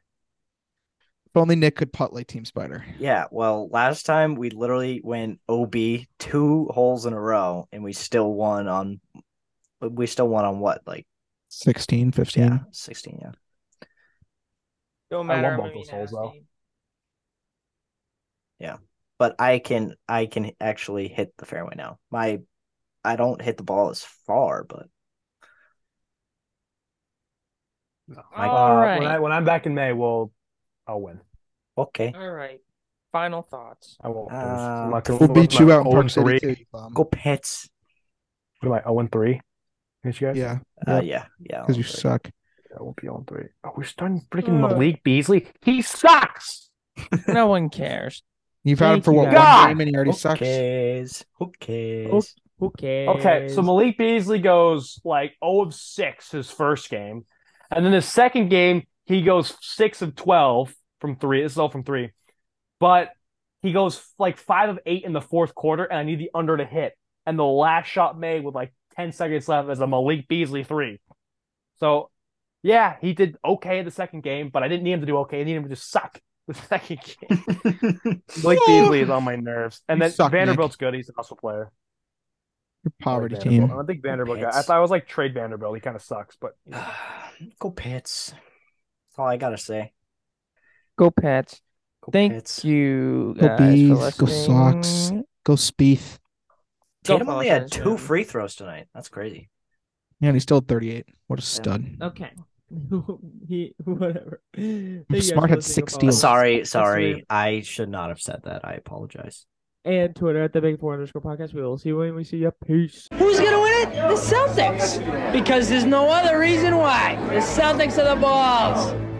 [SPEAKER 4] If only Nick could putt like Team Spider.
[SPEAKER 2] Yeah. Well, last time we literally went OB two holes in a row, and we still won on. We still won on what? Like
[SPEAKER 4] 16, 15.
[SPEAKER 2] yeah, sixteen. Yeah.
[SPEAKER 1] Don't
[SPEAKER 3] I
[SPEAKER 1] matter.
[SPEAKER 3] love
[SPEAKER 1] I'm
[SPEAKER 3] both
[SPEAKER 1] gonna be
[SPEAKER 3] those holes, though.
[SPEAKER 1] nasty.
[SPEAKER 2] but I can I can actually hit the fairway now. My I don't hit the ball as far, but
[SPEAKER 3] Uh,
[SPEAKER 1] All right.
[SPEAKER 3] when I when I'm back in May, we'll I'll win.
[SPEAKER 2] okay.
[SPEAKER 1] All right. Final thoughts.
[SPEAKER 3] I won't lose.
[SPEAKER 2] Uh,
[SPEAKER 3] I'm not gonna
[SPEAKER 4] We'll
[SPEAKER 3] lose.
[SPEAKER 4] beat you
[SPEAKER 3] What
[SPEAKER 4] out
[SPEAKER 3] am I,
[SPEAKER 4] in Park
[SPEAKER 3] 0 and
[SPEAKER 4] City.
[SPEAKER 3] 3?
[SPEAKER 4] Too, you bum.
[SPEAKER 2] Go pets.
[SPEAKER 3] What am I? 0 and three. Against you guys?
[SPEAKER 4] Yeah,
[SPEAKER 2] Uh, yeah, yeah.
[SPEAKER 4] because you
[SPEAKER 2] I'll-
[SPEAKER 4] suck.
[SPEAKER 3] I won't be 0 and three. Oh, we're starting freaking
[SPEAKER 1] Ugh.
[SPEAKER 3] Malik Beasley. He sucks.
[SPEAKER 1] No one cares.
[SPEAKER 4] You've had him
[SPEAKER 1] Thank
[SPEAKER 4] for
[SPEAKER 1] you
[SPEAKER 4] what
[SPEAKER 1] guys.
[SPEAKER 4] one game and he already
[SPEAKER 2] Who
[SPEAKER 4] sucks.
[SPEAKER 2] cares? Who cares?
[SPEAKER 1] Who cares?
[SPEAKER 3] Okay, so Malik Beasley goes like 0 of 6 his first game. And then his second game, he goes 6 of 12 from 3. This is all from 3. But he goes like 5 of 8 in the fourth quarter, and I need the under to hit. And the last shot made with like 10 seconds left is a Malik Beasley 3. So, yeah, he did okay in the second game, but I didn't need him to do okay. I needed him to just suck the second game. Malik Beasley is on my nerves. And
[SPEAKER 4] You
[SPEAKER 3] then
[SPEAKER 4] suck, Nick.
[SPEAKER 3] Vanderbilt's good. He's an awesome player.
[SPEAKER 4] Your poverty
[SPEAKER 7] Like
[SPEAKER 4] team.
[SPEAKER 7] Vanderbilt. I don't think Vanderbilt got. I
[SPEAKER 2] Pants.
[SPEAKER 3] I
[SPEAKER 7] thought
[SPEAKER 3] was like trade Vanderbilt. He kind of sucks, but
[SPEAKER 2] Go Pits. That's all I gotta say.
[SPEAKER 1] go Pats.
[SPEAKER 2] Go
[SPEAKER 1] Thank
[SPEAKER 2] Pits.
[SPEAKER 1] you
[SPEAKER 4] Go
[SPEAKER 1] guys for
[SPEAKER 4] Bees, go Sox.
[SPEAKER 1] listening.
[SPEAKER 4] Go Spieth.
[SPEAKER 1] Go
[SPEAKER 2] Tatum only had
[SPEAKER 1] Falcons,
[SPEAKER 2] two
[SPEAKER 1] man.
[SPEAKER 2] free throws tonight. That's crazy.
[SPEAKER 4] Yeah, and he's still at 38. What a stud.
[SPEAKER 1] Okay. he whatever.
[SPEAKER 4] Smart had six steals.
[SPEAKER 2] Sorry,
[SPEAKER 1] weird.
[SPEAKER 2] sorry. I should not have said that. I apologize.
[SPEAKER 1] And Twitter at the Big Four underscore podcast. We will see you when we see you. Peace.
[SPEAKER 8] Who's going to win it? The Celtics. Because there's no other reason why. The Celtics are the balls.